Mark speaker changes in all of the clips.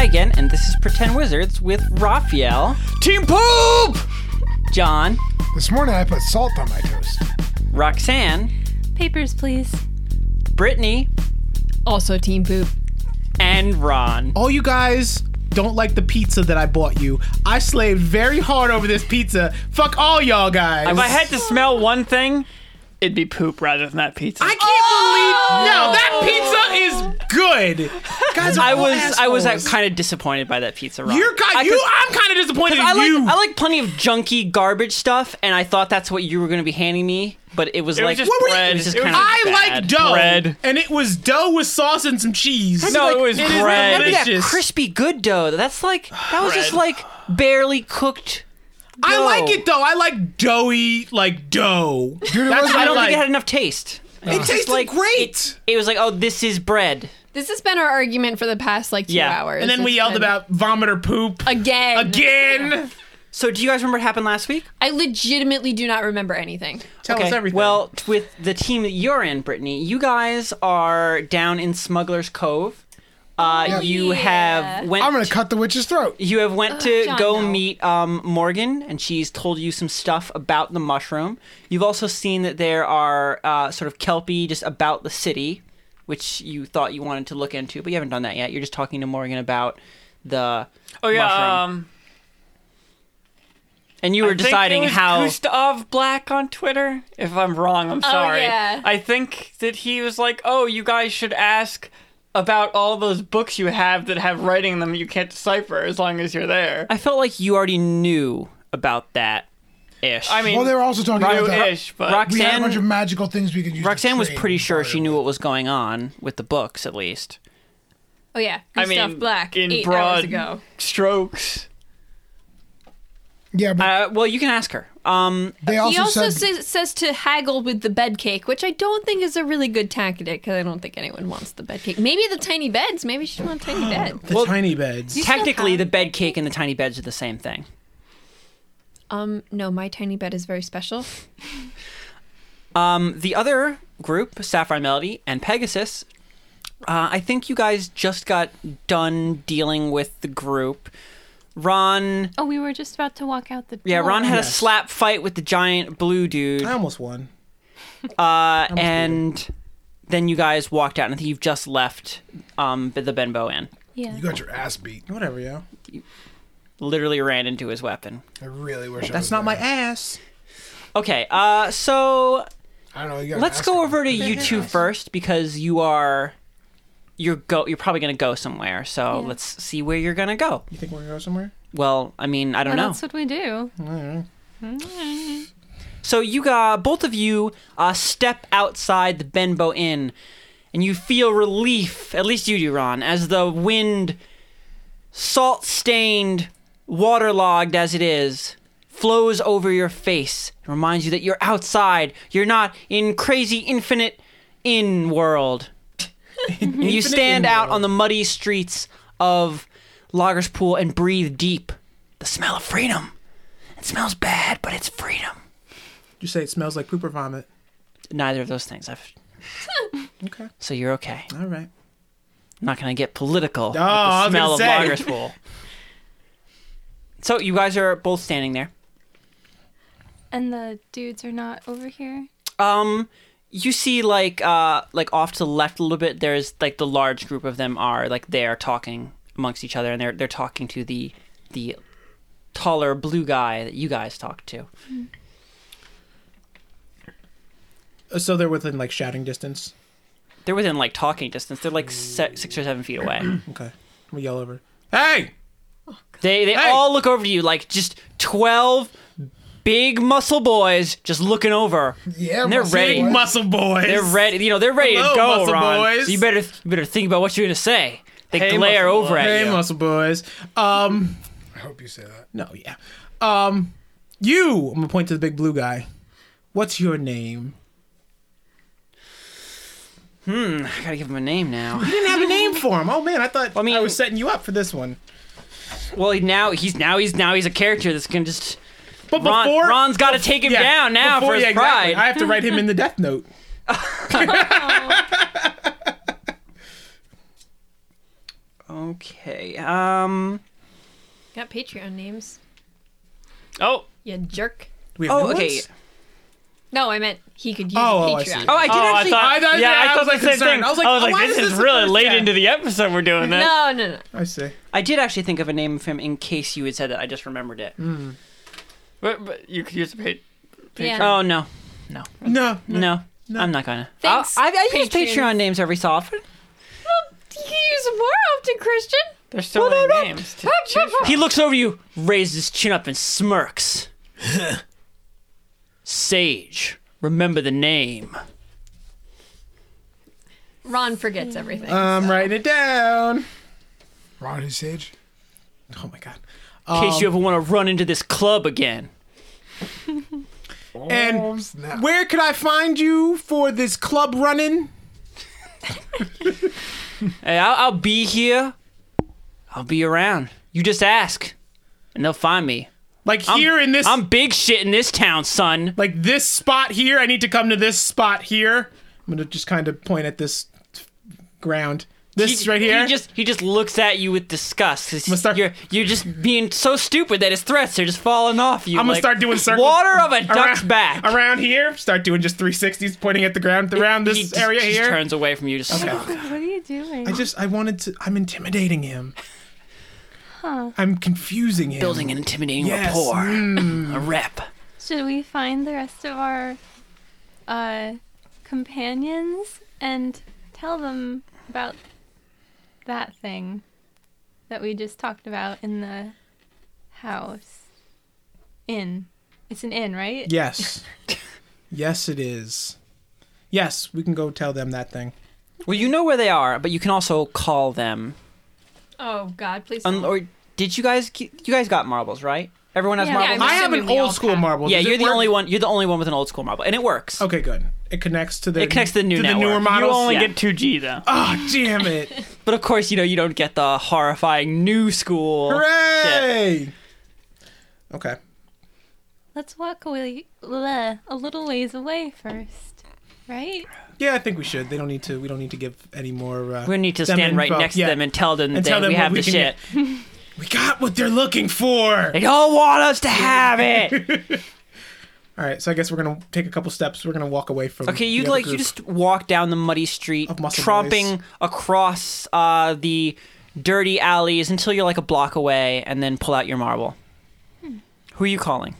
Speaker 1: again, and this is Pretend Wizards with Raphael,
Speaker 2: Team Poop!
Speaker 1: John,
Speaker 3: This morning I put salt on my toast.
Speaker 1: Roxanne,
Speaker 4: Papers, please.
Speaker 1: Brittany,
Speaker 4: Also, Team Poop.
Speaker 1: and Ron.
Speaker 5: all you guys don't like the pizza that I bought you. I slaved very hard over this pizza. Fuck all y'all guys.
Speaker 2: If I had to smell one thing, it'd be poop rather than that pizza.
Speaker 5: I can't
Speaker 3: Oh!
Speaker 5: believe no, that pizza is good. Guys, are
Speaker 1: I
Speaker 5: all
Speaker 1: was I was uh,
Speaker 5: assholes.
Speaker 1: kind of disappointed by that pizza, Ron.
Speaker 5: You're kind.
Speaker 1: I-
Speaker 5: You, I'm kind of disappointed in
Speaker 1: I like
Speaker 5: you.
Speaker 1: I like plenty of junky garbage stuff, and I thought that's what you were going to be handing me, but it was
Speaker 2: was
Speaker 1: like
Speaker 2: just What were you- bread.
Speaker 1: It was just
Speaker 2: It was
Speaker 1: kind
Speaker 2: just
Speaker 1: of
Speaker 5: I
Speaker 1: bad.
Speaker 5: like dough,
Speaker 2: Bread.
Speaker 5: and it was dough with sauce and some cheese.
Speaker 2: No, it was
Speaker 5: is
Speaker 2: bread.
Speaker 1: Remember that
Speaker 5: delicious.
Speaker 1: crispy good dough? That's like that was just
Speaker 2: Bread.
Speaker 1: like barely cooked.
Speaker 5: I
Speaker 1: dough.
Speaker 5: like it though. I like doughy, like dough.
Speaker 3: Dude, it wasn't,
Speaker 1: I don't
Speaker 5: like-
Speaker 1: think it had enough taste.
Speaker 5: It
Speaker 1: It's just
Speaker 5: tasted
Speaker 1: like-
Speaker 5: great.
Speaker 1: It was like, oh, this is bread.
Speaker 4: This has been our argument for the past like two
Speaker 1: Yeah.
Speaker 4: hours.
Speaker 5: and then we
Speaker 4: It's
Speaker 5: yelled
Speaker 4: been-
Speaker 5: about vomit or poop
Speaker 4: again.
Speaker 5: again.
Speaker 1: So, do you guys remember what happened last week?
Speaker 4: I legitimately do not remember anything.
Speaker 5: Tell us everything.
Speaker 1: Well, t- with the team that you're in, Brittany, you guys are down in Smuggler's Cove. Uh, You have went.
Speaker 3: I'm gonna cut the witch's throat.
Speaker 1: You have went to
Speaker 4: John,
Speaker 1: go
Speaker 4: no.
Speaker 1: meet um, Morgan, and she's told you some stuff about the mushroom. You've also seen that there are uh, sort of kelpie just about the city, which you thought you wanted to look into, but you haven't done that yet. You're just talking to Morgan about the
Speaker 2: oh
Speaker 1: mushroom,
Speaker 2: yeah, um,
Speaker 1: and you were
Speaker 2: I think
Speaker 1: deciding
Speaker 2: it was
Speaker 1: how.
Speaker 2: Gustav Black on Twitter. If I'm wrong, I'm sorry.
Speaker 4: Oh, yeah.
Speaker 2: I think that he was like, "Oh, you guys should ask about all those books you have that have writing in them you can't decipher as long as you're there."
Speaker 1: I felt like you already knew about that, ish.
Speaker 2: I mean,
Speaker 3: Well, they were also talking about that.
Speaker 2: ish, but
Speaker 1: Roxanne
Speaker 3: We had a bunch of magical things we could use. to
Speaker 1: Roxanne was
Speaker 3: trade
Speaker 1: pretty sure she
Speaker 3: barter.
Speaker 1: knew what was going on with the books, at least.
Speaker 4: Oh yeah,
Speaker 2: I
Speaker 4: Gustav
Speaker 2: mean,
Speaker 4: Black
Speaker 2: in
Speaker 4: eight
Speaker 2: broad
Speaker 4: hours ago.
Speaker 2: strokes.
Speaker 3: Yeah, but
Speaker 1: Uh, well, you can ask her. Um,
Speaker 3: they also,
Speaker 4: he also
Speaker 3: said
Speaker 4: sa- says to haggle with the bed cake, which I don't think is a really good tactic because I don't think anyone wants the bed cake. Maybe the tiny beds. Maybe she wants tiny bed.
Speaker 5: the tiny beds.
Speaker 1: technically,
Speaker 4: have-
Speaker 1: the bed cake and the tiny beds are the same thing.
Speaker 4: Um, no, my tiny bed is very special.
Speaker 1: Um, the other group, Sapphire Melody and Pegasus, uh, I think you guys just got done dealing with the group. Ron,
Speaker 4: Oh, we were just about to walk out the.
Speaker 1: yeah, Ron had a
Speaker 5: Oh, Yes.
Speaker 1: slap fight with the giant blue dude.
Speaker 5: I almost won.
Speaker 1: Uh, and then you guys walked out, and I think you've just left um, the Benbow Inn.
Speaker 4: Yeah.
Speaker 3: you got your ass beat.
Speaker 5: Whatever, yo.
Speaker 1: Literally ran into his weapon.
Speaker 3: I really wish I
Speaker 5: That's
Speaker 3: was
Speaker 5: not my
Speaker 3: there.
Speaker 5: ass.
Speaker 1: Okay, uh, so
Speaker 3: I don't know. You gotta
Speaker 1: Let's
Speaker 3: ask
Speaker 1: go
Speaker 3: her.
Speaker 1: over to you two first because you are you're go you're probably gonna go somewhere. So
Speaker 4: Yeah.
Speaker 1: let's see where you're gonna go.
Speaker 5: You think we're gonna go somewhere?
Speaker 1: Well, I mean, I don't know.
Speaker 4: what we do.
Speaker 1: So you got both of you uh, step outside the Benbow Inn, and you feel relief. At least you do, Ron, as the wind, salt stained, waterlogged as it is, flows over your face and reminds you that you're outside. You're not in crazy infinite inn world. And you stand out on the muddy streets of Logger's Pool and breathe deep. The smell of freedom. It smells bad, but it's freedom.
Speaker 5: You say it smells like poop or vomit.
Speaker 1: Neither of those things. I've
Speaker 5: Okay.
Speaker 1: so you're okay. I'm
Speaker 5: All right.
Speaker 1: not gonna get political. with the
Speaker 5: I was
Speaker 1: smell
Speaker 5: gonna
Speaker 1: of
Speaker 5: say.
Speaker 1: Lagerspool. so you guys are both standing there.
Speaker 6: And the dudes are not over here.
Speaker 1: Um, you see, like, uh, like off to the left a little bit. There's like the large group of them are like they are talking amongst each other, and they're they're talking to the the taller blue guy that you guys talked to.
Speaker 5: Uh, So they're within like shouting distance.
Speaker 1: They're within like talking distance. They're like se- six or seven feet away.
Speaker 5: Okay. We yell over. Hey!
Speaker 1: They they
Speaker 5: Hey!
Speaker 1: all look over to you like just twelve big muscle boys just looking over.
Speaker 3: Yeah,
Speaker 1: And they're
Speaker 3: muscle
Speaker 1: ready.
Speaker 3: boys.
Speaker 1: What?
Speaker 5: Muscle boys.
Speaker 1: They're ready. You know they're ready
Speaker 5: Hello,
Speaker 1: to go,
Speaker 5: muscle
Speaker 1: Ron.
Speaker 5: boys.
Speaker 1: So you better you better think about what you're gonna say. They
Speaker 2: Hey,
Speaker 1: glare
Speaker 2: muscle
Speaker 1: over
Speaker 2: boy.
Speaker 1: at
Speaker 5: Hey,
Speaker 1: you.
Speaker 5: muscle boys. Um,
Speaker 3: I hope you say that.
Speaker 5: no, yeah. Um, you. I'm gonna point to the big blue guy. What's your name?
Speaker 1: I gotta give him a name now.
Speaker 5: You didn't have a name for him. Oh man, I thought
Speaker 1: I
Speaker 5: I,
Speaker 1: mean-
Speaker 5: was setting you up for this one.
Speaker 1: well, he- now he's now he's now he's a character that's gonna just.
Speaker 5: But
Speaker 1: Ron,
Speaker 5: before
Speaker 1: Ron's got to take him
Speaker 5: yeah,
Speaker 1: down now for
Speaker 5: before-
Speaker 1: his
Speaker 5: yeah,
Speaker 1: pride.
Speaker 5: exactly. I have to write him in the death note.
Speaker 1: Okay. Um.
Speaker 4: Got Patreon names.
Speaker 2: Oh,
Speaker 4: You jerk.
Speaker 5: We have
Speaker 1: Oh,
Speaker 5: new
Speaker 1: okay.
Speaker 5: ones?
Speaker 4: No, I did actually- I could use
Speaker 5: a Oh, oh, I see.
Speaker 4: Patreon.
Speaker 5: Patreon.
Speaker 1: Oh, I did
Speaker 2: oh, I
Speaker 1: actually.
Speaker 2: thought,
Speaker 5: I
Speaker 2: yeah,
Speaker 5: thought- yeah, I
Speaker 2: I
Speaker 5: was,
Speaker 2: thought
Speaker 5: like,
Speaker 2: the same
Speaker 5: concerned.
Speaker 2: thing.
Speaker 5: I was like, oh, why
Speaker 2: this
Speaker 5: is
Speaker 2: is
Speaker 5: this the
Speaker 2: really
Speaker 5: first
Speaker 2: late
Speaker 5: guy?
Speaker 2: into the episode we're doing this.
Speaker 4: no, no, no.
Speaker 5: I see.
Speaker 1: I did actually think of a name for him in case you had said that. I just remembered it.
Speaker 2: But, but you could use the page.
Speaker 4: Yeah.
Speaker 1: Oh no,
Speaker 5: No,
Speaker 1: no, I'm not gonna.
Speaker 4: Thanks,
Speaker 1: I, I, I use
Speaker 4: Patreon.
Speaker 1: Patreon names every so often.
Speaker 4: You can use them more often, Christian.
Speaker 2: There's so many names. To choose from.
Speaker 1: He looks over you, raises his chin up, and smirks. Sage, remember the name.
Speaker 4: Ron forgets everything.
Speaker 5: I'm writing it down.
Speaker 3: Ron and Sage.
Speaker 5: Oh my god.
Speaker 1: In case you ever want to run into this club again.
Speaker 3: Oh,
Speaker 5: And
Speaker 3: snap.
Speaker 5: where could I find you for this club running?
Speaker 1: Hey, I'll, I'll be here. I'll be around. You just ask, and they'll find me.
Speaker 5: Like
Speaker 1: I'm-
Speaker 5: here in this,
Speaker 1: I'm big shit in this town, son.
Speaker 5: like this spot here. I need to come to this spot here. I'm gonna just kind of point at this ground. This
Speaker 1: He-
Speaker 5: right here.
Speaker 1: He just he just looks at you with disgust. 'cause
Speaker 5: gonna start-
Speaker 1: You're you're just being so stupid that his threats are just falling off you.
Speaker 5: I'm gonna
Speaker 1: like
Speaker 5: start doing circles.
Speaker 1: Water of a duck's
Speaker 5: around,
Speaker 1: back.
Speaker 5: around here. Start doing just 360s, pointing at the ground around
Speaker 1: He
Speaker 5: this
Speaker 1: just-
Speaker 5: area
Speaker 1: just
Speaker 5: here.
Speaker 1: turns away from you. Just
Speaker 6: What are you doing?
Speaker 5: I just I wanted to. I'm intimidating him. I'm confusing him.
Speaker 1: building an intimidating
Speaker 5: Yes. Mm.
Speaker 1: rapport, a rep.
Speaker 6: Should we find the rest of our uh, companions and tell them about that thing that we just talked about in the house? Inn. It's an inn, right?
Speaker 5: Yes. yes, it is. Yes, we can go tell them that thing.
Speaker 1: Well, you know where they are, but you can also call them.
Speaker 4: oh God, please.
Speaker 1: Un-
Speaker 4: don't.
Speaker 1: Um, or did you guys? You guys got marbles, right? Everyone has
Speaker 6: Yeah.
Speaker 1: marbles.
Speaker 4: I'm
Speaker 5: I have
Speaker 4: assuming
Speaker 5: an
Speaker 4: we all
Speaker 5: old school
Speaker 4: have-
Speaker 5: marble.
Speaker 1: yeah,
Speaker 5: Does it
Speaker 1: you're the
Speaker 5: work?
Speaker 1: only one. You're the only one with an old school marble, and it works.
Speaker 5: Okay, good. It connects to the.
Speaker 1: It connects to the new
Speaker 5: to the
Speaker 1: network.
Speaker 5: newer
Speaker 1: You
Speaker 5: models.
Speaker 2: You only
Speaker 1: Yeah.
Speaker 2: get 2G though.
Speaker 5: Oh damn it!
Speaker 1: But of course, you know you don't get the horrifying new school. shit.
Speaker 5: Hooray! Okay.
Speaker 6: Let's walk away bleh, a little ways away first, right?
Speaker 5: Yeah, I think we should. They don't need to. We don't need to give any more. Uh,
Speaker 1: We need to
Speaker 5: them
Speaker 1: stand right
Speaker 5: info.
Speaker 1: next
Speaker 5: Yeah.
Speaker 1: to them and tell them
Speaker 5: And
Speaker 1: that
Speaker 5: tell them
Speaker 1: we
Speaker 5: what
Speaker 1: have
Speaker 5: we
Speaker 1: the
Speaker 5: can
Speaker 1: shit.
Speaker 5: we got what they're looking for.
Speaker 1: They don't want us to have it.
Speaker 5: All right, so I guess we're gonna take a couple steps. We're gonna walk away from.
Speaker 1: Okay,
Speaker 5: the
Speaker 1: you
Speaker 5: other
Speaker 1: like you
Speaker 5: group.
Speaker 1: just walk down the muddy street,
Speaker 5: Of muscle
Speaker 1: tromping across uh, the dirty alleys until you're like a block away, and then pull out your marble. Who are you calling?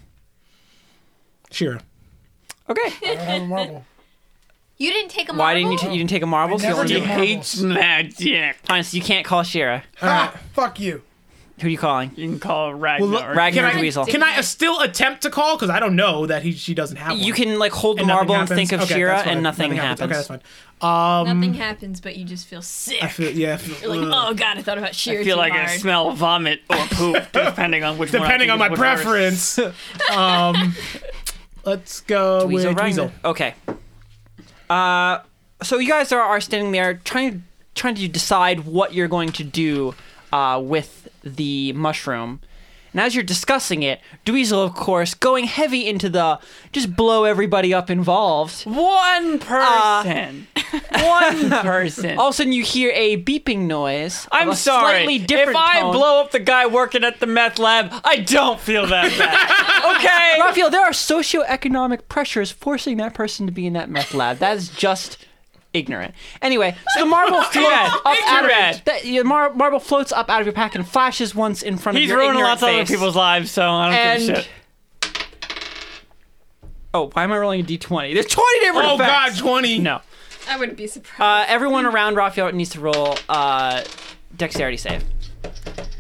Speaker 5: Shira.
Speaker 1: Okay.
Speaker 3: I don't have a marble.
Speaker 4: you didn't take a marble.
Speaker 1: Why didn't you? T- you didn't take a marble.
Speaker 3: I
Speaker 1: you,
Speaker 3: never
Speaker 1: don't
Speaker 3: did.
Speaker 1: wanna do-
Speaker 2: Hates magic.
Speaker 1: Fine, so you can't call Shira.
Speaker 3: Ha! Ah, Fuck you.
Speaker 1: Who are you calling?
Speaker 2: You can call Ragnar.
Speaker 5: Well, look-
Speaker 1: Ragnar
Speaker 5: Can I-
Speaker 1: Dweezil.
Speaker 5: Can I still attempt to call? Because I don't know that he she doesn't have. One.
Speaker 1: You can like hold the
Speaker 5: And nothing
Speaker 1: marble and
Speaker 5: happens?
Speaker 1: think of
Speaker 5: Okay,
Speaker 1: Shira,
Speaker 5: that's fine.
Speaker 1: and nothing, happens.
Speaker 5: Okay, that's fine. Um,
Speaker 4: Nothing happens, but you just feel sick.
Speaker 5: I feel yeah. I feel-
Speaker 4: You're
Speaker 5: ugh.
Speaker 4: like, oh God, I thought about sheer
Speaker 2: I feel
Speaker 4: too
Speaker 2: like
Speaker 4: hard.
Speaker 2: I smell vomit or poop, depending on which one I
Speaker 5: Depending
Speaker 2: think
Speaker 5: on
Speaker 2: is
Speaker 5: my
Speaker 2: what hers.
Speaker 5: preference. um, let's go
Speaker 1: Dweezil
Speaker 5: with
Speaker 1: Ragnar.
Speaker 5: Dweezil.
Speaker 1: Okay. Uh, so you guys are, are standing there trying trying to decide what you're going to do uh, with the mushroom. And as you're discussing it, Dweezil, of course, going heavy into the just blow everybody up involved.
Speaker 2: One person. one person.
Speaker 1: All of a sudden, you hear a beeping noise. of
Speaker 2: I'm
Speaker 1: a
Speaker 2: sorry.
Speaker 1: Slightly different
Speaker 2: if I
Speaker 1: tone.
Speaker 2: blow up the guy working at the meth lab, I don't feel that bad. okay.
Speaker 1: Raphael, there are socioeconomic pressures forcing that person to be in that meth lab. That is just ignorant. Anyway, so the marble floats
Speaker 2: Yeah,
Speaker 1: up out of
Speaker 2: ignorant.
Speaker 1: that, your mar- marble floats up out of your pack and flashes once in front
Speaker 2: He's
Speaker 1: of your
Speaker 2: ruining
Speaker 1: ignorant
Speaker 2: lots of other
Speaker 1: face.
Speaker 2: people's lives, so I don't
Speaker 1: and
Speaker 2: give a shit.
Speaker 1: oh, why am I rolling a d20? There's 20 different
Speaker 5: Oh God,
Speaker 1: effects.
Speaker 5: twenty.
Speaker 1: No,
Speaker 4: I wouldn't be surprised.
Speaker 1: uh, everyone around Raphael needs to roll uh, dexterity save.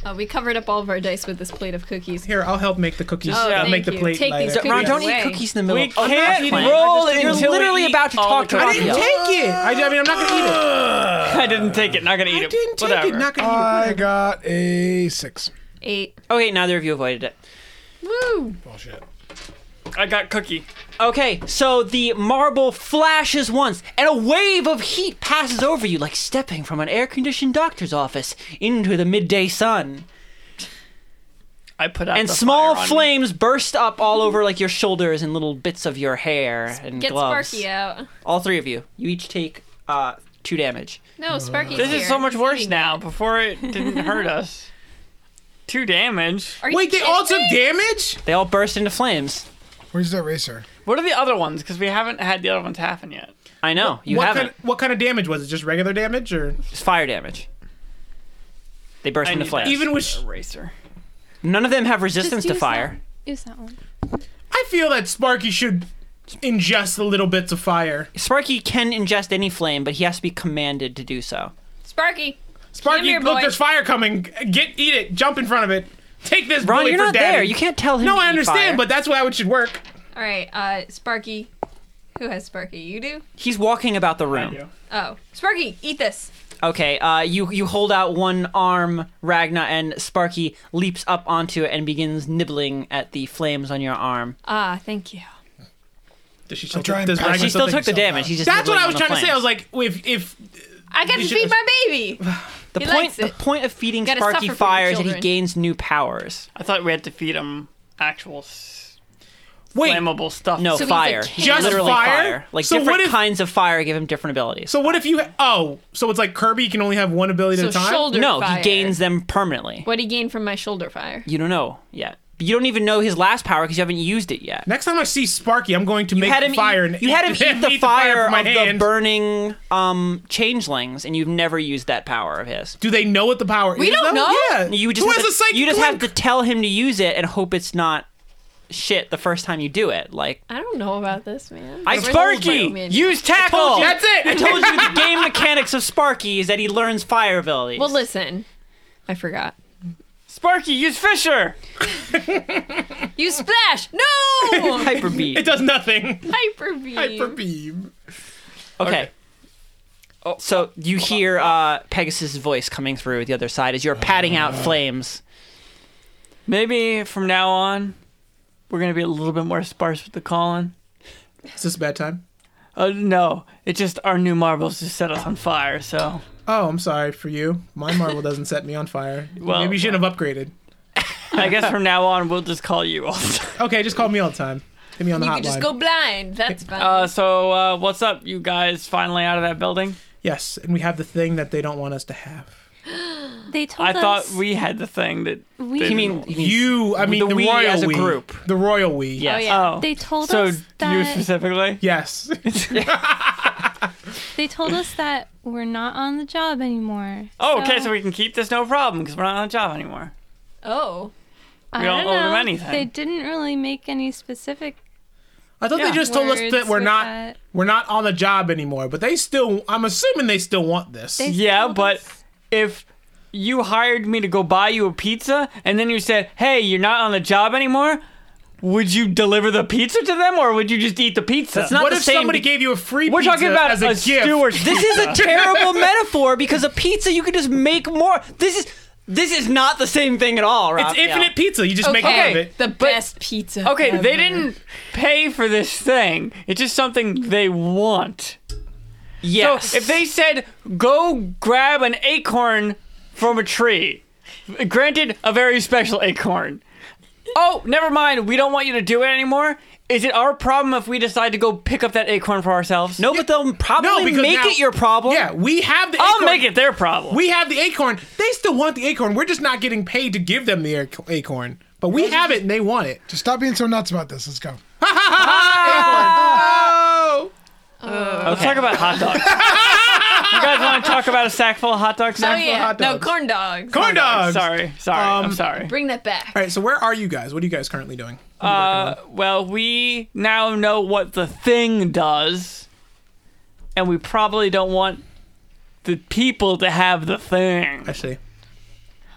Speaker 4: Uh, we covered up all of our dice with this plate of cookies.
Speaker 5: Here, I'll help make the cookies.
Speaker 4: Oh,
Speaker 5: I'll
Speaker 4: thank
Speaker 5: make the
Speaker 4: you.
Speaker 5: plate
Speaker 4: Take these
Speaker 5: lighter.
Speaker 4: cookies.
Speaker 1: Ron,
Speaker 4: Ron,
Speaker 1: don't
Speaker 4: don't away.
Speaker 1: eat
Speaker 4: eat
Speaker 1: cookies
Speaker 4: cookies
Speaker 1: in the middle. Oh,
Speaker 2: We can't roll
Speaker 1: roll it. You're
Speaker 2: until we
Speaker 1: literally
Speaker 2: eat
Speaker 1: about to
Speaker 2: all
Speaker 1: talk
Speaker 2: the
Speaker 1: to
Speaker 5: I
Speaker 2: cookies.
Speaker 5: didn't
Speaker 1: Raphael.
Speaker 5: take it. I, I mean, I'm not gonna eat it.
Speaker 2: I didn't take it. Not gonna eat
Speaker 5: I
Speaker 2: it.
Speaker 5: didn't take
Speaker 2: Whatever.
Speaker 5: it. Not gonna eat it.
Speaker 3: I got a six.
Speaker 4: Eight.
Speaker 1: Okay, neither of you avoided it.
Speaker 4: Woo!
Speaker 3: Bullshit.
Speaker 2: I got cookie.
Speaker 1: Okay, so the marble flashes once, and a wave of heat passes over you, like stepping from an air conditioned doctor's office into the midday sun.
Speaker 2: I put out
Speaker 1: And
Speaker 2: the
Speaker 1: small
Speaker 2: fire on
Speaker 1: flames burst up all over, like your shoulders and little bits of your hair and
Speaker 4: Get
Speaker 1: gloves.
Speaker 4: Sparky out.
Speaker 1: All three of you. You each take uh, two damage.
Speaker 4: No, Sparky's
Speaker 2: This is
Speaker 4: here.
Speaker 2: so much
Speaker 4: He's
Speaker 2: worse
Speaker 4: eating.
Speaker 2: now. Before it didn't hurt us. Two damage.
Speaker 4: Are you
Speaker 5: Wait, they all took
Speaker 4: kidding me?
Speaker 5: damage?
Speaker 1: They all burst into flames.
Speaker 3: Where's the eraser?
Speaker 2: What are the other ones? Because we haven't had the other ones happen yet.
Speaker 1: I know you
Speaker 5: what
Speaker 1: haven't.
Speaker 5: Kind of, what kind of damage was it? Just regular damage, or
Speaker 1: It's fire damage. They burst
Speaker 2: I
Speaker 1: into
Speaker 2: need that
Speaker 1: flames.
Speaker 5: Even with-
Speaker 2: eraser.
Speaker 1: None of them have resistance
Speaker 6: Just
Speaker 1: to
Speaker 6: use
Speaker 1: fire.
Speaker 6: That, use that one.
Speaker 5: I feel that Sparky should ingest the little bits of fire.
Speaker 1: Sparky can ingest any flame, but he has to be commanded to do so.
Speaker 4: Sparky.
Speaker 5: Sparky,
Speaker 4: Come here,
Speaker 5: look,
Speaker 4: boy.
Speaker 5: there's fire coming. Get, eat it. Jump in front of it. Take this.
Speaker 1: Ron,
Speaker 5: bully
Speaker 1: you're
Speaker 5: for
Speaker 1: not
Speaker 5: daddy.
Speaker 1: there. You can't tell him.
Speaker 5: No,
Speaker 1: to
Speaker 5: I
Speaker 1: eat fire.
Speaker 5: understand, but that's why it should work.
Speaker 4: All right, uh, Sparky. Who has Sparky? You do?
Speaker 1: he's walking about the room.
Speaker 4: Oh. Sparky, eat this.
Speaker 1: Okay, uh, you you hold out one arm, Ragna, and Sparky leaps up onto it and begins nibbling at the flames on your arm.
Speaker 4: Ah, thank you.
Speaker 5: Does she still,
Speaker 3: try
Speaker 5: take-
Speaker 3: and
Speaker 5: does
Speaker 3: pass
Speaker 5: Ragnar
Speaker 3: it.
Speaker 1: she still
Speaker 5: take
Speaker 1: took the
Speaker 5: this?
Speaker 1: damage. He's just
Speaker 5: That's what
Speaker 1: nibbling
Speaker 5: I was
Speaker 1: on the
Speaker 5: trying to say. I
Speaker 1: flames.
Speaker 5: was like, if if
Speaker 4: I got
Speaker 5: You
Speaker 4: to
Speaker 5: should-
Speaker 4: feed my baby.
Speaker 1: the
Speaker 4: he
Speaker 1: point
Speaker 4: likes
Speaker 1: the
Speaker 4: it.
Speaker 1: point of feeding
Speaker 4: Gotta
Speaker 1: Sparky
Speaker 4: suffer for your
Speaker 1: fire is that he
Speaker 4: children.
Speaker 1: gains new powers.
Speaker 2: I thought we had to feed him actual s-
Speaker 5: wait,
Speaker 2: flammable stuff.
Speaker 1: No,
Speaker 4: So he's a
Speaker 1: fire.
Speaker 4: king.
Speaker 5: Just
Speaker 1: Literally
Speaker 5: fire?
Speaker 1: Like
Speaker 5: So what
Speaker 1: different
Speaker 5: if-
Speaker 1: kinds of fire give him different abilities.
Speaker 5: so what if you? Oh, so it's like Kirby you can only have one ability
Speaker 4: So
Speaker 5: at a time.
Speaker 4: shoulder
Speaker 1: no,
Speaker 4: fire.
Speaker 1: he gains them permanently.
Speaker 4: What he gained from my shoulder fire.
Speaker 1: You don't know yet. You don't even know his last power because you haven't used it yet.
Speaker 5: Next time I see Sparky, I'm going to make
Speaker 1: had him
Speaker 5: the fire.
Speaker 1: eat,
Speaker 5: and
Speaker 1: you had him eat the fire
Speaker 5: from my
Speaker 1: of
Speaker 5: hand.
Speaker 1: the burning um, changelings, and you've never used that power of his.
Speaker 5: Do they know what the power is?
Speaker 4: don't
Speaker 5: though?
Speaker 4: know.
Speaker 5: Yeah.
Speaker 1: You just
Speaker 5: Who
Speaker 1: have
Speaker 5: has
Speaker 1: to,
Speaker 5: a psychic
Speaker 1: you just have to
Speaker 5: link?
Speaker 1: tell him to use it and hope it's not shit the first time you do it. Like
Speaker 4: I don't know about this, man.
Speaker 1: I Sparky, use tackle.
Speaker 5: you. That's it.
Speaker 1: I told you the game mechanics of Sparky is that he learns fire abilities.
Speaker 4: Well, listen. I forgot.
Speaker 2: Sparky, use Fisher.
Speaker 4: You splash! No!
Speaker 1: hyper beam.
Speaker 5: It does nothing.
Speaker 4: Hyper beam.
Speaker 5: Hyper beam.
Speaker 1: Okay.
Speaker 5: Oh,
Speaker 1: so you hear uh, Pegasus' voice coming through the other side
Speaker 5: Uh,
Speaker 1: as you're patting out flames.
Speaker 2: Maybe from now on, we're gonna be a little bit more sparse with the calling.
Speaker 5: Is this a bad time?
Speaker 2: Uh, no, it's just our new marbles just set us on fire. So
Speaker 5: Oh, I'm sorry for you. My marble doesn't set me on fire.
Speaker 2: Well-
Speaker 5: Maybe you shouldn't have upgraded.
Speaker 2: I guess from now on we'll just call you all.
Speaker 5: Okay, just call me all the time. Hit me on the
Speaker 4: You
Speaker 5: hotline.
Speaker 4: could just go blind. That's fine.
Speaker 2: Uh, so uh, what's up, you guys? Finally out of that building.
Speaker 5: yes, and we have the thing that they don't want us to have.
Speaker 6: They told
Speaker 2: I
Speaker 6: us.
Speaker 2: thought we had the thing that.
Speaker 6: we-
Speaker 1: You mean, you mean
Speaker 5: You, I mean,
Speaker 1: the
Speaker 5: the,
Speaker 1: we
Speaker 5: royal
Speaker 1: as a
Speaker 5: we.
Speaker 1: group.
Speaker 5: The royal we.
Speaker 1: Yes.
Speaker 4: Oh, yeah.
Speaker 2: Oh,
Speaker 6: They told
Speaker 2: so
Speaker 6: us
Speaker 2: you
Speaker 6: that
Speaker 2: specifically.
Speaker 5: Yes.
Speaker 6: they told us that we're not on the job anymore.
Speaker 2: Oh, okay, so we can keep this no problem because we're not on a job anymore.
Speaker 4: oh.
Speaker 6: I
Speaker 2: we don't owe them
Speaker 6: know.
Speaker 2: anything.
Speaker 6: They didn't really make any specific.
Speaker 5: I thought
Speaker 2: Yeah.
Speaker 5: they just told us
Speaker 6: Words
Speaker 5: that we're
Speaker 6: with
Speaker 5: not
Speaker 6: that.
Speaker 5: we're not on the job anymore, but they still I'm assuming they still want this.
Speaker 6: They
Speaker 2: Yeah,
Speaker 6: told
Speaker 2: but
Speaker 6: us-
Speaker 2: if you hired me to go buy you a pizza and then you said, "Hey, you're not on the job anymore," would you deliver the pizza to them or would you just eat the pizza?
Speaker 1: That's not
Speaker 5: what
Speaker 1: the
Speaker 5: if
Speaker 1: same
Speaker 5: somebody
Speaker 1: be-
Speaker 5: gave you a free
Speaker 2: We're
Speaker 5: pizza
Speaker 2: talking about
Speaker 5: as a, gift?
Speaker 2: Stewart.
Speaker 1: This is a terrible metaphor because a pizza you could just make more. This is this is not the same thing at all, Rob.
Speaker 5: It's infinite pizza. You just make
Speaker 4: Okay.
Speaker 5: more of it.
Speaker 4: The best pizza.
Speaker 2: okay,
Speaker 4: ever.
Speaker 2: they didn't pay for this thing. It's just something they want.
Speaker 1: Yeah. Yes.
Speaker 2: So if they said, "Go grab an acorn from a tree," granted, a very special acorn. Oh, never mind. We don't want you to do it anymore. Is it our problem if we decide to go pick up that acorn for ourselves?
Speaker 1: no, but they'll
Speaker 5: No,
Speaker 1: probably
Speaker 5: because
Speaker 1: make
Speaker 5: now-
Speaker 1: it your problem.
Speaker 5: Yeah, we have the
Speaker 2: I'll
Speaker 5: acorn.
Speaker 2: make it their problem.
Speaker 5: We have the acorn. They still want the acorn. We're just not getting paid to give them the ac- acorn. But we have it and they want it.
Speaker 3: Just stop being so nuts about this. Let's go.
Speaker 5: Oh!
Speaker 2: Let's talk about hot dogs. you guys want to talk about a sack full of hot dogs?
Speaker 4: Oh,
Speaker 2: now?
Speaker 4: yeah.
Speaker 5: hot
Speaker 4: No,
Speaker 5: dogs.
Speaker 4: corn dogs.
Speaker 5: Corn dogs.
Speaker 2: Sorry, sorry. I'm
Speaker 5: Um,
Speaker 2: sorry.
Speaker 4: Bring that back.
Speaker 5: All right, so where are you guys? What are you guys currently doing?
Speaker 2: Uh, well, we now know what the thing does, and we probably don't want the people to have the thing.
Speaker 5: I see.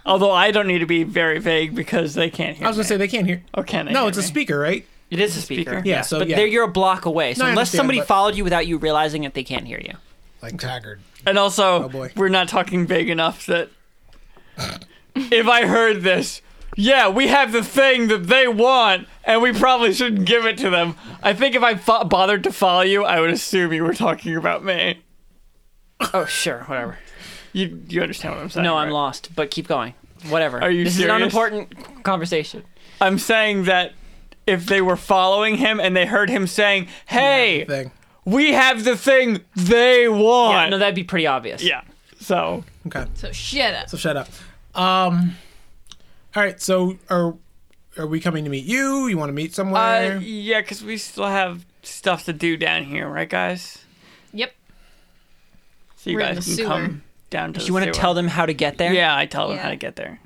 Speaker 2: Although I don't need to be very vague because they can't hear.
Speaker 5: I was gonna say they can't hear.
Speaker 2: or can Oh, they?
Speaker 5: No,
Speaker 2: hear
Speaker 5: it's a
Speaker 2: me?
Speaker 5: speaker, right?
Speaker 1: It is a speaker.
Speaker 2: Speaker.
Speaker 5: Yeah, so
Speaker 1: but
Speaker 5: yeah.
Speaker 1: they're you're a block away. So
Speaker 5: No, I
Speaker 1: unless
Speaker 5: understand,
Speaker 1: somebody
Speaker 5: but-
Speaker 1: followed you without you realizing it, they can't hear you.
Speaker 3: Like Taggart.
Speaker 2: And also,
Speaker 5: Oh, boy.
Speaker 2: we're not talking vague enough that if I heard this, yeah, we have the thing that they want, and we probably shouldn't give it to them. I think if I fo- bothered to follow you, I would assume you were talking about me.
Speaker 1: Oh, sure, whatever.
Speaker 2: You you understand what I'm saying?
Speaker 1: No,
Speaker 2: right?
Speaker 1: I'm lost, but keep going. Whatever.
Speaker 2: Are you
Speaker 1: this is
Speaker 2: serious?
Speaker 1: an unimportant conversation.
Speaker 2: I'm saying that if they were following him and they heard him saying, "Hey,
Speaker 5: Thing.
Speaker 2: we have the thing they want.
Speaker 1: Yeah, no, that'd be pretty obvious.
Speaker 2: Yeah. So
Speaker 5: Okay.
Speaker 4: So shut up.
Speaker 5: So shut up. Um. All right. So are are we coming to meet you? You want to meet somewhere?
Speaker 2: Uh, yeah, because we still have stuff to do down here, right, guys?
Speaker 4: Yep.
Speaker 2: So you
Speaker 4: We're in
Speaker 2: guys can
Speaker 4: the sewer.
Speaker 2: come down to.
Speaker 1: Do
Speaker 2: the
Speaker 1: you want to
Speaker 2: sewer.
Speaker 1: tell them how to get there?
Speaker 2: Yeah, I tell them how
Speaker 6: Yeah.
Speaker 2: to get there.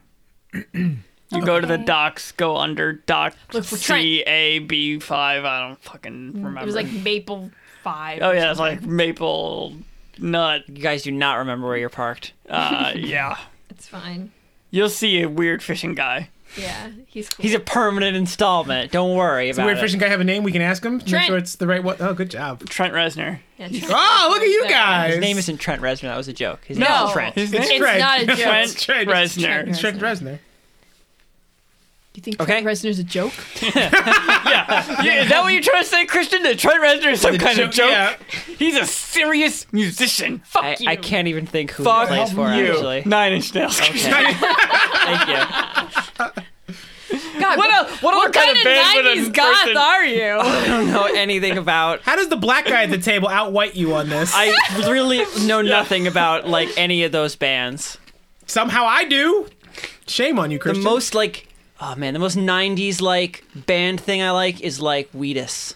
Speaker 2: you go to the
Speaker 6: Okay.
Speaker 2: docks, go under dock
Speaker 4: Look, we're trying-
Speaker 2: C A B five. I don't fucking remember.
Speaker 4: It was like Maple Five.
Speaker 2: oh yeah, it's like maple nut.
Speaker 1: You guys do not remember where you're parked.
Speaker 2: Uh, yeah,
Speaker 4: It's fine.
Speaker 2: you'll see a weird fishing guy.
Speaker 4: Yeah, he's cool.
Speaker 1: He's a permanent installment. Don't worry
Speaker 5: Does
Speaker 1: about
Speaker 5: the weird
Speaker 1: it.
Speaker 5: fishing guy have a name? We can ask him. Make
Speaker 4: Trent.
Speaker 5: sure it's the right one. Oh, good job.
Speaker 2: Trent Reznor.
Speaker 4: Yeah, Trent.
Speaker 5: Oh, look at you
Speaker 4: His
Speaker 5: guys.
Speaker 1: His name isn't Trent Reznor. That was a joke. His
Speaker 4: No.
Speaker 1: name is Trent.
Speaker 2: His
Speaker 5: It's
Speaker 2: name?
Speaker 5: Trent.
Speaker 4: not a joke.
Speaker 2: Trent
Speaker 5: It's Trent. It's
Speaker 2: Reznor.
Speaker 4: Trent.
Speaker 5: Trent Reznor.
Speaker 4: Do you think
Speaker 1: Okay.
Speaker 4: Trent Reznor's a joke?
Speaker 2: Yeah, is that what you're trying to say, Christian? That Trent Reznor is some kind of joke?
Speaker 5: Yeah.
Speaker 2: He's a serious musician. Fuck
Speaker 1: I,
Speaker 2: you.
Speaker 1: I can't even think who
Speaker 2: Fuck
Speaker 1: he plays for,
Speaker 2: you.
Speaker 1: actually.
Speaker 2: Nine Inch Nails.
Speaker 1: Okay. Thank you.
Speaker 4: God,
Speaker 2: What else? What, other kind of band would a person-
Speaker 4: are you?
Speaker 1: I don't know anything about.
Speaker 5: How does the black guy at the table outwhite you on this?
Speaker 1: I really know nothing about like any of those bands.
Speaker 5: Somehow I do. Shame on you,
Speaker 1: The
Speaker 5: Christian.
Speaker 1: most like, oh man, the most '90s like band thing I like is like Wheatus.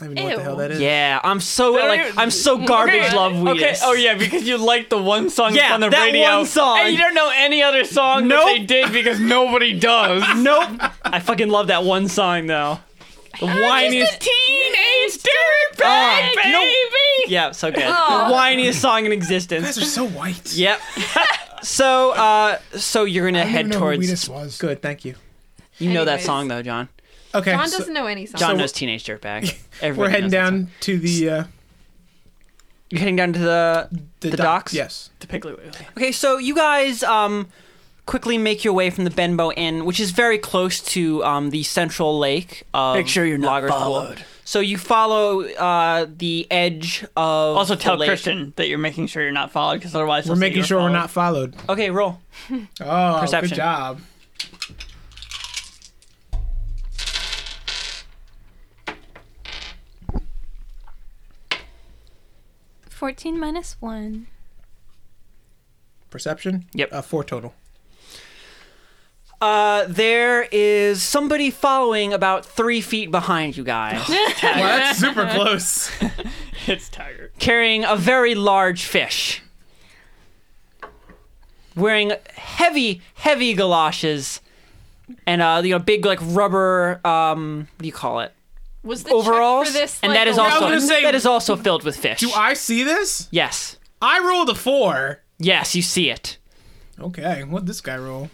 Speaker 5: I don't even know what the
Speaker 4: Ew.
Speaker 5: hell that is.
Speaker 1: Yeah, I'm so
Speaker 2: There
Speaker 1: like
Speaker 2: is-
Speaker 1: I'm so garbage
Speaker 2: Okay,
Speaker 1: love Wheatus.
Speaker 2: Okay. Oh yeah, because you like the one song that's
Speaker 1: Yeah,
Speaker 2: on the
Speaker 1: that
Speaker 2: radio.
Speaker 1: one song.
Speaker 2: And you don't know any other song
Speaker 1: Nope.
Speaker 2: that they did because nobody does.
Speaker 1: Nope. I fucking love that one song though. The whiniest.
Speaker 2: Teenage Dirty
Speaker 1: Oh,
Speaker 2: Baby.
Speaker 1: no. Yeah, so good.
Speaker 4: Oh.
Speaker 1: The whiniest song in
Speaker 5: You guys
Speaker 1: existence.
Speaker 5: are so white.
Speaker 1: Yep. So, uh, so you're gonna
Speaker 3: I don't even
Speaker 1: head
Speaker 3: know who
Speaker 1: towards.
Speaker 3: Wheatus was.
Speaker 5: Good. Thank you.
Speaker 1: You know that
Speaker 4: Anyways.
Speaker 1: song though, John.
Speaker 5: Okay.
Speaker 4: John
Speaker 5: so
Speaker 4: doesn't know any songs.
Speaker 1: John
Speaker 5: So-
Speaker 1: knows Teenage Dirtbag. Everybody
Speaker 5: we're heading
Speaker 1: knows that song.
Speaker 5: down to the uh,
Speaker 1: You're heading down to the the,
Speaker 5: dock-
Speaker 1: docks.
Speaker 5: Yes.
Speaker 2: The Piggly Wiggly.
Speaker 1: Okay, so you guys um quickly make your way from the Benbow Inn, which is very close to um the central lake of
Speaker 2: Make sure you're not
Speaker 1: Lagerthal.
Speaker 2: followed.
Speaker 1: So you follow uh the edge of
Speaker 2: Also,
Speaker 1: the
Speaker 2: tell
Speaker 1: lake.
Speaker 2: Christian that you're making sure you're not followed, because otherwise
Speaker 5: We're making sure we're not followed.
Speaker 1: Okay, roll.
Speaker 5: Oh,
Speaker 1: Perception.
Speaker 5: good job.
Speaker 6: Fourteen minus one.
Speaker 5: Perception.
Speaker 1: Yep.
Speaker 5: Uh, four total.
Speaker 1: Uh, there is somebody following about three feet behind you guys,
Speaker 5: Well, that's super close.
Speaker 2: It's tired.
Speaker 1: carrying a very large fish, wearing heavy, heavy galoshes, and uh, you know, big like rubber. Um, what do you call it?
Speaker 4: Was the check
Speaker 1: Overalls,
Speaker 4: for this,
Speaker 1: and
Speaker 4: like,
Speaker 1: that is
Speaker 4: a
Speaker 5: I
Speaker 1: also
Speaker 5: was gonna say-
Speaker 1: that is also filled with fish.
Speaker 5: Do I see this?
Speaker 1: yes,
Speaker 5: I rolled a four.
Speaker 1: yes, you see it.
Speaker 5: Okay. What this guy roll?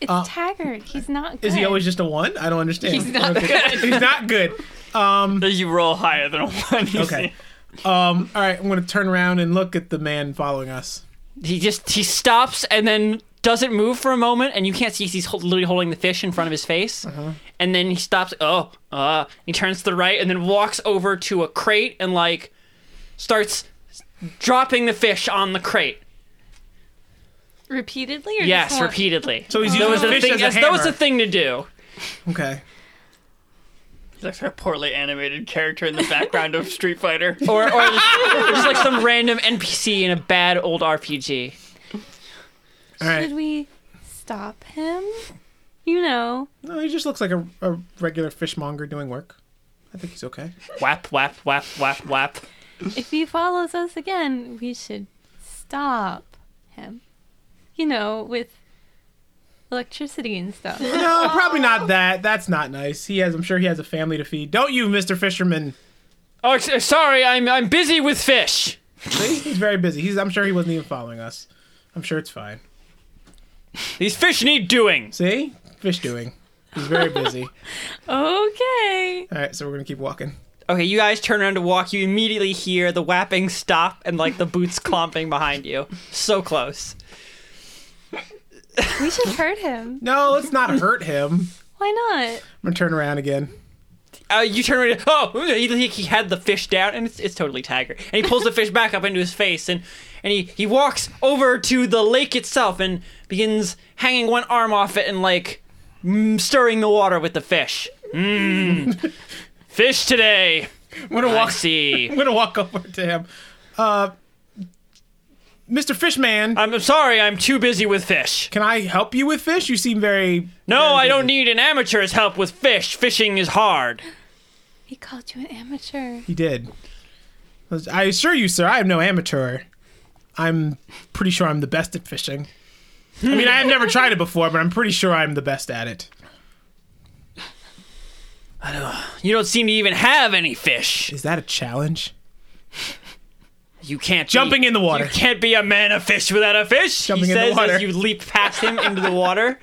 Speaker 6: It's Taggart. He's not good.
Speaker 5: Is he always just a one? I don't understand.
Speaker 4: He's not
Speaker 5: Okay. He's not good. Um.
Speaker 2: Does you roll higher than a one? you
Speaker 5: Okay.
Speaker 2: see.
Speaker 5: Um. All right. I'm gonna turn around and look at the man following us.
Speaker 1: He just he stops and then doesn't move for a moment, and you can't see he's hol- literally holding the fish in front of his face.
Speaker 4: Uh-huh.
Speaker 1: And then he stops. Oh, uh, he turns to the right and then walks over to a crate and like starts dropping the fish on the crate.
Speaker 6: repeatedly? Or
Speaker 1: yes,
Speaker 6: just one?
Speaker 1: repeatedly.
Speaker 5: So he's
Speaker 1: Oh. that
Speaker 5: using
Speaker 1: was
Speaker 5: the
Speaker 1: the
Speaker 5: fish
Speaker 1: thing.
Speaker 5: as a
Speaker 1: yes, that was
Speaker 5: hammer.
Speaker 1: the thing to do.
Speaker 5: Okay.
Speaker 2: He's like a poorly animated character in the background of Street Fighter.
Speaker 1: Or, or just, or just like some random NPC in a bad old RPG.
Speaker 5: All right.
Speaker 6: Should we stop him? You know,
Speaker 5: No, he just looks like a, a regular fishmonger doing work. I think he's okay.
Speaker 1: Whap, whap, whap, whap, whap.
Speaker 6: if he follows us again, we should stop him. You know, with electricity and stuff.
Speaker 5: No, probably not that. That's not nice. He has. I'm sure he has a family to feed. Don't you, Mister Fisherman?
Speaker 1: Oh, ex- sorry, I'm I'm busy with fish.
Speaker 5: He's very busy. He's. I'm sure he wasn't even following us. I'm sure it's fine.
Speaker 1: These fish need doing.
Speaker 5: See, fish doing. He's very busy.
Speaker 6: okay.
Speaker 5: All right, so we're gonna keep walking.
Speaker 1: Okay, you guys turn around to walk. You immediately hear the whapping stop and like the boots clomping behind you. So close.
Speaker 6: We should hurt him.
Speaker 5: No, let's not hurt him.
Speaker 6: Why not?
Speaker 5: I'm gonna turn around again.
Speaker 1: Uh, you turn around. Oh, he, he- he had the fish down, and it's, it's totally Tiger. And he pulls the fish back up into his face, and and he he walks over to the lake itself and begins hanging one arm off it and like mm, stirring the water with the Mm. fish. Mmm, fish today.
Speaker 5: I'm gonna
Speaker 1: I
Speaker 5: walk.
Speaker 1: see.
Speaker 5: I'm gonna walk over to him. Uh, Mr. Fishman,
Speaker 1: I'm sorry, I'm too busy with fish.
Speaker 5: can I help you with fish? You seem very.
Speaker 1: No, I don't need an amateur's help with fish. Fishing is hard.
Speaker 6: He called you an amateur.
Speaker 5: He did. I assure you, sir, I am no amateur. I'm pretty sure I'm the best at fishing. I mean, I have never tried it before, but I'm pretty sure I'm the best at it.
Speaker 1: You don't seem to even have any fish.
Speaker 5: Is that a challenge?
Speaker 1: You can't
Speaker 5: Jumping
Speaker 1: be,
Speaker 5: in the water.
Speaker 1: You can't be a man of fish without a fish.
Speaker 5: Jumping
Speaker 1: he
Speaker 5: in the
Speaker 1: says
Speaker 5: water.
Speaker 1: as you leap past him into the water.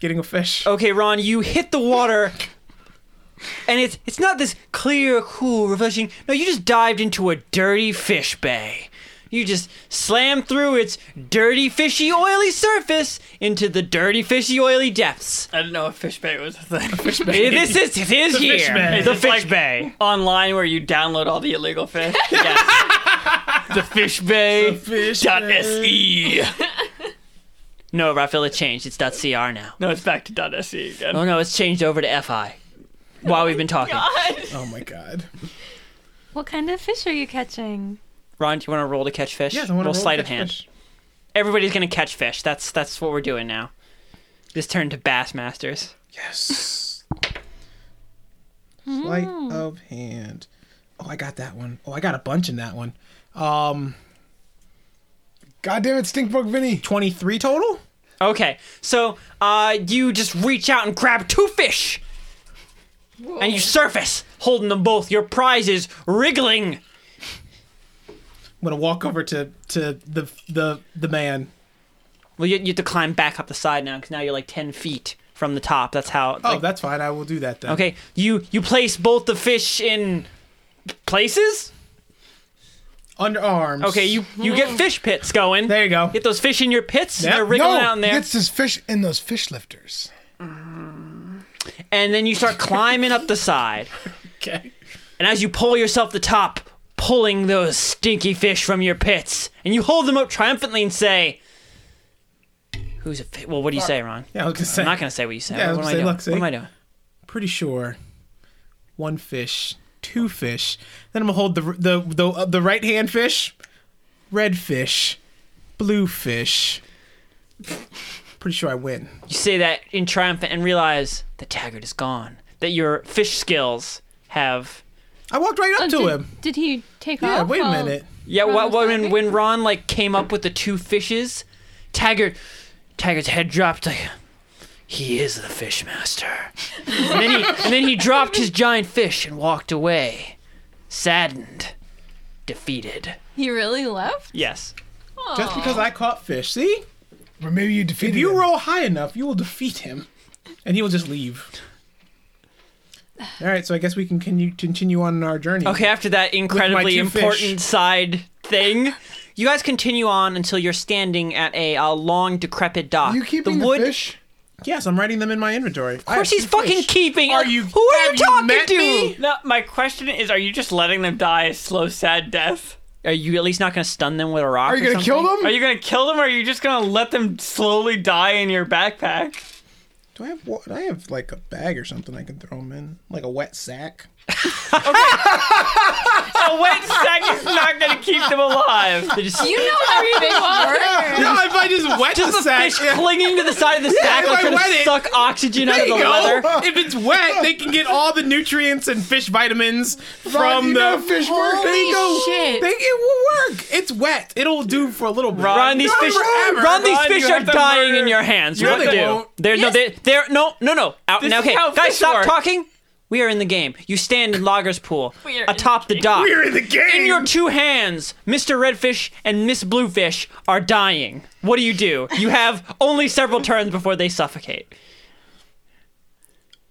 Speaker 5: Getting a fish.
Speaker 1: Okay, Ron, you hit the water, and it's it's not this clear, cool, refreshing. No, you just dived into a dirty fish bay. You just slammed through its dirty, fishy, oily surface into the dirty, fishy, oily depths.
Speaker 2: I didn't know if fish bait was a thing. Fish
Speaker 1: Eh, this is it is here.
Speaker 5: bay.
Speaker 1: The fish bay.
Speaker 2: Online where you download all the illegal fish. Yes. the fish bay.
Speaker 5: fish
Speaker 2: dot E.
Speaker 5: bay.
Speaker 2: se.
Speaker 1: No, Raphael, it changed. It's .cr now.
Speaker 2: No, it's back to dot se again.
Speaker 1: Oh no, it's changed over to FI. While we've been talking,
Speaker 5: Oh my god.
Speaker 6: What kind of fish are you catching?
Speaker 1: Ron, do you want to roll to catch fish?
Speaker 5: Yes, I
Speaker 1: roll,
Speaker 5: want to roll
Speaker 1: sleight
Speaker 5: to
Speaker 1: of
Speaker 5: catch
Speaker 1: hand.
Speaker 5: fish.
Speaker 1: Everybody's gonna catch fish. That's that's what we're doing now. This turned to bass masters.
Speaker 5: Yes. Sleight
Speaker 1: Hmm.
Speaker 5: of hand. Oh, I got that one. Oh, I got a bunch in that one. Um,
Speaker 3: God damn it, Stinkbug Vinny.
Speaker 5: 23 total?
Speaker 1: Okay, so uh, you just reach out and grab two fish, and you surface holding them both. Your prize is wriggling.
Speaker 5: I'm going to walk over to to the the the man.
Speaker 1: Well, you, you have to climb back up the side now because now you're like ten feet from the top. That's how.
Speaker 5: Oh,
Speaker 1: like-
Speaker 5: that's fine. I will do that then.
Speaker 1: okay. You you place both the fish in places.
Speaker 5: Under arms.
Speaker 1: Okay, you you get fish pits going.
Speaker 5: Mm. There you go.
Speaker 1: Get those fish in your pits.
Speaker 5: Yep.
Speaker 1: They're wriggling
Speaker 3: no,
Speaker 1: out in there.
Speaker 3: He gets his fish in those fish lifters.
Speaker 1: and then you start climbing up the side.
Speaker 5: Okay.
Speaker 1: And as you pull yourself to top, pulling those stinky fish from your pits, and you hold them up triumphantly and say, "Who's a fi-? well? What do you say, Ron?
Speaker 5: Yeah, I was going to say.
Speaker 1: I'm not gonna say what you say.
Speaker 5: Yeah, I was
Speaker 1: what, am
Speaker 5: gonna say,
Speaker 1: I doing?
Speaker 5: look, see?
Speaker 1: what am I doing?
Speaker 5: pretty sure one fish, two fish. Then I'm gonna hold the the the, uh, the right hand fish, red fish, blue fish. Pretty sure I win.
Speaker 1: You say that in triumph and realize that Taggart is gone. That your fish skills have
Speaker 5: I walked right up
Speaker 6: Oh,
Speaker 5: to
Speaker 6: did,
Speaker 5: him.
Speaker 6: Did he take
Speaker 5: Yeah,
Speaker 6: off?
Speaker 5: wait a
Speaker 6: while-
Speaker 5: minute.
Speaker 1: Yeah,
Speaker 6: Ron
Speaker 1: wh-
Speaker 6: was
Speaker 1: when
Speaker 6: laughing?
Speaker 1: when Ron like came up with the two fishes, Taggart Taggart's head dropped like he is the fish master. and then he and then he dropped his giant fish and walked away, saddened, defeated.
Speaker 4: He really left?
Speaker 1: Yes.
Speaker 5: Just because I caught fish. See,
Speaker 3: But maybe you
Speaker 5: if
Speaker 3: defeated
Speaker 5: you
Speaker 3: him.
Speaker 5: roll high enough, you will defeat him, and he will just leave. All right, so I guess we can continue continue on our journey.
Speaker 1: Okay, after that incredibly
Speaker 5: two
Speaker 1: important
Speaker 5: fish.
Speaker 1: side thing, you guys continue on until you're standing at a, uh long decrepit dock.
Speaker 3: Are you keeping the,
Speaker 1: wood
Speaker 3: fish?
Speaker 5: Yes, I'm writing them in my inventory.
Speaker 1: Of course he's fucking keeping.
Speaker 5: Are
Speaker 1: like,
Speaker 5: you-
Speaker 1: Who are
Speaker 5: have
Speaker 1: you
Speaker 5: you
Speaker 1: talking
Speaker 5: met
Speaker 1: to?
Speaker 5: me?
Speaker 2: No, my question is: Are you just letting them die a slow, sad death?
Speaker 1: Are you at least not going to stun them with a rock?
Speaker 3: Are you
Speaker 1: or
Speaker 3: gonna kill
Speaker 1: something?
Speaker 3: them?
Speaker 2: Are you gonna kill them, or are you just gonna let them slowly die in your backpack?
Speaker 5: Do I have wa- do I have like a bag or something I can throw them in, like a wet sack?
Speaker 2: A wet sack is not gonna keep them alive.
Speaker 1: They're just
Speaker 4: You know how fish work.
Speaker 5: No, if I just wet
Speaker 1: Just the fish clinging to the side of the stack
Speaker 5: if
Speaker 1: like
Speaker 5: I
Speaker 1: trying
Speaker 5: wet
Speaker 1: to
Speaker 5: it.
Speaker 1: suck oxygen out of the leather.
Speaker 5: If it's wet, they can get all the nutrients and fish vitamins from
Speaker 3: you
Speaker 5: the
Speaker 3: know fish work.
Speaker 5: There you
Speaker 4: Holy
Speaker 5: go.
Speaker 4: shit.
Speaker 5: They, it will work. It's wet. It'll do for a little bit.
Speaker 1: Ron, these
Speaker 5: Not
Speaker 1: fish,
Speaker 5: forever.
Speaker 1: Ron, these
Speaker 2: Ron,
Speaker 1: fish
Speaker 2: you
Speaker 1: are
Speaker 2: have to
Speaker 1: dying in
Speaker 2: murder-
Speaker 1: your hands.
Speaker 2: you
Speaker 1: What
Speaker 2: have
Speaker 1: to
Speaker 2: to
Speaker 1: do?
Speaker 5: murder-
Speaker 1: They're no, they're, they're no, no, no. Out
Speaker 2: This
Speaker 1: now,
Speaker 2: is
Speaker 1: okay,
Speaker 2: how
Speaker 1: guys,
Speaker 2: fish
Speaker 1: stop
Speaker 2: work.
Speaker 1: talking. We are in the game. You stand in Logger's pool
Speaker 4: We are in
Speaker 1: atop the dock.
Speaker 5: We're in the game.
Speaker 1: In your two hands, Mr. Redfish and Miss Bluefish are dying. What do you do? You have only several turns before they suffocate.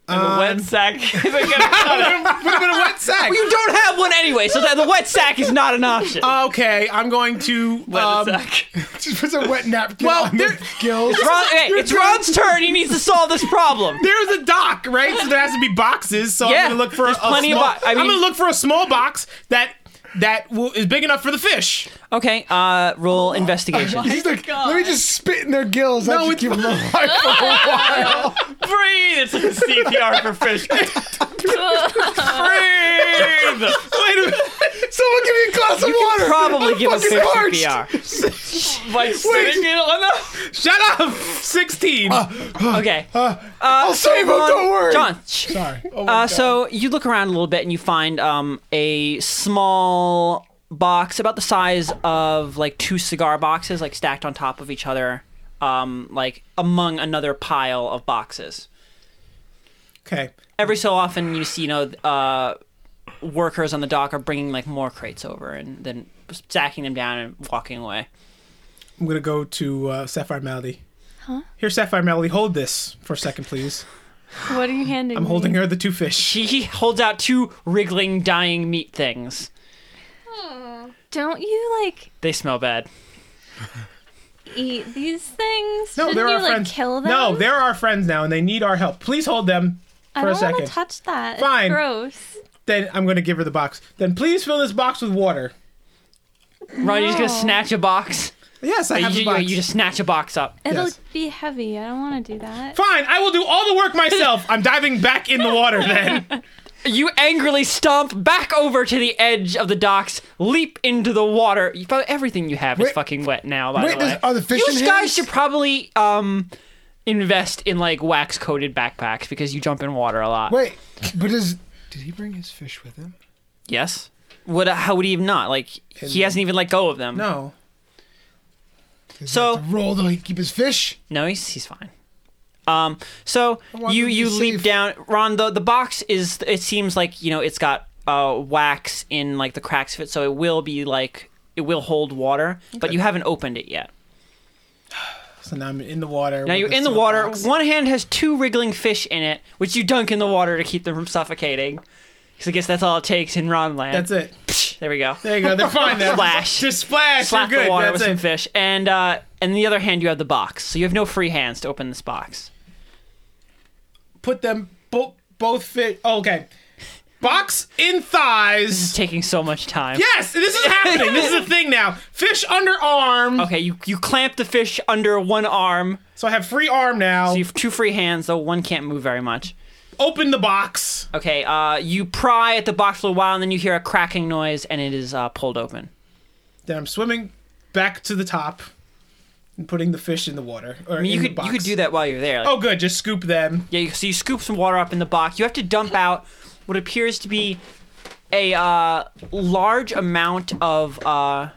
Speaker 2: And a wet sack isn't gonna cut it.
Speaker 5: Put 'em in a wet sack.
Speaker 1: You don't have one anyway, so that the wet sack is not an option.
Speaker 5: Okay, I'm going to.
Speaker 2: Wet
Speaker 5: um,
Speaker 2: sack.
Speaker 3: Just puts a wet napkin
Speaker 5: Well,
Speaker 3: on
Speaker 5: there-
Speaker 3: their gills.
Speaker 1: Ron, hey, it's Ron's turn. He needs to solve this problem.
Speaker 5: There's a dock, right? So there has to be boxes. So
Speaker 1: Yeah,
Speaker 5: I'm gonna look for a,
Speaker 1: there's plenty of
Speaker 5: small,
Speaker 1: bo- I
Speaker 5: I'm
Speaker 1: mean-
Speaker 5: gonna look for a small box that that will, is big enough for the fish.
Speaker 1: Okay, uh, roll investigation.
Speaker 3: He's like, let me just spit in their gills. That should keep them alive for a while.
Speaker 2: Breathe. It's like a CPR for fish. Breathe!
Speaker 5: Wait a minute.
Speaker 3: Someone give me a glass of water.
Speaker 1: Probably
Speaker 3: I'm
Speaker 1: give us
Speaker 3: fucking
Speaker 1: some
Speaker 3: parched.
Speaker 1: CPR.
Speaker 2: By sitting it on the.
Speaker 5: Shut up! 16.
Speaker 1: Okay.
Speaker 3: Uh, I'll save him.
Speaker 1: Hold Uh, on.
Speaker 3: Don't worry.
Speaker 1: John. shh.
Speaker 3: Sorry. Oh my
Speaker 1: Uh,
Speaker 3: God.
Speaker 1: so you look around a little bit and you find um, a small box about the size of like two cigar boxes, like stacked on top of each other, um, like among another pile of boxes.
Speaker 5: Okay.
Speaker 1: Every so often, you see, you know, uh, workers on the dock are bringing like more crates over and then stacking them down and walking away.
Speaker 5: I'm going to go to uh, Sapphire Melody. Huh? Here, Sapphire Melody, hold this for a second, please.
Speaker 6: What are you handing
Speaker 5: I'm
Speaker 6: me?
Speaker 5: holding her the two fish.
Speaker 1: She holds out two wriggling, dying meat things.
Speaker 6: Don't you like
Speaker 1: They smell bad.
Speaker 6: eat these things?
Speaker 5: No,
Speaker 6: Shouldn't
Speaker 5: they're
Speaker 6: you
Speaker 5: our
Speaker 6: like
Speaker 5: friends.
Speaker 6: kill them?
Speaker 5: No, they're our friends now, and they need our help. Please hold them
Speaker 6: I
Speaker 5: for a
Speaker 6: don't want
Speaker 5: second.
Speaker 6: to touch that. It's
Speaker 5: Fine.
Speaker 6: gross.
Speaker 5: then I'm gonna give her the box. Then please fill this box with water.
Speaker 1: Ron, you're just
Speaker 3: Oh.
Speaker 1: gonna snatch a box.
Speaker 5: Yes, I have
Speaker 1: you,
Speaker 5: the box.
Speaker 1: you just snatch a box up.
Speaker 6: It'll
Speaker 5: Yes.
Speaker 6: be heavy. I don't want to do that.
Speaker 5: Fine, I will do all the work myself. I'm diving back in the water then.
Speaker 1: You angrily stomp back over to the edge of the docks, leap into the water. You, probably, everything you have is
Speaker 3: Wait-
Speaker 1: fucking wet now. By
Speaker 3: wait,
Speaker 1: the way,
Speaker 3: does- are the fish
Speaker 1: You
Speaker 3: in
Speaker 1: guys
Speaker 3: hands?
Speaker 1: should probably um, invest in like wax coated backpacks because you jump in water a lot.
Speaker 3: Wait, but is did he bring his fish with him?
Speaker 1: Yes. What? How would he even not? Like he hasn't even let go of them.
Speaker 5: No.
Speaker 3: Does
Speaker 1: So-
Speaker 3: he have to roll though he keep his fish.
Speaker 1: No, he's he's fine. Um, so
Speaker 3: want
Speaker 1: you
Speaker 3: them to
Speaker 1: you
Speaker 3: be
Speaker 1: leap
Speaker 3: safe.
Speaker 1: down, Ron. The the box is. It seems like you know it's got uh wax in like the cracks of it, so it will be like it will hold water, but you haven't opened it yet.
Speaker 5: So now I'm in the water.
Speaker 1: Now
Speaker 5: with
Speaker 1: you're
Speaker 5: this
Speaker 1: in the
Speaker 5: little
Speaker 1: water.
Speaker 5: box.
Speaker 1: One hand has two wriggling fish in it, which you dunk in the water to keep them from suffocating. Because I guess that's all it takes in Ron land.
Speaker 5: That's it.
Speaker 1: There we go.
Speaker 5: There you go. They're fine now.
Speaker 1: Splash.
Speaker 5: Just splash.
Speaker 1: Slap
Speaker 5: you're good.
Speaker 1: the water
Speaker 5: That's
Speaker 1: with some
Speaker 5: it.
Speaker 1: fish, and uh, and the other hand you have the box, so you have no free hands to open this box.
Speaker 5: Put them both both fish. Oh, okay. Box in thighs.
Speaker 1: It's taking so much time.
Speaker 5: Yes, this is happening. this is a thing now. Fish under arm.
Speaker 1: Okay, you, you clamp the fish under one arm.
Speaker 5: So I have free arm now.
Speaker 1: So you have two free hands, though one can't move very much.
Speaker 5: Open the box.
Speaker 1: Okay, uh, you pry at the box for a while, and then you hear a cracking noise, and it is uh, pulled open.
Speaker 5: Then I'm swimming back to the top and putting the fish in the water. Or
Speaker 1: I mean, you
Speaker 5: in the
Speaker 1: could
Speaker 5: box.
Speaker 1: you could do that while you're there. Like,
Speaker 5: Oh, good. Just scoop them.
Speaker 1: yeah. you- So you scoop some water up in the box. You have to dump out what appears to be a uh, large amount of. Uh...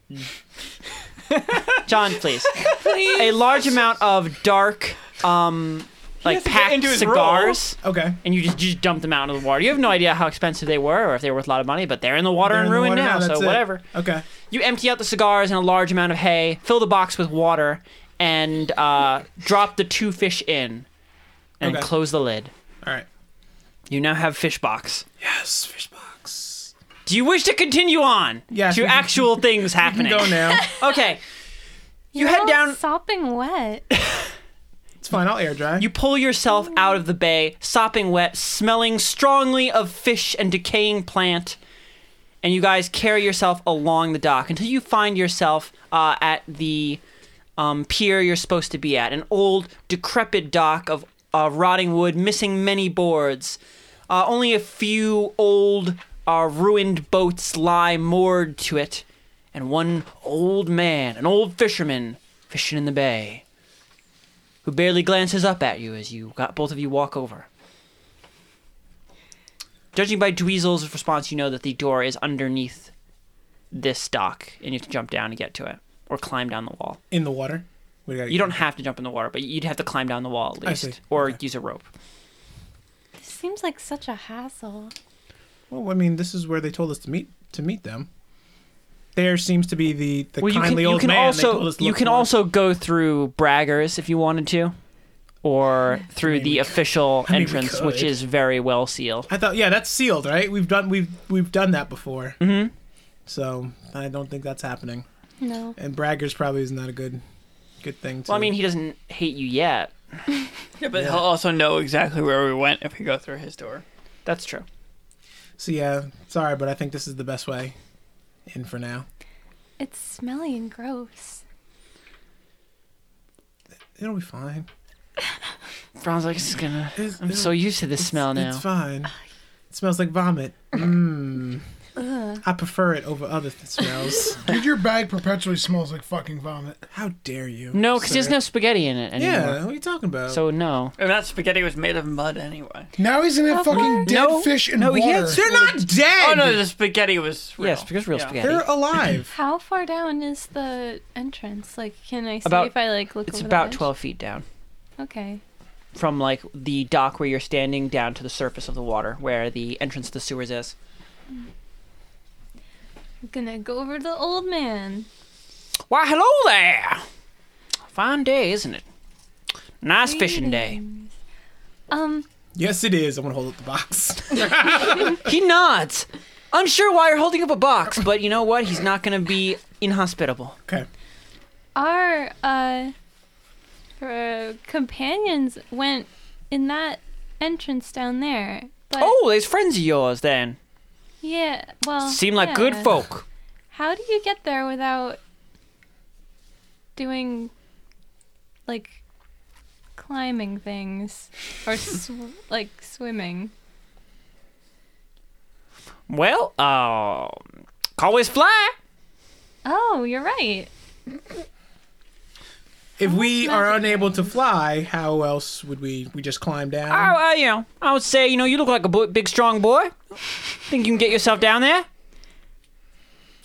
Speaker 1: John, please. A large amount of dark, um, like
Speaker 2: to get
Speaker 1: packed
Speaker 2: into his role.
Speaker 1: cigars.
Speaker 5: Okay.
Speaker 1: and you just, just dump them out into the water. You have no idea how expensive they were or if they were worth a lot of money, but they're in the water
Speaker 5: They're in
Speaker 1: and
Speaker 5: the
Speaker 1: ruined
Speaker 5: water
Speaker 1: now, so
Speaker 5: that's it.
Speaker 1: whatever.
Speaker 5: Okay.
Speaker 1: You empty out the cigars and a large amount of hay, fill the box with water, and uh, drop the two fish in, and
Speaker 5: Okay.
Speaker 1: close the lid.
Speaker 5: All right.
Speaker 1: You now have fish box.
Speaker 5: Yes, fish box.
Speaker 1: Do you wish to continue on
Speaker 5: Yes,
Speaker 1: to
Speaker 5: we can-
Speaker 1: actual things
Speaker 5: You
Speaker 1: happening?
Speaker 5: can go now.
Speaker 1: Okay. You head
Speaker 6: all
Speaker 1: down.
Speaker 6: sopping wet.
Speaker 5: It's fine. I'll air dry.
Speaker 1: You pull yourself out of the bay, sopping wet, smelling strongly of fish and decaying plant, and you guys carry yourself along the dock until you find yourself uh, at the um, pier you're supposed to be at an old, decrepit dock of uh, rotting wood, missing many boards. Uh, only a few old, uh, ruined boats lie moored to it, and one old man, an old fisherman, fishing in the bay who barely glances up at you as you got both of you walk over. Judging by Dweezil's response, you know that the door is underneath this dock, and you have to jump down to get to it, or climb down the wall.
Speaker 5: in the water. We gotta
Speaker 1: You don't have to jump in the water, but you'd have to climb down the wall at
Speaker 5: I see.
Speaker 1: least, or
Speaker 5: Okay.
Speaker 1: use a rope.
Speaker 6: This seems like such a hassle.
Speaker 5: Well, I mean, this is where they told us to meet to meet them. There seems to be the the
Speaker 1: you can,
Speaker 5: kindly old man. they told
Speaker 1: also
Speaker 5: us to
Speaker 1: you
Speaker 5: look
Speaker 1: can
Speaker 5: for.
Speaker 1: also go through Braggers if you wanted to, or through
Speaker 5: mean,
Speaker 1: the
Speaker 5: we could-
Speaker 1: official
Speaker 5: mean, we
Speaker 1: entrance, which
Speaker 5: could.
Speaker 1: is very well sealed.
Speaker 5: I thought, yeah, that's sealed, right? We've done we've we've done that before. Mm-hmm. So I don't think that's happening.
Speaker 6: No.
Speaker 5: And braggers probably is not a good good thing. To,
Speaker 1: Well, I mean, he doesn't hate you yet.
Speaker 2: Yeah, but he'll also know exactly where we went if we go through his door.
Speaker 1: That's true.
Speaker 5: so yeah, sorry, but I think this is the best way in for now.
Speaker 6: It's smelly and gross.
Speaker 5: It'll be fine.
Speaker 1: Ron's like, this is gonna.
Speaker 5: It's-
Speaker 1: I'm so used to this smell
Speaker 5: it's-
Speaker 1: now.
Speaker 5: It's fine. It smells like vomit. Mmm. I prefer it over other th- smells.
Speaker 3: Dude, your bag perpetually smells like fucking vomit.
Speaker 5: How dare you?
Speaker 1: No, because there's
Speaker 5: sir.
Speaker 1: no spaghetti in it anymore.
Speaker 5: Yeah, what are you talking about?
Speaker 1: So no.
Speaker 2: And that spaghetti was made of mud anyway.
Speaker 3: Now he's in that fucking dead
Speaker 1: No.
Speaker 3: fish and
Speaker 1: No, he
Speaker 3: water.
Speaker 1: had-
Speaker 5: they're not dead.
Speaker 2: Oh no, the spaghetti was real.
Speaker 1: Yes, because real
Speaker 2: Yeah.
Speaker 1: spaghetti.
Speaker 5: They're alive.
Speaker 6: How far down is the entrance? Like, can I see
Speaker 1: About-
Speaker 6: if I like look?
Speaker 1: It's
Speaker 6: over the
Speaker 1: about
Speaker 6: ledge?
Speaker 1: 12 feet down
Speaker 6: Okay.
Speaker 1: from like the dock where you're standing down to the surface of the water where the entrance to the sewers is.
Speaker 6: I'm gonna go over to the old man.
Speaker 1: Why, hello there. Fine day, isn't it? Nice fishing day.
Speaker 6: Greetings. Um,
Speaker 5: Yes, it is. I'm gonna hold up the box.
Speaker 1: He nods, unsure why you're holding up a box, but you know what? He's not gonna be inhospitable.
Speaker 5: Okay.
Speaker 6: our uh, her companions went in that entrance down there. But
Speaker 1: Oh, there's friends of yours then.
Speaker 6: yeah, well,
Speaker 1: Seem like good
Speaker 6: Oh, yeah.
Speaker 1: folk.
Speaker 6: How do you get there without doing like climbing things or sw- like swimming?
Speaker 1: Well, uh, always fly.
Speaker 6: Oh, you're right.
Speaker 5: If we are unable to fly, how else would we? We just climb down.
Speaker 1: Oh, uh, you know, I would say, you know, you look like a bo- big, strong boy. Think you can get yourself down there?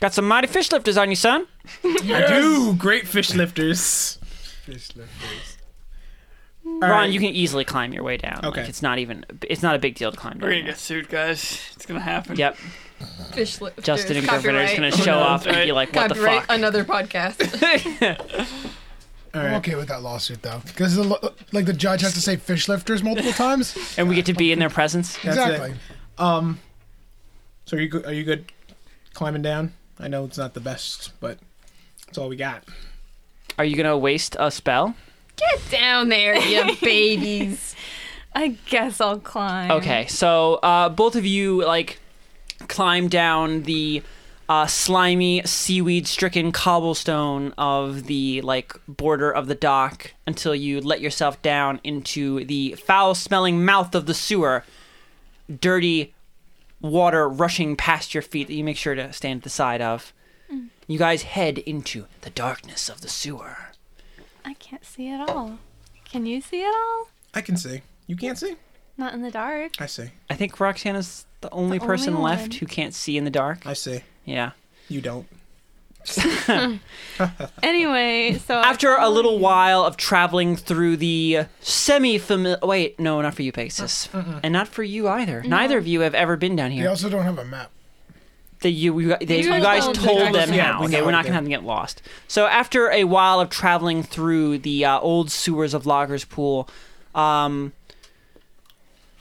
Speaker 1: Got some mighty fish lifters on you, son.
Speaker 5: I do. Great fish lifters.
Speaker 3: Fish left.
Speaker 5: All
Speaker 1: Ron,
Speaker 5: right.
Speaker 1: you can easily climb your way down.
Speaker 5: Okay.
Speaker 1: Like, it's not even, it's not a big deal to climb down.
Speaker 2: We're gonna
Speaker 1: there.
Speaker 2: get sued, guys. It's gonna happen.
Speaker 1: Yep,
Speaker 4: Fish lifters.
Speaker 1: Justin and Griffin are just gonna
Speaker 4: Copyright.
Speaker 1: show
Speaker 2: no,
Speaker 1: off
Speaker 2: that's
Speaker 1: and be
Speaker 2: right.
Speaker 1: like, "What
Speaker 4: Copyright
Speaker 1: the
Speaker 4: another podcast.
Speaker 1: fuck?"
Speaker 5: All
Speaker 3: I'm
Speaker 5: right.
Speaker 3: okay with that lawsuit though, because the, lo- like the judge has to say fish lifters multiple times.
Speaker 1: and we get to be in their presence.
Speaker 5: That's
Speaker 3: exactly.
Speaker 5: Um. So are you go- are you good climbing down? I know it's not the best, but it's all we got.
Speaker 1: Are you gonna waste a spell?
Speaker 4: Get down there, you babies.
Speaker 6: I guess I'll climb.
Speaker 1: Okay, so uh, both of you like climb down the uh, slimy, seaweed-stricken cobblestone of the like border of the dock until you let yourself down into the foul-smelling mouth of the sewer. Dirty water rushing past your feet that you make sure to stand to the side of. You guys head into the darkness of the sewer.
Speaker 6: I can't see at all. Can you see at all?
Speaker 5: I can see. You can't see.
Speaker 6: Not in the dark.
Speaker 5: I see.
Speaker 1: I think Roxana's the only
Speaker 6: The only
Speaker 1: person left
Speaker 6: one.
Speaker 1: who can't see in the dark.
Speaker 5: I see.
Speaker 1: Yeah.
Speaker 5: You don't.
Speaker 6: Anyway, so I
Speaker 1: after a
Speaker 6: climb.
Speaker 1: little while of traveling through the semi-familiar wait no not for you pegasus and not for you either neither of you have ever been down
Speaker 3: They
Speaker 1: here
Speaker 3: also don't have a map.
Speaker 1: That you, you, they, you
Speaker 4: told
Speaker 1: guys
Speaker 4: them.
Speaker 1: told them
Speaker 5: Yeah,
Speaker 1: how
Speaker 5: we
Speaker 1: okay
Speaker 5: know
Speaker 1: we're not
Speaker 5: they-
Speaker 1: going to have them get lost so after a while of traveling through the uh, old sewers of logger's pool um,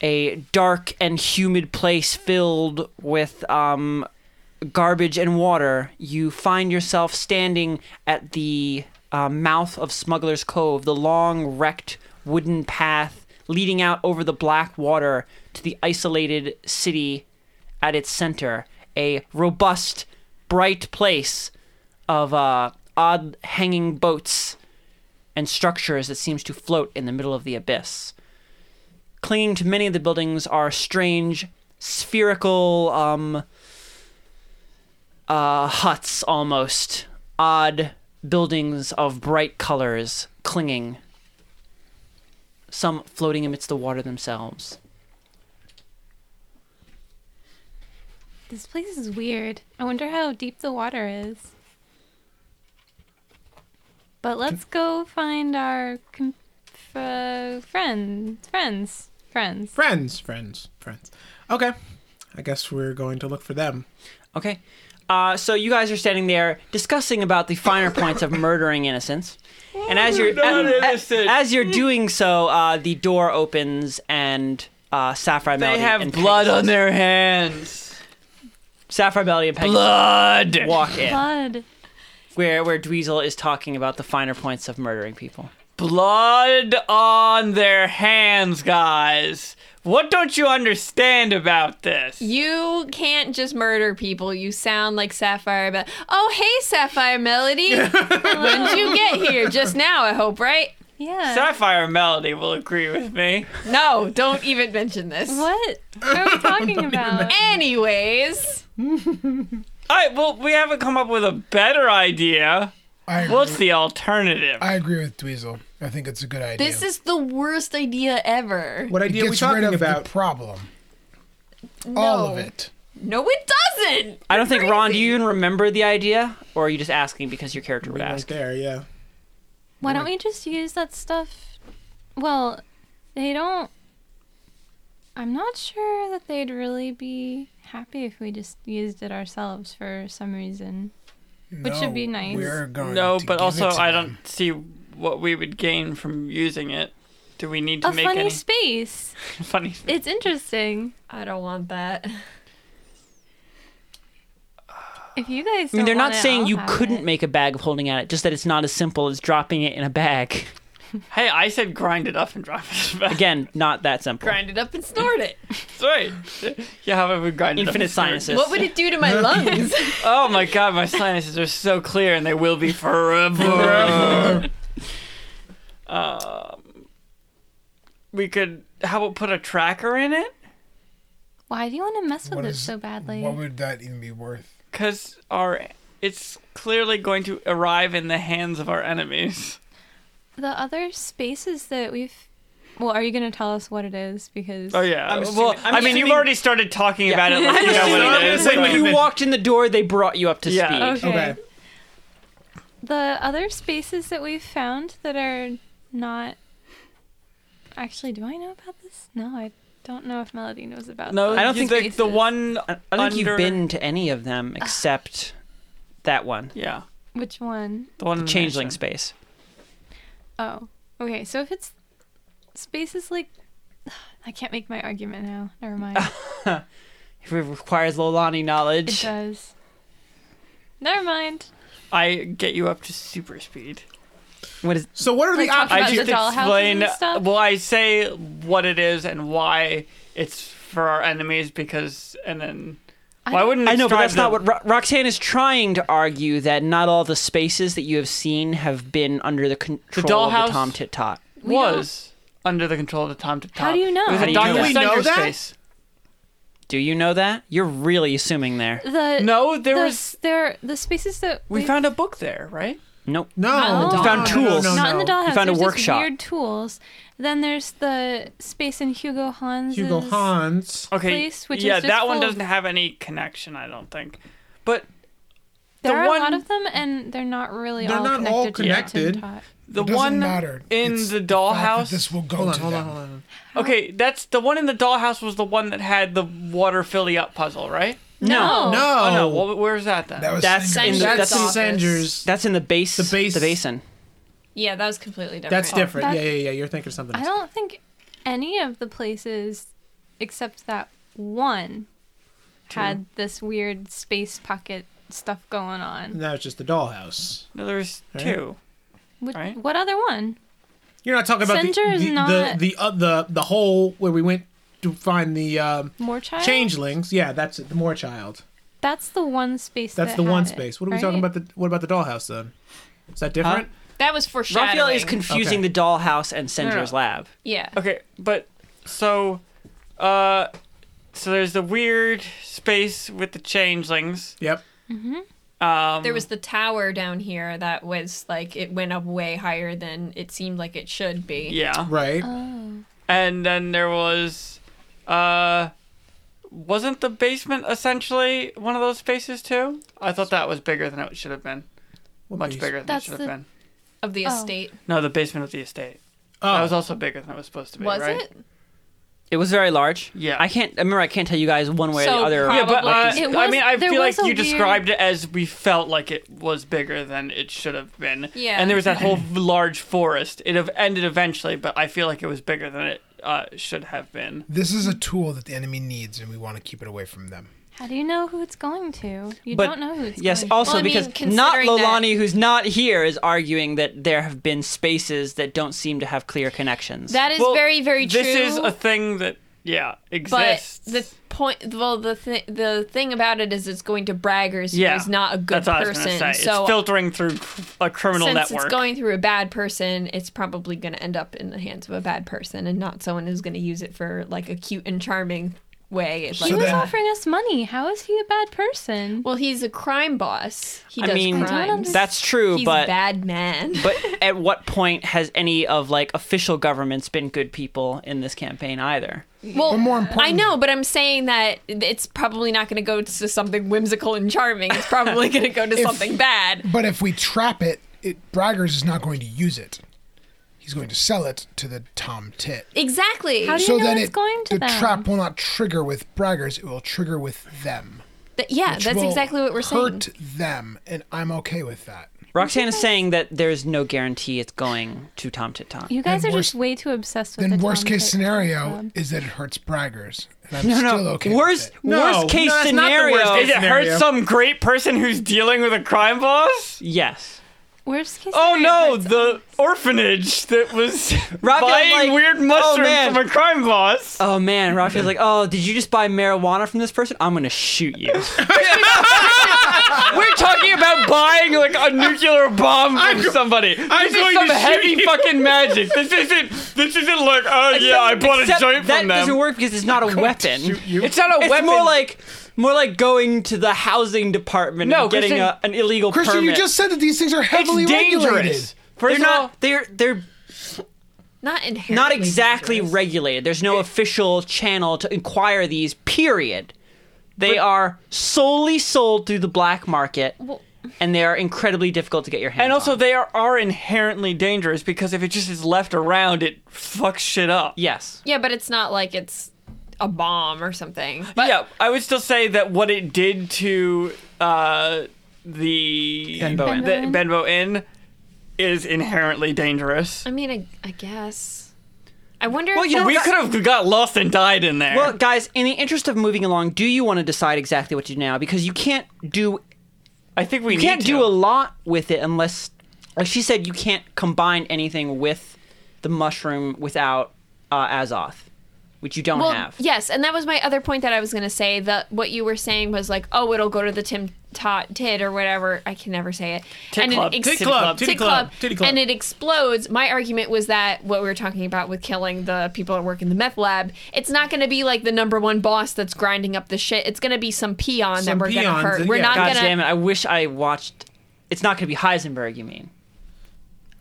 Speaker 1: a dark and humid place filled with um, garbage and water, you find yourself standing at the uh, mouth of Smuggler's Cove, the long, wrecked wooden path leading out over the black water to the isolated city at its center. A robust, bright place of uh, odd hanging boats and structures that seems to float in the middle of the abyss clinging to many of the buildings are strange spherical um uh huts almost odd buildings of bright colors clinging some floating amidst the water themselves
Speaker 6: This place is weird. I wonder how deep the water is. But let's go find our com- f- uh, friend, friends, friends.
Speaker 5: Friends, friends, friends. Okay. I guess we're going to look for them.
Speaker 1: okay uh, so you guys are standing there discussing about the finer points of murdering innocents and as you're
Speaker 2: not
Speaker 1: a- a-
Speaker 2: innocent.
Speaker 1: as you're doing so uh, the door opens and uh, sapphire
Speaker 2: They
Speaker 1: melody
Speaker 2: have
Speaker 1: and
Speaker 2: blood
Speaker 1: Pegasus-
Speaker 2: on their hands.
Speaker 1: sapphire melody and Pegasus
Speaker 2: Blood.
Speaker 1: walk in
Speaker 6: Blood.
Speaker 1: where where Dweezil is talking about the finer points of murdering people.
Speaker 2: blood on their hands, guys. What don't you understand about this?
Speaker 4: You can't just murder people. You sound like Sapphire, but oh hey, Sapphire Melody, when did you get here? Just now, I hope, right?
Speaker 6: Yeah.
Speaker 2: Sapphire Melody will agree with me.
Speaker 4: No, don't even mention this.
Speaker 6: What are we talking about?
Speaker 4: Anyways,
Speaker 2: All right, well, we haven't come up with a better idea.
Speaker 3: I agree,
Speaker 2: What's the alternative?
Speaker 3: I agree with Dweezil. I think it's a good idea.
Speaker 4: this is the worst idea ever.
Speaker 5: What
Speaker 3: it
Speaker 5: idea are we
Speaker 3: gets rid
Speaker 5: talking
Speaker 3: of
Speaker 5: about?
Speaker 3: the problem. All of it.
Speaker 4: No, it doesn't.
Speaker 1: I don't think Ron. Do you even remember the idea, or are you just asking because your character would
Speaker 5: Right
Speaker 1: ask?
Speaker 5: there, yeah.
Speaker 6: Why don't we just use that stuff? Well, they don't. I'm not sure that they'd really be happy if we just used it ourselves for some reason. Which should
Speaker 3: No,
Speaker 6: be nice.
Speaker 3: We're going
Speaker 2: No,
Speaker 3: to
Speaker 2: but
Speaker 3: give
Speaker 2: also
Speaker 3: it to
Speaker 2: I
Speaker 3: them.
Speaker 2: don't see what we would gain from using it. Do we need to
Speaker 6: A
Speaker 2: make
Speaker 6: funny
Speaker 2: any
Speaker 6: space.
Speaker 2: funny?
Speaker 6: It's interesting.
Speaker 4: I don't want that.
Speaker 6: If you guys,
Speaker 1: I mean,
Speaker 6: don't
Speaker 1: they're not
Speaker 6: want it,
Speaker 1: saying
Speaker 6: I'll
Speaker 1: you
Speaker 6: have
Speaker 1: couldn't
Speaker 6: it.
Speaker 1: make a bag of holding at it, just that it's not as simple as dropping it in a bag.
Speaker 2: Hey, I said grind it up and drop it back.
Speaker 1: Again, not that simple.
Speaker 4: Grind it up and snort it.
Speaker 2: That's right. Yeah, how about we grind it up?
Speaker 1: Infinite
Speaker 2: and snort it?
Speaker 1: sinuses.
Speaker 4: What would it do to my lungs?
Speaker 2: Oh my god, my sinuses are so clear, and they will be forever. um, we could. How about put a tracker in it?
Speaker 6: Why do you want to mess with
Speaker 3: What
Speaker 6: it
Speaker 3: is-
Speaker 6: so badly?
Speaker 3: What would that even be worth?
Speaker 2: Cause our it's clearly going to arrive in the hands of our enemies.
Speaker 6: The other spaces that we've. Well, are you going to tell us what it is? Because
Speaker 2: Oh yeah.
Speaker 1: I'm
Speaker 2: well,
Speaker 1: assuming- I'm
Speaker 2: I mean,
Speaker 1: assuming-
Speaker 2: you've already started talking about it. Like, you know what it is.
Speaker 5: Wait,
Speaker 1: when
Speaker 5: wait,
Speaker 1: you
Speaker 5: wait.
Speaker 1: walked in the door, they brought you up to
Speaker 2: Yeah.
Speaker 1: speed.
Speaker 6: Okay.
Speaker 5: Okay.
Speaker 6: The other spaces that we've found that are not. Actually, do I know about this? No, I don't know if Melody knows about.
Speaker 2: No,
Speaker 1: I don't
Speaker 2: you
Speaker 1: think
Speaker 2: the, the
Speaker 6: spaces.
Speaker 2: one.
Speaker 1: I I don't think
Speaker 2: under-
Speaker 1: you've been to any of them except that one,
Speaker 2: Yeah,
Speaker 6: Which one?
Speaker 2: the one
Speaker 1: the
Speaker 2: in
Speaker 1: changeling
Speaker 2: mansion.
Speaker 1: space.
Speaker 6: Oh, okay. So if it's spaces like, I can't make my argument now. Never mind.
Speaker 1: If it requires Lolani
Speaker 6: it
Speaker 1: knowledge.
Speaker 6: does. Never mind.
Speaker 2: I get you up to super speed.
Speaker 1: What is
Speaker 5: So what are the
Speaker 6: Like, talk
Speaker 5: options?
Speaker 6: about
Speaker 2: I
Speaker 6: the
Speaker 2: just
Speaker 6: dollhouses
Speaker 2: explain.
Speaker 6: and stuff?
Speaker 2: Well, I say what it is and why it's for our enemies because, and then
Speaker 6: I
Speaker 2: why
Speaker 6: don't-
Speaker 2: wouldn't it
Speaker 1: I know, but
Speaker 2: strive
Speaker 1: that's not
Speaker 2: to-
Speaker 1: what Ro- Roxanne is trying to argue that not all the spaces that you have seen have been under the control of
Speaker 2: dollhouse?
Speaker 1: the Tom Tit Tot.
Speaker 2: was under the control of the Tom to Tom.
Speaker 6: How do you know? Uh,
Speaker 2: It was
Speaker 1: How
Speaker 2: a
Speaker 1: do you
Speaker 2: Dr.
Speaker 1: know? Do
Speaker 5: we know
Speaker 2: Sunker
Speaker 5: that?
Speaker 2: space.
Speaker 1: Do you know that? You're really assuming there.
Speaker 6: The
Speaker 2: No, there
Speaker 6: the,
Speaker 2: was.
Speaker 6: there the spaces that
Speaker 2: We found a book there, right?
Speaker 1: Nope.
Speaker 5: no,
Speaker 6: Not in the
Speaker 5: Oh, no,
Speaker 1: Found
Speaker 5: no,
Speaker 1: tools.
Speaker 5: No, no,
Speaker 6: not in
Speaker 5: no.
Speaker 6: the dollhouse.
Speaker 1: You found a
Speaker 6: There's just
Speaker 1: workshop.
Speaker 6: Weird tools. Then there's the space in Hugo Hans.
Speaker 5: Hugo Hans.
Speaker 3: Oh,
Speaker 2: Okay.
Speaker 6: Place, which is
Speaker 2: yeah,
Speaker 6: just
Speaker 2: that one
Speaker 6: full of-
Speaker 2: doesn't have any connection, I don't think. But
Speaker 6: There
Speaker 2: the
Speaker 6: are
Speaker 2: one,
Speaker 6: a lot of them, and they're not really
Speaker 5: They're
Speaker 6: all
Speaker 5: not
Speaker 6: connected.
Speaker 5: all
Speaker 6: To
Speaker 5: connected.
Speaker 6: the Tintop.
Speaker 2: the
Speaker 3: It doesn't
Speaker 2: one
Speaker 3: matter.
Speaker 2: in
Speaker 3: It's
Speaker 2: the
Speaker 3: fact that
Speaker 2: dollhouse.
Speaker 3: This will go
Speaker 5: Hold on,
Speaker 3: to
Speaker 5: hold on,
Speaker 3: them.
Speaker 5: hold on.
Speaker 2: Okay, that's the one in the dollhouse was the one that had the water filly up puzzle, right?
Speaker 1: No.
Speaker 5: No,
Speaker 2: Oh, no, well, where's that then?
Speaker 3: That was
Speaker 1: That's
Speaker 3: Singer.
Speaker 1: in the-
Speaker 5: that's
Speaker 1: that's in-
Speaker 5: Sanger's.
Speaker 1: That's in the base.
Speaker 5: The base-
Speaker 1: The basin.
Speaker 4: yeah, that was completely different.
Speaker 5: That's different.
Speaker 6: That-
Speaker 5: yeah, yeah, yeah. You're thinking of something.
Speaker 6: I
Speaker 5: else.
Speaker 6: don't think any of the places, except that one, had this weird space pocket stuff going on.
Speaker 5: That was just the dollhouse.
Speaker 2: No, there's
Speaker 5: Right.
Speaker 2: two.
Speaker 6: Which,
Speaker 2: Right.
Speaker 6: What other one?
Speaker 5: You're not talking about the
Speaker 6: Center
Speaker 5: the,
Speaker 6: is
Speaker 5: the,
Speaker 6: not-
Speaker 5: the, uh, the the hole where we went to find the um,
Speaker 6: More child.
Speaker 5: changelings. Yeah, that's it. The more child.
Speaker 6: That's the one space.
Speaker 5: That's
Speaker 6: that
Speaker 5: the one
Speaker 6: had it,
Speaker 5: space. What are we
Speaker 6: right?
Speaker 5: talking about? The what about the dollhouse then? Is that different?
Speaker 4: That was foreshadowing.
Speaker 1: Raphael is confusing
Speaker 5: Okay.
Speaker 1: the dollhouse and Sendra's lab.
Speaker 4: yeah.
Speaker 2: Okay, but so, uh, so there's the weird space with the changelings.
Speaker 5: Yep.
Speaker 2: Um,
Speaker 4: There was the tower down here that was like it went up way higher than it seemed like it should be.
Speaker 2: yeah,
Speaker 5: Right.
Speaker 6: Uh,
Speaker 2: and then there was, uh, wasn't the basement essentially one of those spaces too? I thought that was bigger than it should have been.
Speaker 5: What
Speaker 2: Much
Speaker 5: piece?
Speaker 2: bigger than
Speaker 6: That's
Speaker 2: it should
Speaker 6: the-
Speaker 2: have been.
Speaker 4: Of the
Speaker 6: Oh.
Speaker 4: estate.
Speaker 2: No, the basement of the estate.
Speaker 5: Oh,
Speaker 2: That was also bigger than it was supposed to be.
Speaker 4: Was
Speaker 2: right?
Speaker 4: it?
Speaker 1: It was very large.
Speaker 2: Yeah.
Speaker 1: I can't. I Remember, I can't tell you guys one way or
Speaker 4: So
Speaker 1: the other.
Speaker 4: Yeah,
Speaker 2: Yeah, but
Speaker 4: Probably.
Speaker 2: uh,
Speaker 6: It
Speaker 2: I
Speaker 6: was-
Speaker 2: mean, I
Speaker 6: there
Speaker 2: feel like
Speaker 6: was a
Speaker 2: you
Speaker 6: weird-
Speaker 2: described it as we felt like it was bigger than it should have been.
Speaker 4: Yeah.
Speaker 2: And there was that whole
Speaker 1: Mm-hmm.
Speaker 2: large forest. It have ended eventually, but I feel like it was bigger than it uh, should have been.
Speaker 3: This is a tool that the enemy needs, and we want to keep it away from them.
Speaker 6: How do you know who it's going to? You
Speaker 1: But-
Speaker 6: don't know who it's
Speaker 1: Yes,
Speaker 6: going.
Speaker 1: also
Speaker 4: Well, I mean,
Speaker 1: because not
Speaker 4: considering that-
Speaker 1: Lolani, who's not here, is arguing that there have been spaces that don't seem to have clear connections.
Speaker 4: That is
Speaker 2: Well,
Speaker 4: very, very true.
Speaker 2: This is a thing that yeah, exists.
Speaker 4: But the point, well, the th- the thing about it is, it's going to braggers
Speaker 2: yeah,
Speaker 4: who's not a good
Speaker 2: that's what
Speaker 4: person.
Speaker 2: I was gonna say.
Speaker 4: So uh,
Speaker 2: it's filtering through cr- a criminal
Speaker 4: since
Speaker 2: network.
Speaker 4: it's going through a bad person, it's probably going to end up in the hands of a bad person and not someone who's going to use it for like a cute and charming way. It's
Speaker 6: He
Speaker 4: like,
Speaker 6: was
Speaker 3: then-
Speaker 6: offering us money. How is he a bad person?
Speaker 4: well, he's a crime boss. He
Speaker 1: I
Speaker 4: does
Speaker 1: mean,
Speaker 4: crimes.
Speaker 1: that's true,
Speaker 4: He's
Speaker 1: but
Speaker 4: a bad man.
Speaker 1: but at what point has any of like official governments been good people in this campaign either?
Speaker 4: Well,
Speaker 3: But more
Speaker 4: I
Speaker 3: importantly-
Speaker 4: know, but I'm saying that it's probably not going to go to something whimsical and charming. It's probably going to go to something bad.
Speaker 3: But if we trap it, it Braggers is not going to use it. He's going to sell it to the Tom Tit.
Speaker 4: Exactly.
Speaker 6: How do you
Speaker 3: so
Speaker 6: know
Speaker 3: then
Speaker 6: it's
Speaker 3: it,
Speaker 6: going to
Speaker 3: the
Speaker 6: them?
Speaker 3: trap will not trigger with Braggers. It will trigger with them.
Speaker 4: Th- yeah,
Speaker 3: which
Speaker 4: that's
Speaker 3: will
Speaker 4: exactly what we're saying.
Speaker 3: Hurt them, and I'm okay with that.
Speaker 1: Roxanne is saying that there's no guarantee it's going to Tom Tit Tom.
Speaker 6: you guys
Speaker 3: then
Speaker 6: are
Speaker 3: worst-
Speaker 6: just way too obsessed with
Speaker 3: Then
Speaker 6: the
Speaker 3: worst
Speaker 6: Tom
Speaker 3: case
Speaker 6: Tit
Speaker 3: scenario
Speaker 6: Club.
Speaker 3: is that it hurts Braggers, and I'm
Speaker 1: no,
Speaker 3: still
Speaker 1: no.
Speaker 3: okay.
Speaker 1: worst
Speaker 3: with it.
Speaker 5: No,
Speaker 1: worst case
Speaker 5: no, that's not the
Speaker 1: scenario.
Speaker 5: worst
Speaker 2: Is it
Speaker 5: Scenario.
Speaker 2: hurt some great person who's dealing with a crime boss?
Speaker 1: Yes.
Speaker 6: Worst case.
Speaker 2: Oh
Speaker 6: scenario
Speaker 2: no,
Speaker 6: hurts
Speaker 2: the orphanage that was
Speaker 1: Rocket,
Speaker 2: buying
Speaker 1: like,
Speaker 2: weird
Speaker 1: oh,
Speaker 2: mushrooms
Speaker 1: man.
Speaker 2: from a crime boss.
Speaker 1: Oh man, Raphael's like, oh, did you just buy marijuana from this person? I'm gonna shoot you.
Speaker 2: We're talking about buying like a nuclear bomb from somebody.
Speaker 5: I'm
Speaker 2: this
Speaker 5: going
Speaker 2: is some
Speaker 5: to shoot
Speaker 2: heavy
Speaker 5: you.
Speaker 2: fucking magic. This isn't. This isn't like. Oh yeah, I bought a
Speaker 1: Except
Speaker 2: joint
Speaker 1: that
Speaker 2: from
Speaker 1: doesn't
Speaker 2: them.
Speaker 1: work because it's not a weapon.
Speaker 2: It's not a
Speaker 1: It's
Speaker 2: weapon.
Speaker 1: more like more like going to the housing department
Speaker 2: No,
Speaker 1: and getting
Speaker 2: Christian-
Speaker 1: a, an illegal
Speaker 3: Christian,
Speaker 1: permit.
Speaker 3: you just said that these things are heavily
Speaker 2: it's
Speaker 3: regulated.
Speaker 2: dangerous.
Speaker 1: they're
Speaker 2: First of all,
Speaker 1: not they're they're
Speaker 4: Not inherently.
Speaker 1: not exactly
Speaker 4: dangerous.
Speaker 1: regulated. There's no official channel to inquire these. Period. They are solely sold through the black market, and they are incredibly difficult to get your hands
Speaker 2: and also
Speaker 1: on.
Speaker 2: they are, are inherently dangerous because if it just is left around, it fucks shit up.
Speaker 1: yes,
Speaker 4: Yeah, but it's not like it's a bomb or something. But
Speaker 2: yeah, I would still say that what it did to uh, the
Speaker 1: Benbow Inn.
Speaker 2: the Benbow Inn is inherently dangerous.
Speaker 4: I mean, I, I guess. I wonder.
Speaker 1: Well,
Speaker 4: if
Speaker 1: you know,
Speaker 4: that's-
Speaker 2: We could have got lost and died in there.
Speaker 1: Well, guys, in the interest of moving along, do you want to decide exactly what to do now? Because you can't do
Speaker 2: I think we
Speaker 1: you can't
Speaker 2: need
Speaker 1: do
Speaker 2: to.
Speaker 1: a lot with it unless, like she said, you can't combine anything with the mushroom without uh, Azoth, which you don't
Speaker 4: Well,
Speaker 1: have.
Speaker 4: yes, and that was my other point that I was going to say. That what you were saying was like, oh, it'll go to the Tim Tot Tid or whatever. I can never say it.
Speaker 2: Tit
Speaker 4: and
Speaker 2: Club.
Speaker 4: It ex-
Speaker 5: Tit Club,
Speaker 4: Tit
Speaker 5: Titty Club, Titty Club.
Speaker 4: And it explodes. My argument was that what we were talking about with killing the people that work in the meth lab, it's not going to be like the number one boss that's grinding up the shit. It's going to be some peon
Speaker 5: Some
Speaker 4: that we're going to
Speaker 5: peons,
Speaker 4: hurt. We're
Speaker 5: yeah.
Speaker 4: not
Speaker 1: God
Speaker 4: going to.
Speaker 1: damn it! I wish I watched. It's not going to be Heisenberg. You mean?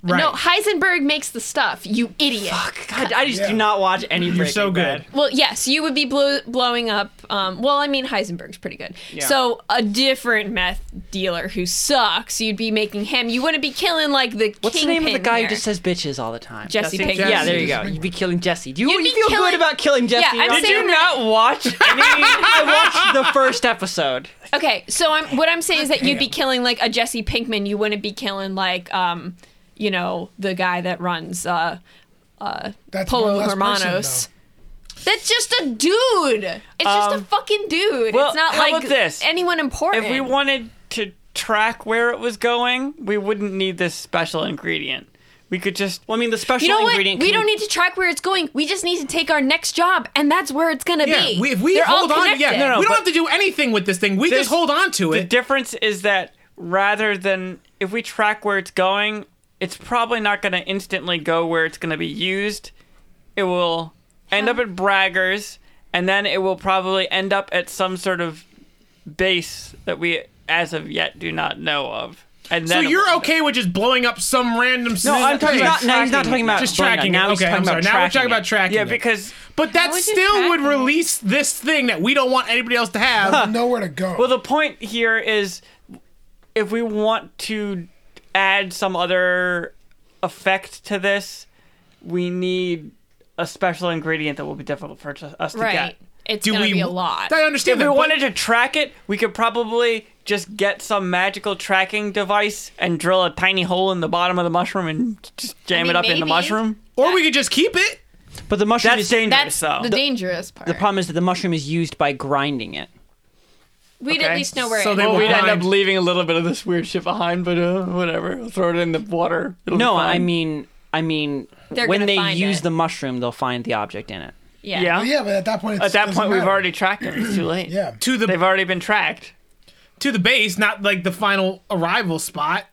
Speaker 5: Right.
Speaker 4: No, Heisenberg makes the stuff. You idiot.
Speaker 1: God, I just do not watch any.
Speaker 5: You're so good.
Speaker 4: Well, yes, you would be blow, blowing up. Um, well, I mean, Heisenberg's pretty good. So a different meth dealer who sucks, you'd be making him. You wouldn't be killing like the
Speaker 1: What's the name of the
Speaker 4: kingpin
Speaker 1: guy
Speaker 4: there.
Speaker 1: who just says bitches all the time?
Speaker 4: Jesse
Speaker 5: Jesse
Speaker 4: Pinkman?
Speaker 5: Pinkman.
Speaker 1: Yeah, there you
Speaker 3: Jesse
Speaker 1: go.
Speaker 3: Pinkman.
Speaker 1: You'd be killing Jesse. Do you,
Speaker 4: You'd
Speaker 1: you
Speaker 4: be
Speaker 1: feel
Speaker 4: killing-
Speaker 1: good about killing Jesse?
Speaker 4: Yeah, I'm
Speaker 1: Ross?
Speaker 2: Did you
Speaker 4: saying that-
Speaker 2: not watch any?
Speaker 1: I watched the first episode.
Speaker 4: Okay, so I'm what I'm saying is that you'd be killing like a Jesse Pinkman. You wouldn't be killing like um, you know, the guy that runs uh, uh,
Speaker 3: That's one
Speaker 4: Polo
Speaker 3: less person,
Speaker 4: Hermanos. That's just a dude. It's just a
Speaker 2: Um,
Speaker 4: fucking dude.
Speaker 2: well,
Speaker 4: it's not
Speaker 2: how
Speaker 4: like
Speaker 2: about this?
Speaker 4: anyone important.
Speaker 2: if we wanted to track where it was going, we wouldn't need this special ingredient. We could just.
Speaker 1: Well, I mean, the special
Speaker 4: You know what?
Speaker 1: ingredient.
Speaker 4: We
Speaker 1: can-
Speaker 4: don't need to track where it's going. We just need to take our next job, and that's where it's gonna be.
Speaker 5: Yeah, we, if we
Speaker 4: They're
Speaker 5: hold
Speaker 4: all
Speaker 5: on, to, yeah,
Speaker 4: connected.
Speaker 5: we don't
Speaker 2: but-
Speaker 5: have to do anything with this thing. We
Speaker 2: There's-
Speaker 5: just hold on to
Speaker 2: The
Speaker 5: it.
Speaker 2: difference is that rather than if we track where it's going, it's probably not going to instantly go where it's going to be used. It will end up at Braggers, and then it will probably end up at some sort of base that we, as of yet, do not know of. And
Speaker 5: so
Speaker 2: then
Speaker 5: you're okay with just blowing up some random?
Speaker 1: No, I'm talking
Speaker 2: He's
Speaker 1: about.
Speaker 2: not
Speaker 1: Now he's not talking
Speaker 2: tracking it.
Speaker 1: about
Speaker 5: just
Speaker 1: blowing it.
Speaker 5: tracking.
Speaker 1: Now
Speaker 5: it.
Speaker 1: he's
Speaker 5: okay,
Speaker 1: talking
Speaker 5: I'm
Speaker 1: about
Speaker 5: sorry. Now we're talking about tracking.
Speaker 2: Yeah,
Speaker 5: it.
Speaker 2: because
Speaker 5: but that
Speaker 4: would you
Speaker 5: still would
Speaker 4: track it?
Speaker 5: release this thing that we don't want anybody else to have.
Speaker 3: though. Nowhere to go.
Speaker 2: Well, the point here is if we want to add some other effect to this, we need a special ingredient that will be difficult for us- us to
Speaker 4: right?
Speaker 2: get.
Speaker 4: It's
Speaker 5: Do
Speaker 4: gonna
Speaker 5: we?
Speaker 4: be a lot.
Speaker 5: I understand.
Speaker 2: If we
Speaker 5: that, but-
Speaker 2: wanted to track it, we could probably just get some magical tracking device and drill a tiny hole in the bottom of the mushroom and just jam
Speaker 4: mean,
Speaker 2: it up in the
Speaker 4: maybe.
Speaker 2: mushroom.
Speaker 5: or we could just keep it.
Speaker 1: But the mushroom
Speaker 2: That's
Speaker 1: is
Speaker 4: that's
Speaker 2: dangerous, though.
Speaker 4: the dangerous part.
Speaker 1: The problem is that the mushroom is used by grinding it.
Speaker 4: We'd
Speaker 2: okay.
Speaker 4: at least know where.
Speaker 5: So
Speaker 4: it
Speaker 5: they
Speaker 4: is.
Speaker 5: will-
Speaker 2: We'd end up
Speaker 5: Behind.
Speaker 2: leaving a little bit of this weird shit behind, but uh, whatever. throw it in the water. It'll be
Speaker 1: No, I
Speaker 2: fine.
Speaker 1: mean, I mean,
Speaker 4: They're
Speaker 1: when
Speaker 4: gonna
Speaker 1: they
Speaker 4: find
Speaker 1: use
Speaker 4: it.
Speaker 1: the mushroom, they'll find the object in it.
Speaker 4: Yeah.
Speaker 2: Yeah.
Speaker 3: Well, yeah, but at that point, it's,
Speaker 2: At that
Speaker 3: doesn't
Speaker 2: point, we've
Speaker 3: matter.
Speaker 2: already tracked them. It's too late.
Speaker 3: Yeah.
Speaker 5: to the
Speaker 2: They've already been tracked.
Speaker 5: to the base, not like the final arrival spot.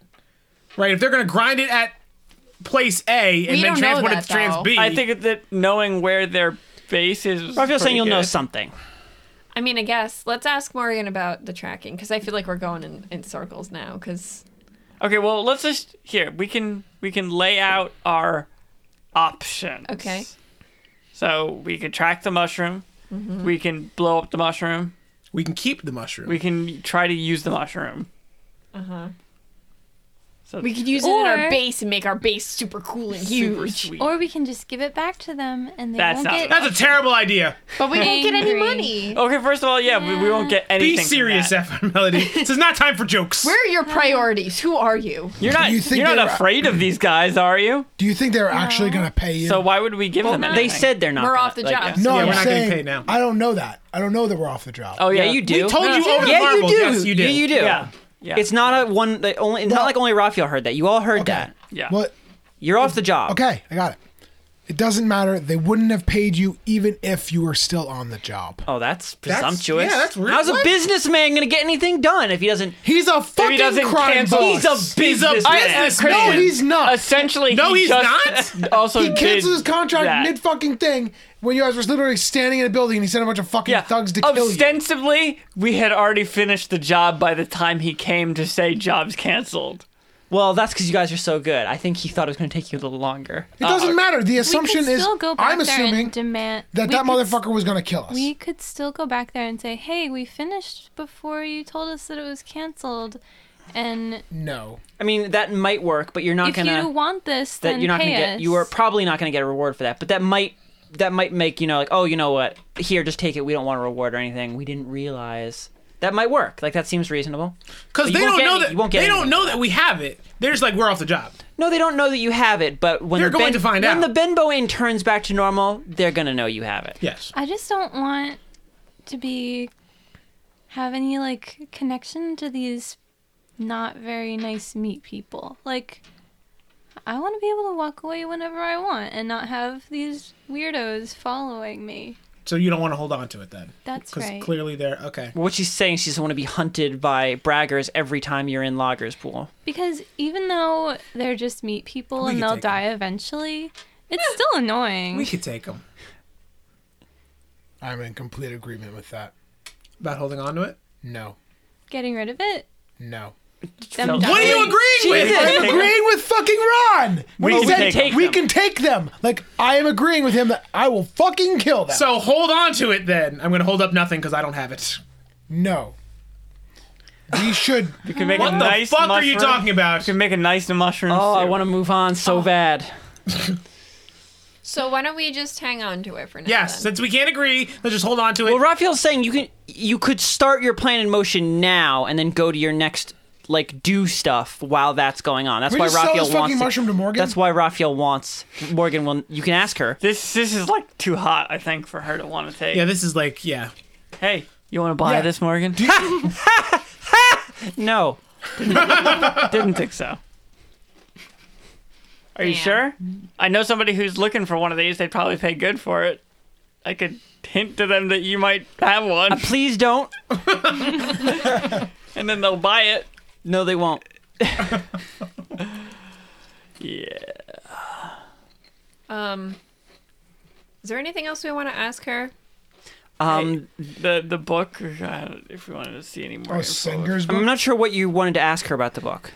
Speaker 5: Right? If they're gonna grind it at place A and
Speaker 4: We
Speaker 5: then
Speaker 4: don't know
Speaker 5: transport it
Speaker 4: that,
Speaker 5: to trans
Speaker 4: though.
Speaker 5: B,
Speaker 2: I think that knowing where their base is. is
Speaker 1: Raphael's saying
Speaker 2: pretty
Speaker 1: you'll know
Speaker 2: good.
Speaker 1: something.
Speaker 4: I mean, I guess let's ask Morgan about the tracking because I feel like we're going in, in circles now. Because
Speaker 2: Okay, well, let's just here. We can we can lay out our options.
Speaker 4: Okay.
Speaker 2: So we can track the mushroom. We can blow up the mushroom.
Speaker 5: we can keep the mushroom.
Speaker 2: We can try to use the mushroom. Uh huh. So
Speaker 4: we could use it in
Speaker 6: Or-
Speaker 4: our base and make our base super cool and
Speaker 2: super
Speaker 4: huge.
Speaker 2: sweet.
Speaker 6: Or we can just give it back to them and they
Speaker 2: That's
Speaker 6: won't
Speaker 2: not
Speaker 6: get.
Speaker 5: That's a terrible idea.
Speaker 4: But we won't get any
Speaker 6: Angry.
Speaker 4: money.
Speaker 2: okay, first of all, yeah, We, we won't get anything.
Speaker 5: Be
Speaker 2: from
Speaker 5: serious,
Speaker 2: that.
Speaker 5: FM Melody. E This is not time for jokes.
Speaker 4: Where are your priorities? Who are you?
Speaker 2: You're not.
Speaker 3: You
Speaker 2: You
Speaker 3: think
Speaker 2: are
Speaker 3: they're-
Speaker 2: not afraid of these guys, are you?
Speaker 3: Do you think they're actually going to pay you?
Speaker 2: So why would we give them
Speaker 1: They
Speaker 2: anything?
Speaker 1: said they're not.
Speaker 4: We're
Speaker 1: gonna,
Speaker 4: off the
Speaker 1: like,
Speaker 4: job.
Speaker 1: yeah.
Speaker 3: no,
Speaker 5: Yeah,
Speaker 3: I'm
Speaker 5: we're not getting
Speaker 3: saying
Speaker 5: paid now.
Speaker 3: I don't know that. I don't know that we're off the job.
Speaker 2: Oh yeah,
Speaker 1: Yeah, you do.
Speaker 5: We told you over the
Speaker 1: yeah,
Speaker 5: marbles.
Speaker 1: you do.
Speaker 5: Yes, you did.
Speaker 1: Yeah, you do.
Speaker 2: Yeah. Yeah.
Speaker 1: It's not a one. That only. It's
Speaker 3: Well-
Speaker 1: not like only Raphael heard that. You all heard that.
Speaker 2: Yeah.
Speaker 3: Well,
Speaker 1: You're off the job.
Speaker 3: okay, I got it. It doesn't matter. They wouldn't have paid you even if you were still on the job.
Speaker 1: Oh, that's
Speaker 5: That's-
Speaker 1: presumptuous.
Speaker 5: yeah, that's rude.
Speaker 1: How's a
Speaker 5: What?
Speaker 1: businessman gonna get anything done if he doesn't?
Speaker 3: He's a fucking
Speaker 2: doesn't
Speaker 3: crime
Speaker 2: cancel-
Speaker 3: boss.
Speaker 1: He's a
Speaker 5: He's a
Speaker 1: businessman.
Speaker 5: businessman.
Speaker 3: no, he's not.
Speaker 2: Essentially,
Speaker 5: No,
Speaker 2: he
Speaker 5: he's
Speaker 2: just Also,
Speaker 3: he canceled
Speaker 2: did
Speaker 3: his contract
Speaker 2: that.
Speaker 3: mid fucking thing when you guys were literally standing in a building and he sent a bunch of fucking thugs to kill you.
Speaker 2: Ostensibly, we had already finished the job by the time he came to say job's canceled.
Speaker 1: Well, that's because you guys are so good. I think he thought it was gonna take you a little longer.
Speaker 3: It
Speaker 2: Uh,
Speaker 3: doesn't matter. The
Speaker 6: We could
Speaker 3: assumption is
Speaker 6: still go back
Speaker 3: I'm
Speaker 6: there
Speaker 3: assuming
Speaker 6: and demand
Speaker 3: that
Speaker 6: we
Speaker 3: that
Speaker 6: could s-
Speaker 3: motherfucker was gonna kill us.
Speaker 6: We could still go back there and say, "Hey, we finished before you told us that it was canceled." And
Speaker 3: no,
Speaker 1: I mean, that might work, but you're not
Speaker 6: if
Speaker 1: gonna.
Speaker 6: you want this,
Speaker 1: that
Speaker 6: then
Speaker 1: you're not
Speaker 6: pay
Speaker 1: gonna get.
Speaker 6: us.
Speaker 1: You are probably not gonna get a reward for that. But that might. That might make you know like oh you know what here just take it we don't want a reward or anything we didn't realize that might work like that seems reasonable
Speaker 5: Because
Speaker 1: You
Speaker 5: they
Speaker 1: won't
Speaker 5: don't
Speaker 1: get
Speaker 5: know
Speaker 1: any-
Speaker 5: that
Speaker 1: you won't get
Speaker 5: they don't
Speaker 1: anything.
Speaker 5: know that we have it. They're just like we're off the job.
Speaker 1: No, they don't know that you have it, but when
Speaker 5: They're
Speaker 1: the
Speaker 5: going to find
Speaker 1: when
Speaker 5: out.
Speaker 1: the Benbow in turns back to normal, they're gonna know you have it.
Speaker 5: Yes.
Speaker 6: I just don't want to be have any like connection to these not very nice meat people. Like I want to be able to walk away whenever I want and not have these weirdos following me.
Speaker 5: So you don't want to hold on to it then.
Speaker 6: That's
Speaker 5: Because
Speaker 6: right.
Speaker 5: clearly they're okay.
Speaker 1: What she's saying, she doesn't want to be hunted by braggers every time you're in Logger's pool.
Speaker 6: Because even though they're just meat people
Speaker 5: We
Speaker 6: and
Speaker 5: could
Speaker 6: they'll
Speaker 5: take 'em.
Speaker 6: die eventually, it's still annoying.
Speaker 5: We could take them.
Speaker 3: I'm in complete agreement with that.
Speaker 5: About holding on to it.
Speaker 3: No,
Speaker 6: Getting rid of it.
Speaker 3: no.
Speaker 6: Them
Speaker 1: No.
Speaker 5: What are you
Speaker 6: dying.
Speaker 5: agreeing with?
Speaker 3: I'm agreeing with fucking Ron. We,
Speaker 2: can take them.
Speaker 3: we can take them. Like I am agreeing with him that I will fucking kill them.
Speaker 5: So hold on to it then. I'm gonna hold up nothing because I don't have it.
Speaker 3: no, we should.
Speaker 2: You can make
Speaker 5: What
Speaker 2: a
Speaker 5: the
Speaker 2: nice
Speaker 5: fuck are you
Speaker 2: mushroom-
Speaker 5: talking about?
Speaker 2: You can make a nice mushroom
Speaker 1: Oh, I
Speaker 2: soup.
Speaker 1: want to move on so bad.
Speaker 4: So why don't we just hang on to it for now?
Speaker 5: Yes,
Speaker 4: then?
Speaker 5: since we can't agree, let's just hold on to it.
Speaker 1: Well, Raphael's saying you can you could start your plan in motion now and then go to your next like do stuff while that's going on. That's
Speaker 3: We
Speaker 1: why
Speaker 3: just sell
Speaker 1: Raphael
Speaker 3: this fucking
Speaker 1: wants
Speaker 3: mushroom to Morgan?
Speaker 1: That's why Raphael wants Morgan. Will you can ask her.
Speaker 2: This this is like too hot, I think, for her to want to take.
Speaker 5: yeah, this is like yeah.
Speaker 2: Hey, you want to buy
Speaker 3: Yeah.
Speaker 2: this, Morgan?
Speaker 1: No,
Speaker 2: Didn't think so. Are you
Speaker 4: Damn.
Speaker 2: sure? I know somebody who's looking for one of these. They'd probably pay good for it. I could hint to them that you might have one,
Speaker 1: please don't.
Speaker 2: and then they'll buy it.
Speaker 1: No, they won't.
Speaker 2: Yeah.
Speaker 4: Um. Is there anything else we want to ask her?
Speaker 1: Um,
Speaker 2: The the book. uh, If we wanted to see any more.
Speaker 3: Oh,
Speaker 2: info.
Speaker 3: Singer's
Speaker 1: I'm not sure what you wanted to ask her about the book.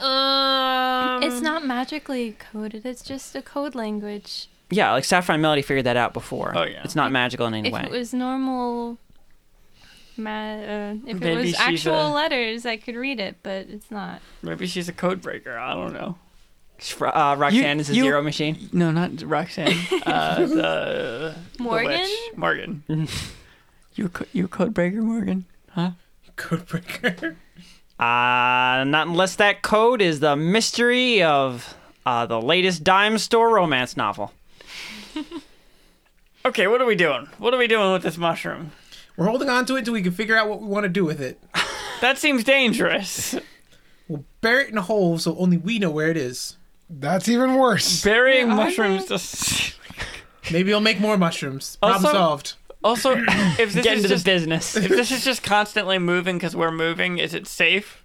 Speaker 4: Um.
Speaker 6: It's not magically coded. It's just a code language.
Speaker 1: Yeah, like Sapphire and Melody figured that out before.
Speaker 2: Oh, yeah.
Speaker 1: It's not magical in any
Speaker 6: If
Speaker 1: way.
Speaker 6: it was normal, ma- uh, if
Speaker 2: Maybe
Speaker 6: it was
Speaker 2: she's
Speaker 6: actual
Speaker 2: a-
Speaker 6: letters, I could read it, but it's not.
Speaker 2: Maybe she's a code breaker. I don't know.
Speaker 1: Fr- uh, Roxanne
Speaker 2: You-
Speaker 1: is a
Speaker 2: you-
Speaker 1: zero machine.
Speaker 2: No, not Roxanne. uh, the The
Speaker 6: Morgan,
Speaker 2: witch. Morgan. you a co- you a code breaker, Morgan? Huh?
Speaker 5: Codebreaker.
Speaker 1: Uh, not unless that code is the mystery of uh, the latest dime store romance novel.
Speaker 2: Okay, what are we doing? What are we doing with this mushroom?
Speaker 5: We're holding on to it until we can figure out what we want to do with it.
Speaker 2: That seems dangerous.
Speaker 5: We'll bury it in a hole so only we know where it is.
Speaker 3: That's even worse.
Speaker 2: Burying mushrooms just
Speaker 5: Maybe you'll make more mushrooms. Problem
Speaker 2: Also-
Speaker 5: solved.
Speaker 2: Also, if this
Speaker 1: Get
Speaker 2: is
Speaker 1: into
Speaker 2: just
Speaker 1: the business.
Speaker 2: if this is just constantly moving because we're moving, is it safe?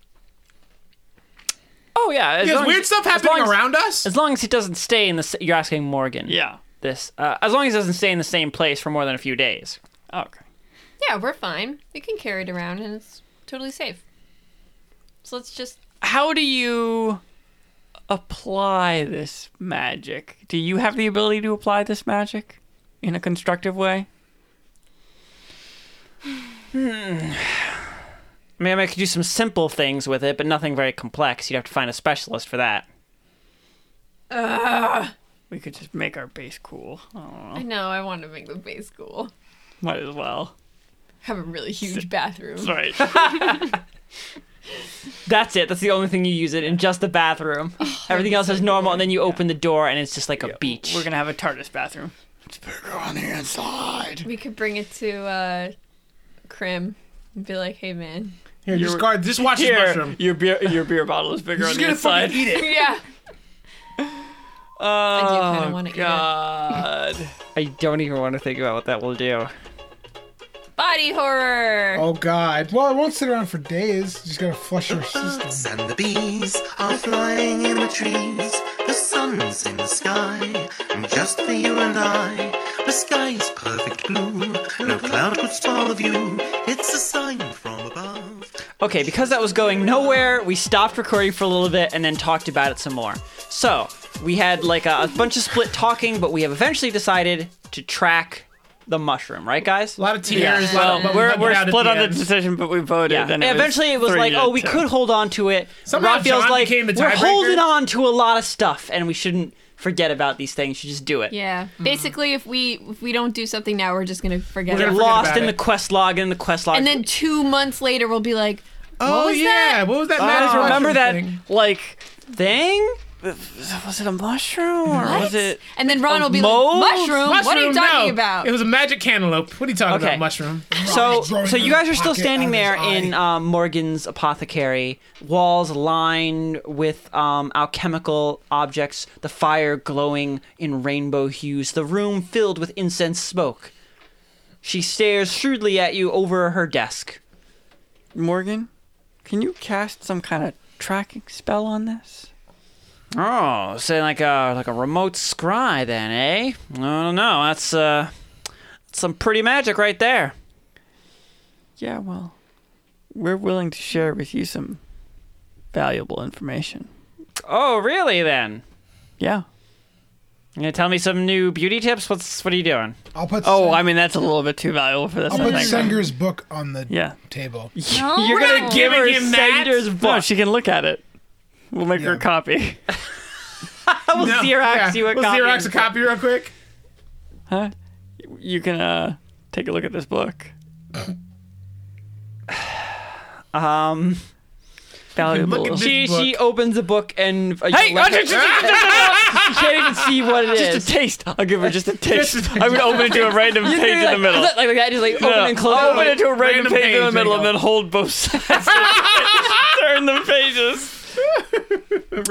Speaker 2: Oh yeah, as
Speaker 5: Because
Speaker 2: long
Speaker 5: weird
Speaker 2: as-
Speaker 1: as
Speaker 5: stuff
Speaker 1: long
Speaker 5: happening
Speaker 1: as-
Speaker 5: around us.
Speaker 1: As long as it doesn't stay in the. s- You're asking Morgan.
Speaker 2: Yeah.
Speaker 1: This. Uh, as long as it doesn't stay in the same place for more than a few days.
Speaker 2: Okay.
Speaker 4: Yeah, we're fine. We can carry it around and it's totally safe. So let's just
Speaker 2: How do you apply this magic? Do you have the ability to apply this magic in a constructive way?
Speaker 1: I mean, I could do some simple things with it, but nothing very complex. You'd have to find a specialist for that.
Speaker 2: We could just make our base cool. I don't
Speaker 5: Oh.
Speaker 2: know.
Speaker 4: I know, I want to make the base cool.
Speaker 2: Might as well.
Speaker 4: Have a really huge bathroom.
Speaker 2: That's right.
Speaker 1: That's it. That's the only thing you use it in, just the bathroom. Everything else is normal, and then you open the door, and it's just like a beach.
Speaker 2: We're gonna have a TARDIS bathroom. It's bigger on the inside.
Speaker 4: We could bring it to uh Crim and be like, hey man.
Speaker 5: Here,
Speaker 2: You're-
Speaker 5: just guard. Just watch this
Speaker 2: Here,
Speaker 5: mushroom.
Speaker 2: your beer, your beer bottle is bigger on the inside.
Speaker 5: eat it.
Speaker 4: yeah.
Speaker 2: Oh
Speaker 4: I do kinda wanna eat it.
Speaker 2: God!
Speaker 1: I don't even want to think about what that will do.
Speaker 4: Body horror.
Speaker 5: Oh God.
Speaker 3: Well, it won't sit around for days. You just gotta flush your system.
Speaker 7: birds and the bees are flying in the trees. The sun's in the sky, and just for you and I. The sky is perfect blue, no cloud could spoil the view. It's a sign from above.
Speaker 1: Okay, because that was going nowhere, we stopped recording for a little bit and then talked about it some more. So, we had like a, a bunch of split talking, but we have eventually decided to track the mushroom, right, guys?
Speaker 5: A lot of tears.
Speaker 2: Well,
Speaker 5: but we
Speaker 2: we're,
Speaker 5: got
Speaker 2: we're
Speaker 5: out at
Speaker 2: split on the
Speaker 5: end.
Speaker 2: decision, but we voted.
Speaker 1: Yeah.
Speaker 2: And
Speaker 1: and eventually, it was
Speaker 2: three
Speaker 1: like,
Speaker 2: to
Speaker 1: oh, we
Speaker 2: two.
Speaker 1: could hold on to it.
Speaker 5: Somehow
Speaker 1: Raphael's
Speaker 5: John
Speaker 1: like,
Speaker 5: became the
Speaker 1: we're
Speaker 5: tiebreaker."
Speaker 1: holding on to a lot of stuff, and we shouldn't forget about these things. You just do it.
Speaker 4: Yeah.
Speaker 5: Hmm.
Speaker 4: Basically if we if we don't do something now we're just gonna forget
Speaker 5: We're
Speaker 1: They're
Speaker 4: it.
Speaker 5: forget
Speaker 1: lost
Speaker 5: about
Speaker 1: in
Speaker 5: it.
Speaker 1: the quest log, and the quest log.
Speaker 4: And then two months later we'll be like,
Speaker 5: Oh
Speaker 4: was
Speaker 5: yeah.
Speaker 4: that?
Speaker 5: What was that?
Speaker 2: I
Speaker 5: magic
Speaker 2: just remember
Speaker 5: mushroom
Speaker 2: that,
Speaker 5: thing?
Speaker 2: like,
Speaker 1: thing?
Speaker 2: was it a mushroom or
Speaker 4: What?
Speaker 2: was it?
Speaker 4: and then Ron will be
Speaker 1: mold?
Speaker 4: like, mushroom? What are you
Speaker 5: Mushroom,
Speaker 4: talking
Speaker 5: no.
Speaker 4: about?
Speaker 5: It was a magic cantaloupe. What are you talking
Speaker 1: Okay.
Speaker 5: about, mushroom?
Speaker 1: So,
Speaker 3: drawing
Speaker 1: so you
Speaker 3: from
Speaker 1: guys are
Speaker 3: his
Speaker 1: still
Speaker 3: pocket
Speaker 1: standing there
Speaker 3: out of his
Speaker 1: in
Speaker 3: eye.
Speaker 1: um, Morgan's apothecary. Walls lined with um, alchemical objects. The fire glowing in rainbow hues. The room filled with incense smoke. She stares shrewdly at you over her desk.
Speaker 2: Morgan, can you cast some kind of tracking spell on this?
Speaker 1: Oh, say like a like a remote scry then, eh? I don't know. That's uh, some pretty magic right there.
Speaker 2: Yeah, well, we're willing to share with you some valuable information.
Speaker 1: Oh, really? Then
Speaker 2: Yeah.
Speaker 1: you gonna tell me some new beauty tips? What's what are you doing?
Speaker 3: I'll put.
Speaker 2: Oh,
Speaker 3: Sen-
Speaker 2: I mean that's a little bit too valuable for this.
Speaker 3: I'll
Speaker 2: I
Speaker 3: put
Speaker 2: think.
Speaker 3: Senger's book on the
Speaker 2: Yeah.
Speaker 3: table.
Speaker 6: No,
Speaker 1: You're
Speaker 6: we're
Speaker 1: gonna
Speaker 6: not
Speaker 1: give her
Speaker 5: giving him that?
Speaker 1: Sender's
Speaker 2: No,
Speaker 1: book.
Speaker 2: she can look at it. We'll make her
Speaker 3: Yeah.
Speaker 2: a copy.
Speaker 1: we'll
Speaker 5: No.
Speaker 1: Xerox
Speaker 5: Yeah.
Speaker 1: you a
Speaker 5: We'll
Speaker 1: copy.
Speaker 5: Xerox a copy real quick.
Speaker 2: Huh? You can uh take a look at this book.
Speaker 1: Um,
Speaker 2: Valuable.
Speaker 5: look at
Speaker 1: she
Speaker 5: This book.
Speaker 1: she opens a book and uh, you
Speaker 2: Hey,
Speaker 1: look at-
Speaker 2: oh, just- just-
Speaker 1: she can't even see what it is.
Speaker 2: just a taste. I'll give her just a taste. I'm gonna open it to a random page in the
Speaker 1: like,
Speaker 2: middle. Oh,
Speaker 1: Like, like that, just like
Speaker 2: No,
Speaker 1: open and close.
Speaker 2: I'll open it to a random,
Speaker 5: Random
Speaker 2: page, in the
Speaker 5: page,
Speaker 2: middle and
Speaker 5: there you
Speaker 2: then hold both sides. Turn the pages.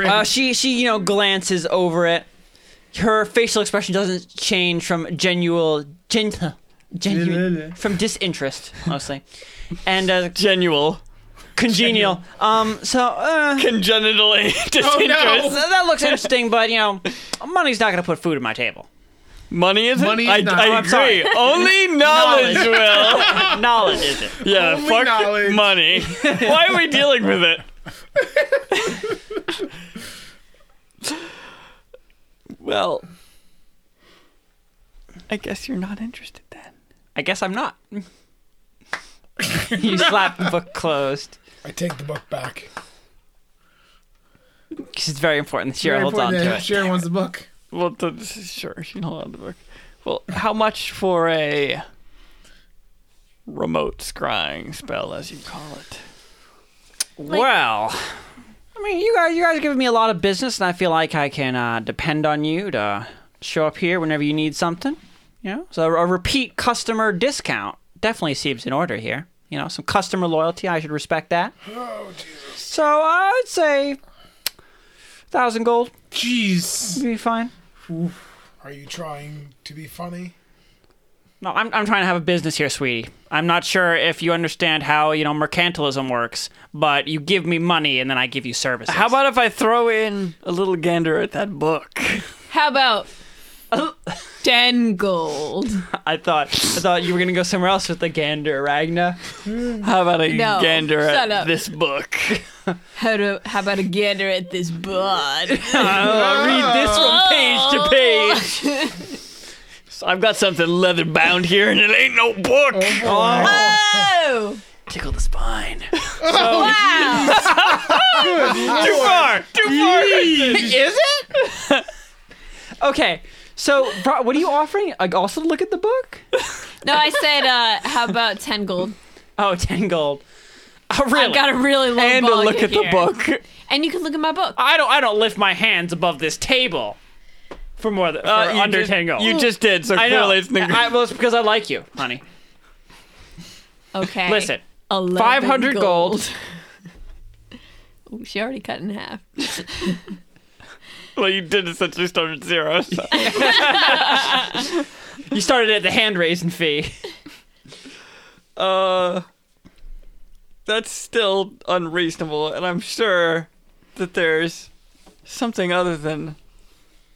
Speaker 1: Uh, she she you know glances over it. Her facial expression doesn't change from genuine gentle genuine from disinterest mostly, and uh,
Speaker 2: Genual.
Speaker 1: congenial. Um, so uh,
Speaker 2: Congenitally disinterest.
Speaker 1: so that looks interesting, but you know, money's not gonna put food on my table.
Speaker 2: Money isn't?
Speaker 5: Money is
Speaker 2: I,
Speaker 5: not.
Speaker 2: I
Speaker 5: Oh, I'm
Speaker 2: agree. Only knowledge will.
Speaker 1: Knowledge is it?
Speaker 2: Yeah,
Speaker 5: Only
Speaker 2: fuck
Speaker 5: knowledge.
Speaker 2: money. Why are we dealing with it? well, I guess you're not interested then.
Speaker 1: I guess I'm not. you slap the book closed.
Speaker 3: I take the book back.
Speaker 1: Because it's very important that Shira
Speaker 5: Very
Speaker 1: holds on
Speaker 5: important
Speaker 1: to
Speaker 5: that
Speaker 1: it.
Speaker 5: Sharon wants the book.
Speaker 2: Well, th- sure, she can hold on to the book. Well, how much for a remote scrying spell, as you call it?
Speaker 1: well, I mean, you guys, you guys are giving me a lot of business, and I feel like I can uh, depend on you to show up here whenever you need something. You know, so a repeat customer discount definitely seems in order here. You know, some customer loyalty. I should respect that. Oh Jesus! So I'd say thousand gold
Speaker 5: Jeez.
Speaker 1: would be fine.
Speaker 3: I Are you trying to be funny?
Speaker 1: No, I'm, I'm trying to have a business here, sweetie. I'm not sure if you understand how, you know, mercantilism works, but you give me money and then I give you services.
Speaker 2: How about if I throw in a little gander at that book?
Speaker 4: How about ten gold?
Speaker 1: I thought I thought you were gonna go somewhere else with the gander, Ragna.
Speaker 2: How about a
Speaker 4: No,
Speaker 2: gander at
Speaker 4: shut up.
Speaker 2: this book?
Speaker 4: How, do, how about a gander at this bud?
Speaker 1: Uh,
Speaker 4: Oh,
Speaker 1: I'll read this from page to page.
Speaker 2: So I've got something leather bound here, and it ain't no book.
Speaker 4: oh!
Speaker 1: Tickle the spine.
Speaker 4: Wow!
Speaker 2: too far, too far. Is it?
Speaker 1: Okay, so Bri- what are you offering? Like also to look at the book?
Speaker 4: No, I said, uh, how about ten gold?
Speaker 1: Oh, ten gold. Oh, really?
Speaker 4: I've got a really low
Speaker 2: And to
Speaker 4: ball
Speaker 2: look at the
Speaker 4: here.
Speaker 2: book.
Speaker 4: And you can look at my book.
Speaker 1: I don't. I don't lift my hands above this table for more than for
Speaker 2: Uh, you
Speaker 1: under
Speaker 2: just-
Speaker 1: ten gold.
Speaker 2: You just did, so
Speaker 1: I know.
Speaker 2: clearly it's the
Speaker 1: I, well, it's because I like you, honey.
Speaker 4: Okay.
Speaker 1: Listen,
Speaker 4: 11
Speaker 1: five hundred gold.
Speaker 4: Ooh, she already cut in half.
Speaker 2: well, you did essentially start at zero. So.
Speaker 1: You started at the hand raising fee.
Speaker 2: Uh, that's still unreasonable, and I'm sure that there's something other than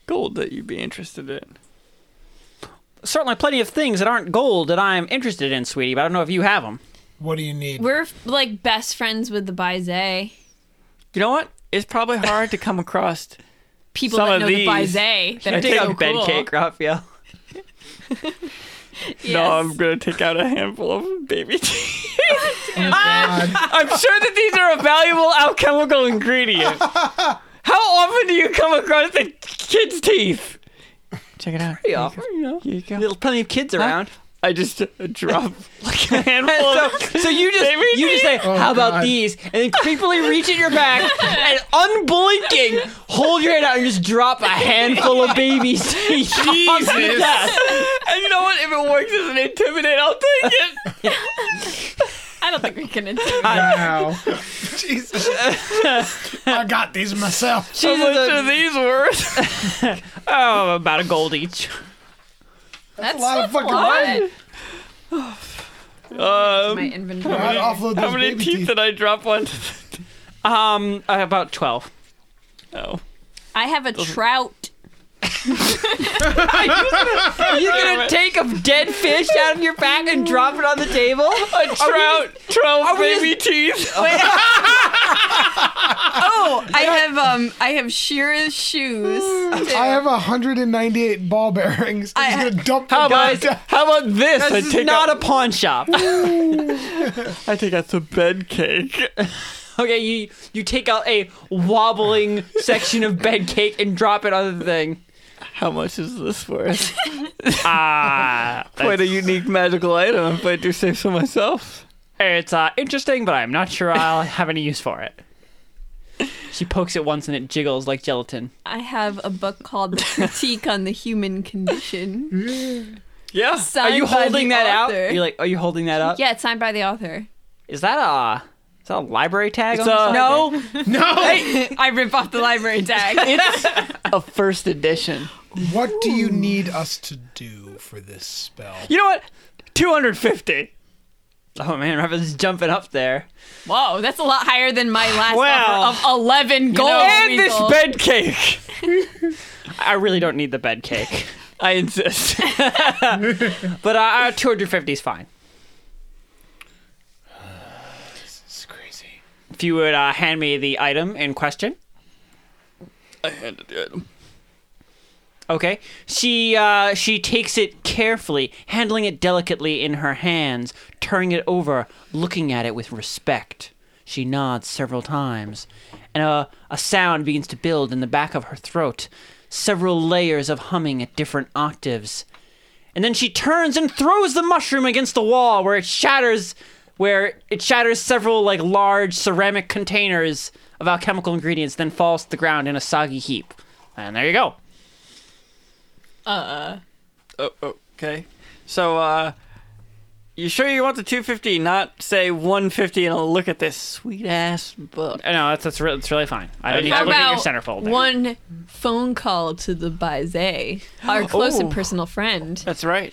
Speaker 2: gold that you'd be interested in.
Speaker 1: Certainly, plenty of things that aren't gold that I'm interested in, sweetie. But I don't know if you have them.
Speaker 3: What do you need?
Speaker 4: We're like best friends with the Baize.
Speaker 2: You know what? It's probably hard to come across.
Speaker 4: People
Speaker 2: Some
Speaker 4: that
Speaker 2: of
Speaker 4: know
Speaker 2: these.
Speaker 4: the Baize. That
Speaker 2: I
Speaker 4: are
Speaker 2: take
Speaker 4: so
Speaker 2: a
Speaker 1: bed
Speaker 4: cool.
Speaker 1: cake, Raphael.
Speaker 4: Yes.
Speaker 2: No, I'm gonna take out a handful of baby teeth. Ah,
Speaker 3: God.
Speaker 2: I'm sure that these are a valuable alchemical ingredient. How often do you come across the kids' teeth? Check it out.
Speaker 1: Yeah, you know,
Speaker 2: Here you go.
Speaker 1: there's plenty of kids around.
Speaker 2: I just uh, drop like a handful. of-
Speaker 1: So, so you just
Speaker 2: Baby
Speaker 1: you just say,
Speaker 3: Oh,
Speaker 1: "How about
Speaker 3: God.
Speaker 1: these?" and then creepily reach in your back and unblinking hold your hand out and just drop a handful of baby teeth. onto the
Speaker 5: Jesus.
Speaker 1: desk.
Speaker 2: and you know what? If it works as an intimidate, I'll take it.
Speaker 4: I don't think we can.
Speaker 5: Wow.
Speaker 3: Jesus. I got these myself.
Speaker 2: How much are these worth?
Speaker 1: Oh, about a gold each.
Speaker 4: That's
Speaker 3: a lot of
Speaker 4: a
Speaker 3: fucking
Speaker 4: lot.
Speaker 3: money.
Speaker 4: My
Speaker 2: Um,
Speaker 4: inventory.
Speaker 3: I'd offload
Speaker 2: how
Speaker 3: those
Speaker 2: many
Speaker 3: baby
Speaker 2: teeth,
Speaker 3: teeth.
Speaker 2: did I drop on?
Speaker 1: Um, uh, about twelve.
Speaker 2: oh,
Speaker 4: I have a trout.
Speaker 1: Are you gonna take a dead fish out of your back and drop it on the table?
Speaker 2: a trout, twelve baby teeth.
Speaker 4: Oh, I have um, I have Shira's shoes.
Speaker 3: I have 198 ball bearings. I'm
Speaker 4: I-
Speaker 3: just gonna dump
Speaker 2: How
Speaker 3: them
Speaker 2: about,
Speaker 3: down.
Speaker 2: how about this? I
Speaker 1: This
Speaker 2: take
Speaker 1: is not
Speaker 2: out,
Speaker 1: a pawn shop.
Speaker 2: I take out the bed cake.
Speaker 1: Okay, you you take out a wobbling section of bed cake and drop it on the thing.
Speaker 2: How much is this worth?
Speaker 1: Ah,
Speaker 2: Quite a unique magical item, if I do say so myself.
Speaker 1: It's uh, interesting, but I'm not sure I'll have any use for it. She pokes it once and it jiggles like gelatin.
Speaker 4: I have a book called The Critique on the Human Condition.
Speaker 2: Yeah.
Speaker 1: Are you
Speaker 4: signed by
Speaker 1: holding
Speaker 4: the
Speaker 1: that
Speaker 4: author.
Speaker 1: out? You're like, are you holding that up?
Speaker 4: Yeah, it's signed by the author.
Speaker 1: Is that a is that a library tag?
Speaker 2: It's
Speaker 1: on the
Speaker 2: a-
Speaker 1: side?
Speaker 2: No.
Speaker 5: No.
Speaker 4: I rip off the library tag.
Speaker 2: A first edition.
Speaker 3: What do you need us to do for this spell?
Speaker 2: You know what? 250.
Speaker 1: Oh man, Raven's jumping up there.
Speaker 4: Whoa, that's a lot higher than my last
Speaker 1: Well,
Speaker 4: offer of eleven gold.
Speaker 2: and this
Speaker 4: Weasel.
Speaker 2: bed cake.
Speaker 1: I really don't need the bed cake,
Speaker 2: I insist.
Speaker 1: but uh, 250 is fine.
Speaker 3: This is crazy.
Speaker 1: If you would uh, hand me the item in question.
Speaker 2: I handed the item.
Speaker 1: Okay. She uh, she takes it carefully, handling it delicately in her hands, turning it over, looking at it with respect. She nods several times, and a, a sound begins to build in the back of her throat, several layers of humming at different octaves. And then she turns and throws the mushroom against the wall where it shatters where it shatters several like large ceramic containers of alchemical ingredients, then falls to the ground in a soggy heap. And there you go.
Speaker 2: Oh, okay. So, uh, You sure you want the 250, not say 150 and look at this sweet ass book?
Speaker 1: Uh, No, that's that's, re- that's really fine. I don't need
Speaker 4: How
Speaker 1: to look at
Speaker 4: about
Speaker 1: your centerfold. There.
Speaker 4: one phone call to the Bizet, our close and personal friend?
Speaker 2: That's right.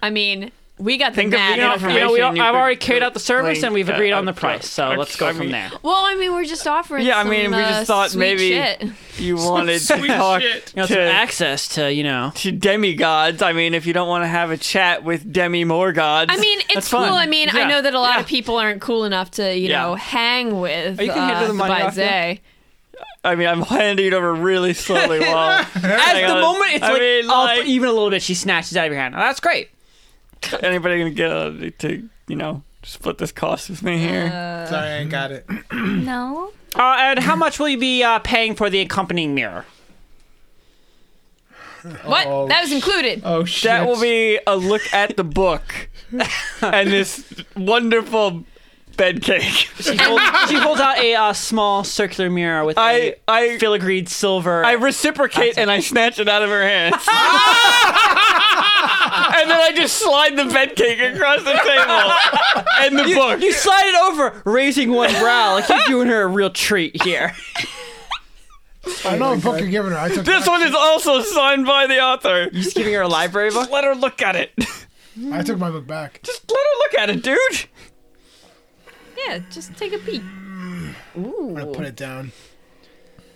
Speaker 4: I mean, we got the
Speaker 2: Think of
Speaker 4: mad
Speaker 2: the
Speaker 4: at
Speaker 1: you know,
Speaker 2: information
Speaker 1: we
Speaker 2: you
Speaker 1: all, I've
Speaker 2: could
Speaker 1: already carried out the service
Speaker 2: link,
Speaker 1: and we've
Speaker 2: uh,
Speaker 1: agreed on
Speaker 2: uh,
Speaker 1: the price, so
Speaker 2: uh,
Speaker 1: let's go
Speaker 2: I
Speaker 1: from
Speaker 2: mean-
Speaker 1: there.
Speaker 4: Well, I mean, we're just offering.
Speaker 2: Yeah, I mean,
Speaker 4: some,
Speaker 2: we just
Speaker 4: uh,
Speaker 2: thought
Speaker 4: sweet
Speaker 2: maybe-
Speaker 4: shit.
Speaker 2: You wanted to
Speaker 5: sweet
Speaker 2: talk
Speaker 5: shit.
Speaker 1: You know, some
Speaker 2: to,
Speaker 1: access to you know.
Speaker 2: to demigods. I mean, if you don't want to have a chat with demi morgods,
Speaker 4: I mean, it's
Speaker 2: that's
Speaker 4: cool.
Speaker 2: fine.
Speaker 4: I mean, I
Speaker 2: Yeah.
Speaker 4: know that a lot
Speaker 2: Yeah.
Speaker 4: of people aren't cool enough to, you
Speaker 2: Yeah.
Speaker 4: know, hang with
Speaker 1: Oh, you can
Speaker 4: uh,
Speaker 1: handle the money off, yeah.
Speaker 4: Bizet.
Speaker 2: I mean, I'm handing it over really slowly. While
Speaker 1: At the
Speaker 2: on.
Speaker 1: moment, it's
Speaker 2: I
Speaker 1: like,
Speaker 2: mean,
Speaker 1: up
Speaker 2: like-
Speaker 1: even a little bit. She snatches out of your hand. Oh, that's great.
Speaker 2: anybody gonna get uh, to you know split this cost with me here?
Speaker 5: Sorry, I got it.
Speaker 6: No.
Speaker 1: Uh, and how much will you be uh, paying for the accompanying mirror?
Speaker 4: What?
Speaker 5: Oh,
Speaker 4: that was included.
Speaker 5: Oh shit.
Speaker 2: that will be a look at the book and this wonderful bed cake.
Speaker 1: She, holds- she holds out a uh, small circular mirror with
Speaker 2: I
Speaker 1: a
Speaker 2: I
Speaker 1: filigreed silver.
Speaker 2: I reciprocate and I snatch it out of her hands. and then I just slide the bed cake across the table and the book.
Speaker 1: you slide it over, raising one brow, like you're doing her a real treat here.
Speaker 3: I don't know what book you're giving her. I took
Speaker 2: this one is also signed by the author.
Speaker 1: She's giving her a library book.
Speaker 2: Just let her look at it.
Speaker 3: I took my book back.
Speaker 2: Just let her look at it, dude.
Speaker 4: Yeah, just take a peek.
Speaker 3: I put it down.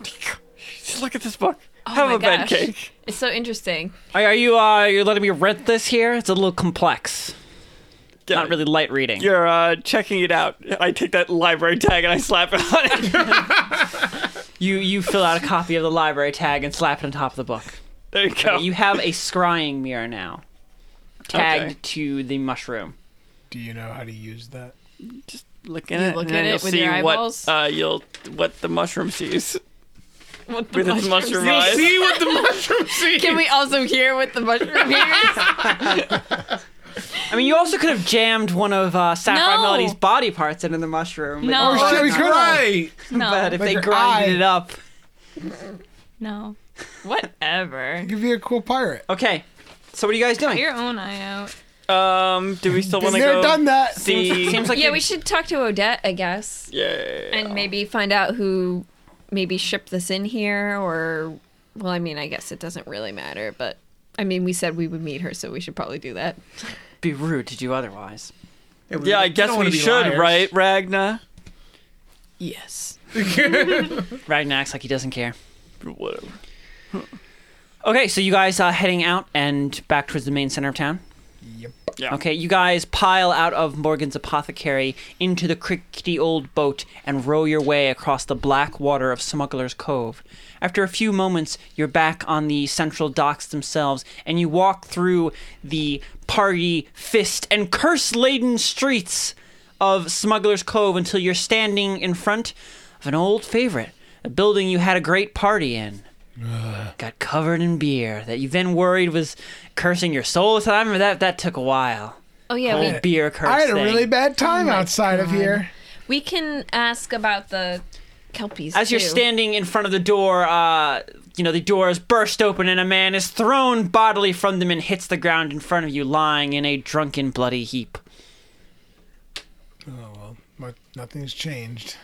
Speaker 2: Just look at this book. Have
Speaker 4: my
Speaker 2: a bed
Speaker 4: gosh.
Speaker 2: cake.
Speaker 4: It's so interesting.
Speaker 1: Are, are you uh, you're letting me rent this here? It's a little complex. Not really light reading.
Speaker 2: You're uh, checking it out. I take that library tag and I slap it on it.
Speaker 1: You you fill out a copy of the library tag and slap it on top of the book.
Speaker 2: There you go.
Speaker 1: You have a scrying mirror now, tagged
Speaker 2: Okay.
Speaker 1: to the mushroom.
Speaker 3: Do you know how to use that?
Speaker 2: look at
Speaker 4: You
Speaker 2: it.
Speaker 4: look
Speaker 2: and
Speaker 4: at
Speaker 2: then
Speaker 4: it
Speaker 2: you'll
Speaker 4: with
Speaker 2: see
Speaker 4: your
Speaker 2: what
Speaker 4: eyeballs?
Speaker 2: uh, you'll what the mushroom sees
Speaker 4: What the
Speaker 2: with its mushroom
Speaker 5: You'll
Speaker 2: eyes.
Speaker 5: see what the mushroom sees.
Speaker 4: Can we also hear what the mushroom hears?
Speaker 1: I mean, you also could have jammed one of uh, Sapphire
Speaker 4: No.
Speaker 1: Melody's body parts into the mushroom. but-
Speaker 4: No. Oh,
Speaker 3: shit, we could have.
Speaker 5: Right.
Speaker 6: No.
Speaker 1: But if
Speaker 3: Like
Speaker 1: they
Speaker 3: your
Speaker 1: grinded it
Speaker 3: eye.
Speaker 1: up.
Speaker 6: no.
Speaker 4: Whatever.
Speaker 3: Give you a cool pirate.
Speaker 1: Okay. So what are you guys doing?
Speaker 6: Your own eye out.
Speaker 2: Um, do we still want to
Speaker 3: They've
Speaker 2: go
Speaker 3: done that.
Speaker 2: see?
Speaker 1: Seems like
Speaker 4: Yeah,
Speaker 1: you-
Speaker 4: we should talk to Odette, I guess,
Speaker 2: yeah.
Speaker 4: and maybe find out who maybe shipped this in here or well, I mean, I guess it doesn't really matter, but I mean, we said we would meet her, so we should probably do that.
Speaker 1: be rude to do otherwise.
Speaker 5: we-
Speaker 2: Yeah, I
Speaker 5: we
Speaker 2: guess
Speaker 5: don't wanna
Speaker 2: we
Speaker 5: be
Speaker 2: should,
Speaker 5: liars.
Speaker 2: right, Ragna?
Speaker 4: Yes.
Speaker 1: Ragnar acts like he doesn't care.
Speaker 2: Whatever.
Speaker 1: Okay, so you guys are heading out and back towards the main center of town.
Speaker 3: Yep.
Speaker 2: Yeah.
Speaker 1: Okay, you guys pile out of Morgan's apothecary into the crickety old boat and row your way across the black water of Smuggler's Cove. After a few moments, you're back on the central docks themselves and you walk through the party fist and curse laden streets of Smuggler's Cove until you're standing in front of an old favorite, a building you had a great party in got covered in beer that you then worried was cursing your soul. So I remember that that took a while.
Speaker 4: Oh yeah,
Speaker 1: The
Speaker 4: we
Speaker 1: whole beer curse.
Speaker 3: I had a
Speaker 1: thing.
Speaker 3: really bad
Speaker 2: Oh
Speaker 3: time outside of here.
Speaker 4: We can ask about the kelpies.
Speaker 1: As you're
Speaker 4: too.
Speaker 1: standing in front of the door, uh, you know the door is burst open and a man is thrown bodily from them and hits the ground in front of you, lying in a drunken, bloody heap.
Speaker 3: Oh well, but nothing's changed.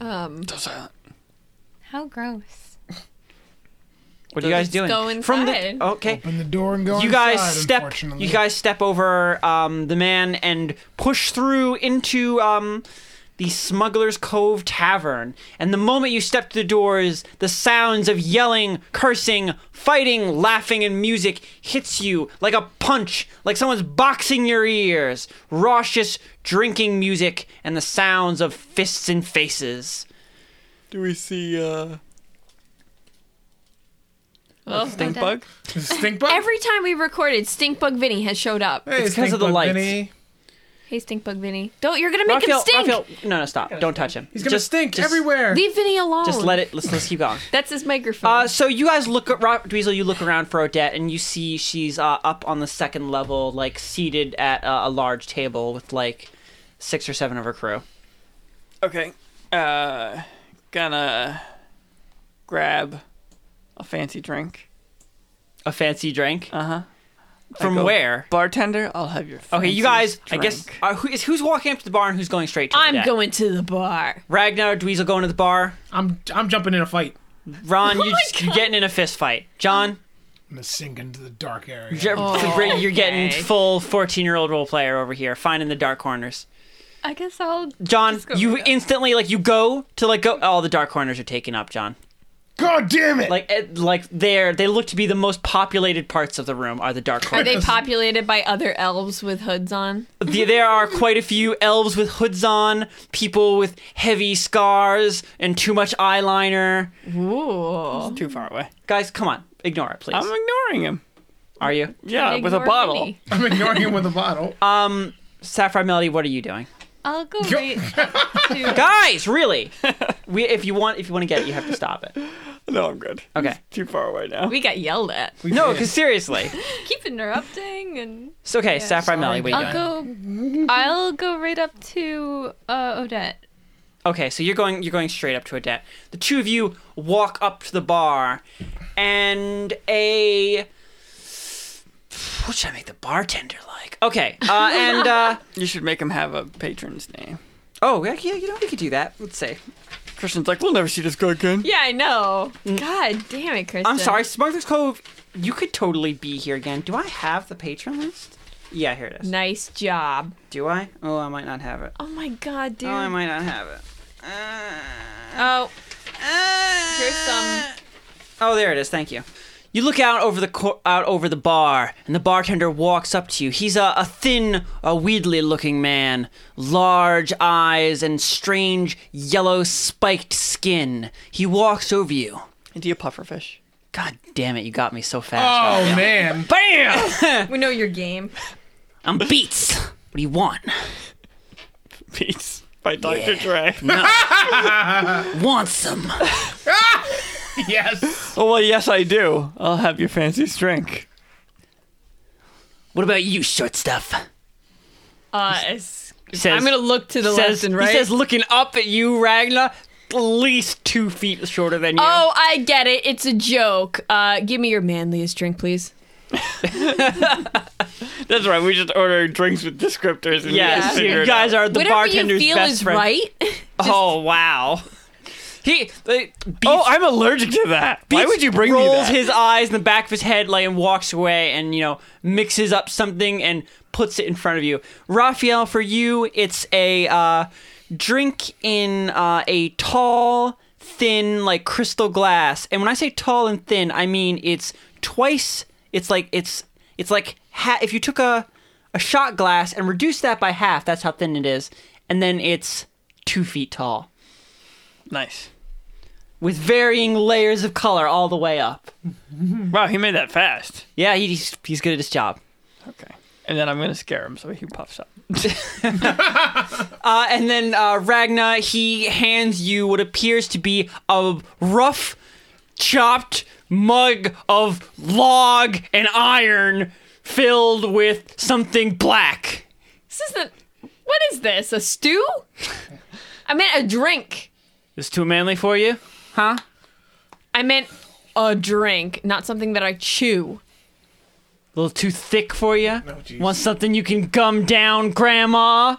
Speaker 4: um,
Speaker 6: How gross.
Speaker 1: What are you guys doing?
Speaker 4: go
Speaker 1: From
Speaker 4: inside.
Speaker 1: the okay.
Speaker 3: Open the door and go
Speaker 1: you
Speaker 3: inside.
Speaker 1: guys step
Speaker 3: unfortunately.
Speaker 1: you guys step over um, the man and push through into um, the smuggler's cove tavern and the moment you step to the doors the sounds of yelling cursing fighting laughing and music hits you like a punch like someone's boxing your ears raucous drinking music and the sounds of fists and faces
Speaker 2: Do we see uh
Speaker 4: well,
Speaker 2: stink bug?
Speaker 5: Is it Stink bug.
Speaker 4: every time we recorded, Stinkbug Vinny has showed up.
Speaker 5: Hey,
Speaker 1: It's 'cause of the
Speaker 5: Stinkbug
Speaker 1: lights.
Speaker 5: Vinny.
Speaker 4: Hey, Stinkbug Vinny, don't you're gonna make
Speaker 1: Raphael,
Speaker 4: him stink.
Speaker 1: Raphael, no no stop don't touch him
Speaker 5: He's gonna stink
Speaker 1: just-
Speaker 5: everywhere.
Speaker 4: Leave Vinny alone.
Speaker 1: just let it let's, let's keep going
Speaker 4: That's his microphone.
Speaker 1: Uh, so you guys look at Rob Dweezil. You look around for Odette, and you see she's uh, up on the second level, like seated at uh, a large table with like six or seven of her crew.
Speaker 2: Okay. Uh, gonna grab a fancy drink.
Speaker 1: A fancy drink.
Speaker 6: Uh-huh.
Speaker 2: Uh huh.
Speaker 1: From
Speaker 2: go,
Speaker 1: where?
Speaker 2: Bartender, I'll have your.
Speaker 1: Okay, you guys.
Speaker 2: fanciest
Speaker 1: I guess
Speaker 2: drink."
Speaker 1: are, who is who's walking up to the bar and who's going straight to the
Speaker 4: I'm
Speaker 1: deck?
Speaker 4: going to the bar.
Speaker 1: Ragnar, Dweezil going to the bar.
Speaker 5: I'm I'm jumping in a fight.
Speaker 1: Ron, you just, you're getting in a fist fight. John,
Speaker 3: I'm gonna sink into the dark area.
Speaker 1: you're,
Speaker 6: Oh,
Speaker 1: you're getting
Speaker 4: okay.
Speaker 1: full 14 year old role player over here, finding the dark corners.
Speaker 6: I guess I'll.
Speaker 1: John,
Speaker 6: Just go
Speaker 1: you
Speaker 6: for it.
Speaker 1: instantly like you go to like go. All the dark corners are taken up, John.
Speaker 3: God damn it!
Speaker 1: Like it, like they're they look to be the most populated parts of the room are the dark
Speaker 4: Are
Speaker 1: corners.
Speaker 4: they populated by other elves with hoods on?
Speaker 1: The- there are quite a few elves with hoods on, people with heavy scars and too much eyeliner.
Speaker 4: Ooh.
Speaker 2: Too far away.
Speaker 1: Guys, come on, ignore it, please.
Speaker 2: I'm ignoring him.
Speaker 1: are you?
Speaker 2: Yeah, Uh, with a
Speaker 6: Ignore
Speaker 2: bottle.
Speaker 6: me.
Speaker 5: I'm ignoring him with a bottle.
Speaker 1: Um, Sapphire Melody, what are you doing?
Speaker 6: I'll go wait. to-
Speaker 1: Guys, really? we if you want if you want to get it, you have to stop it.
Speaker 2: No, I'm good.
Speaker 1: Okay.
Speaker 2: Too far away now.
Speaker 4: We got yelled at.
Speaker 1: No, because seriously.
Speaker 6: keep interrupting and.
Speaker 1: So, okay, Sapphire Melody, what are you
Speaker 6: I'll
Speaker 1: doing?
Speaker 6: go. I'll go right up to uh, Odette.
Speaker 1: Okay, so you're going you're going straight up to Odette. The two of you walk up to the bar, and a what should I make the bartender like? Okay, uh, and uh,
Speaker 2: You should make him have a patron's name.
Speaker 1: oh yeah, yeah, you know we could do that. Let's see.
Speaker 2: Christian's like, we'll never see this guy again.
Speaker 4: Yeah, I know. God damn it, Kristen.
Speaker 1: Mm. I'm sorry, Smuggler's Cove. You could totally be here again. Do I have the patron list? Yeah, here it is.
Speaker 4: Nice job.
Speaker 1: Do I? Oh, I might not have it.
Speaker 4: Oh my god, dude.
Speaker 1: Oh, I might not have it. Uh,
Speaker 4: oh,
Speaker 1: uh,
Speaker 4: here's some.
Speaker 1: Oh, there it is. Thank you. You look out over the cor- out over the bar, and the bartender walks up to you. He's a, a thin, a weedly-looking man, large eyes and strange yellow spiked skin. He walks over you.
Speaker 2: Do you pufferfish?
Speaker 1: God damn it! You got me so fast.
Speaker 5: Oh man.
Speaker 2: Bam!
Speaker 4: We know your game.
Speaker 1: I'm beats. What do you want?
Speaker 2: Peace by Dr. Dre.
Speaker 1: Want some?
Speaker 5: Yes.
Speaker 2: Oh, well, yes, I do. I'll have your fanciest drink.
Speaker 1: What about you, short stuff?
Speaker 4: Uh, it's-
Speaker 1: Says-
Speaker 4: I'm gonna look to the
Speaker 1: says,
Speaker 4: left and right.
Speaker 1: He says, looking up at you, Ragnar, at least two feet shorter than you.
Speaker 4: oh, I get it. It's a joke. Uh, give me your manliest drink, please.
Speaker 2: That's right. We just order drinks with descriptors. And
Speaker 1: Yes,
Speaker 2: yeah.
Speaker 1: you guys are the
Speaker 4: Whatever
Speaker 1: bartender's
Speaker 4: you feel
Speaker 1: best
Speaker 4: is
Speaker 1: friend.
Speaker 4: right.
Speaker 1: Oh wow. He they,
Speaker 2: Oh, I'm allergic to that. Why would you bring
Speaker 1: rolls
Speaker 2: me that?
Speaker 1: his eyes in the back of his head like and walks away and you know mixes up something and puts it in front of you. Raphael, for you, it's a uh, drink in uh, a tall, thin, like crystal glass. And when I say tall and thin, I mean it's twice. It's like it's it's like ha- if you took a a shot glass and reduced that by half. That's how thin it is, and then it's two feet tall
Speaker 2: nice.
Speaker 1: with varying layers of color all the way up.
Speaker 2: Wow, he made that fast.
Speaker 1: Yeah, he- he's he's good at his job.
Speaker 2: Okay. And then I'm going to scare him so he puffs up.
Speaker 1: Uh, and then uh, Ragna, he hands you what appears to be a rough, chopped mug of log and iron filled with something black.
Speaker 4: this isn't. What is this? A stew? I meant a drink.
Speaker 1: Is too manly for you? Huh?
Speaker 4: I meant a drink, not something that I chew.
Speaker 1: A little too thick for you? Want something you can gum down, Grandma?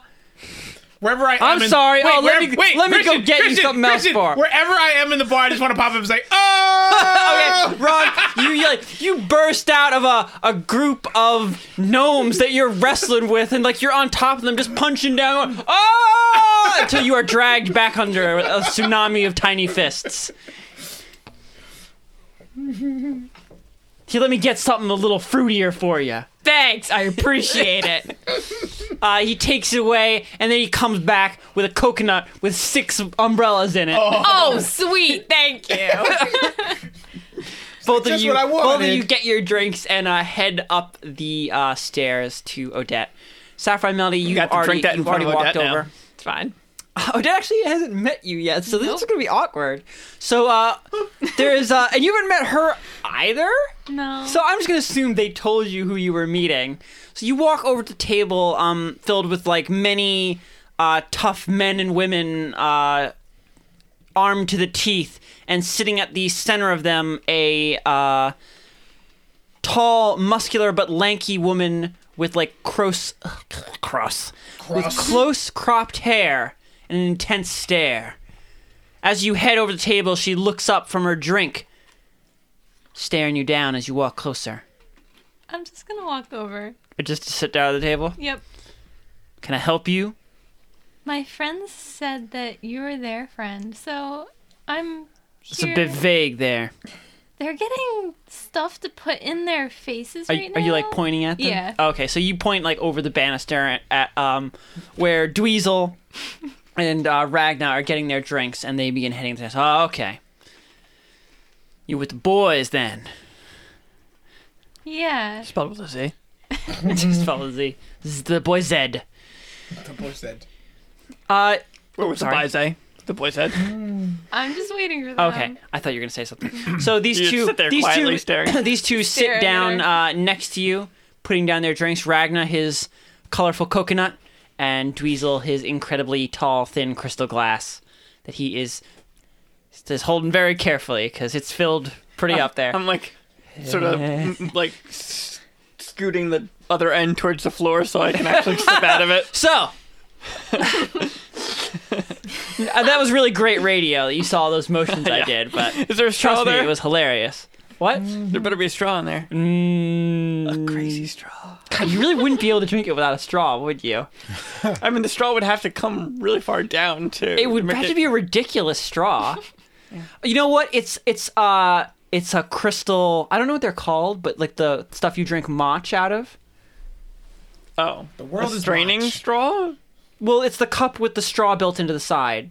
Speaker 5: Wherever I am.
Speaker 1: I'm
Speaker 5: in-
Speaker 1: sorry.
Speaker 5: Wait,
Speaker 1: Oh, let
Speaker 5: where-
Speaker 1: me-
Speaker 5: wait,
Speaker 1: let me go
Speaker 5: Christian,
Speaker 1: get you
Speaker 5: Christian,
Speaker 1: something else
Speaker 5: Christian,
Speaker 1: for.
Speaker 5: Wherever I am in the bar, I just want to pop up and say, "Oh."
Speaker 1: Okay, Ron, you you, like you burst out of a, a group of gnomes that you're wrestling with, and like you're on top of them, just punching down, going, oh, until you are dragged back under a tsunami of tiny fists. Here, let me get something a little fruitier for you.
Speaker 4: Thanks, I appreciate it.
Speaker 1: Uh, he takes it away, and then he comes back with a coconut with six umbrellas in it.
Speaker 4: oh, sweet, thank you.
Speaker 1: both of
Speaker 5: just
Speaker 1: you,
Speaker 5: what I
Speaker 1: both of
Speaker 5: wanted.
Speaker 1: you get your drinks and uh, head up the uh, stairs to Odette. Sapphire Melody, you
Speaker 2: got to
Speaker 1: already,
Speaker 2: drink that in
Speaker 1: you've
Speaker 2: front
Speaker 1: already
Speaker 2: of
Speaker 1: walked
Speaker 2: Odette now.
Speaker 1: over.
Speaker 4: It's fine.
Speaker 1: Odette actually hasn't met you yet, so this is gonna be awkward. So uh, there is, uh, and you haven't met her either.
Speaker 6: No.
Speaker 1: So I'm just gonna assume they told you who you were meeting. So you walk over to the table, um, filled with like many uh, tough men and women, uh, armed to the teeth, and sitting at the center of them a uh, tall, muscular but lanky woman with like cross, cross, with close cropped hair and an intense stare. As you head over the table, she looks up from her drink, staring you down as you walk closer.
Speaker 6: I'm just gonna walk over.
Speaker 1: Or just to sit down at the table.
Speaker 6: Yep.
Speaker 1: Can I help you?
Speaker 6: My friends said that you were their friend, so I'm
Speaker 1: It's
Speaker 6: here.
Speaker 1: a bit vague there.
Speaker 6: They're getting stuff to put in their faces
Speaker 1: Are,
Speaker 6: right now.
Speaker 1: are you like pointing at them?
Speaker 6: Yeah.
Speaker 1: Okay, so you point like over the banister at, at um, where Dweezil and uh, Ragnar are getting their drinks, and they begin heading to. Oh, okay. You with the boys then?
Speaker 6: Yeah.
Speaker 1: Spelled with a Z. Spelled with a Z. This is the boy Zed. Uh,
Speaker 2: Where was
Speaker 1: Sorry.
Speaker 2: the boy's The boy's head.
Speaker 6: I'm just waiting for them.
Speaker 1: Okay, I thought you were gonna say something. So these
Speaker 2: Um, You just
Speaker 1: two,
Speaker 2: sit there
Speaker 1: these
Speaker 2: quietly
Speaker 1: two,
Speaker 2: staring.
Speaker 1: these two sit
Speaker 6: at
Speaker 1: down uh, next to you, putting down their drinks. Ragna his colorful coconut, and Dweezil his incredibly tall, thin crystal glass that he is is holding very carefully because it's filled
Speaker 2: Um,
Speaker 1: pretty up there.
Speaker 2: I'm like, sort of m- like s- scooting the other end towards the floor so I can actually slip out of it.
Speaker 1: So. Uh, that was really great radio that you saw those motions I did, but
Speaker 2: Is there a straw
Speaker 1: trust me,
Speaker 2: there?
Speaker 1: it was hilarious. What?
Speaker 2: There better be a straw in there.
Speaker 1: Mm,
Speaker 2: Crazy straw.
Speaker 1: God, you really wouldn't be able to drink it without a straw, would you?
Speaker 2: I mean, the straw would have to come really far down too.
Speaker 1: It would
Speaker 2: make
Speaker 1: have to be a ridiculous straw. You know what? It's it's uh it's a crystal. I don't know what they're called, but like the stuff you drink match out of.
Speaker 2: Oh, the
Speaker 5: world
Speaker 2: a
Speaker 5: is
Speaker 2: straining
Speaker 5: watch.
Speaker 2: straw.
Speaker 1: Well, it's the cup with the straw built into the side.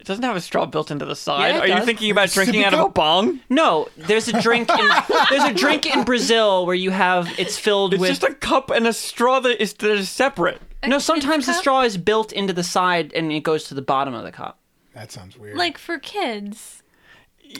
Speaker 2: It doesn't have a straw built into the side.
Speaker 1: Yeah, it
Speaker 2: Are you
Speaker 1: does.
Speaker 2: thinking about drinking out of a
Speaker 3: cup?
Speaker 2: bong?
Speaker 1: No, there's a drink. In, there's a drink in Brazil where you have it's filled
Speaker 2: It's
Speaker 1: with.
Speaker 2: just a cup and a straw that is that is separate.
Speaker 1: no, sometimes the
Speaker 6: cup?
Speaker 1: straw is built into the side and it goes to the bottom of the cup.
Speaker 3: That sounds weird.
Speaker 6: Like for kids,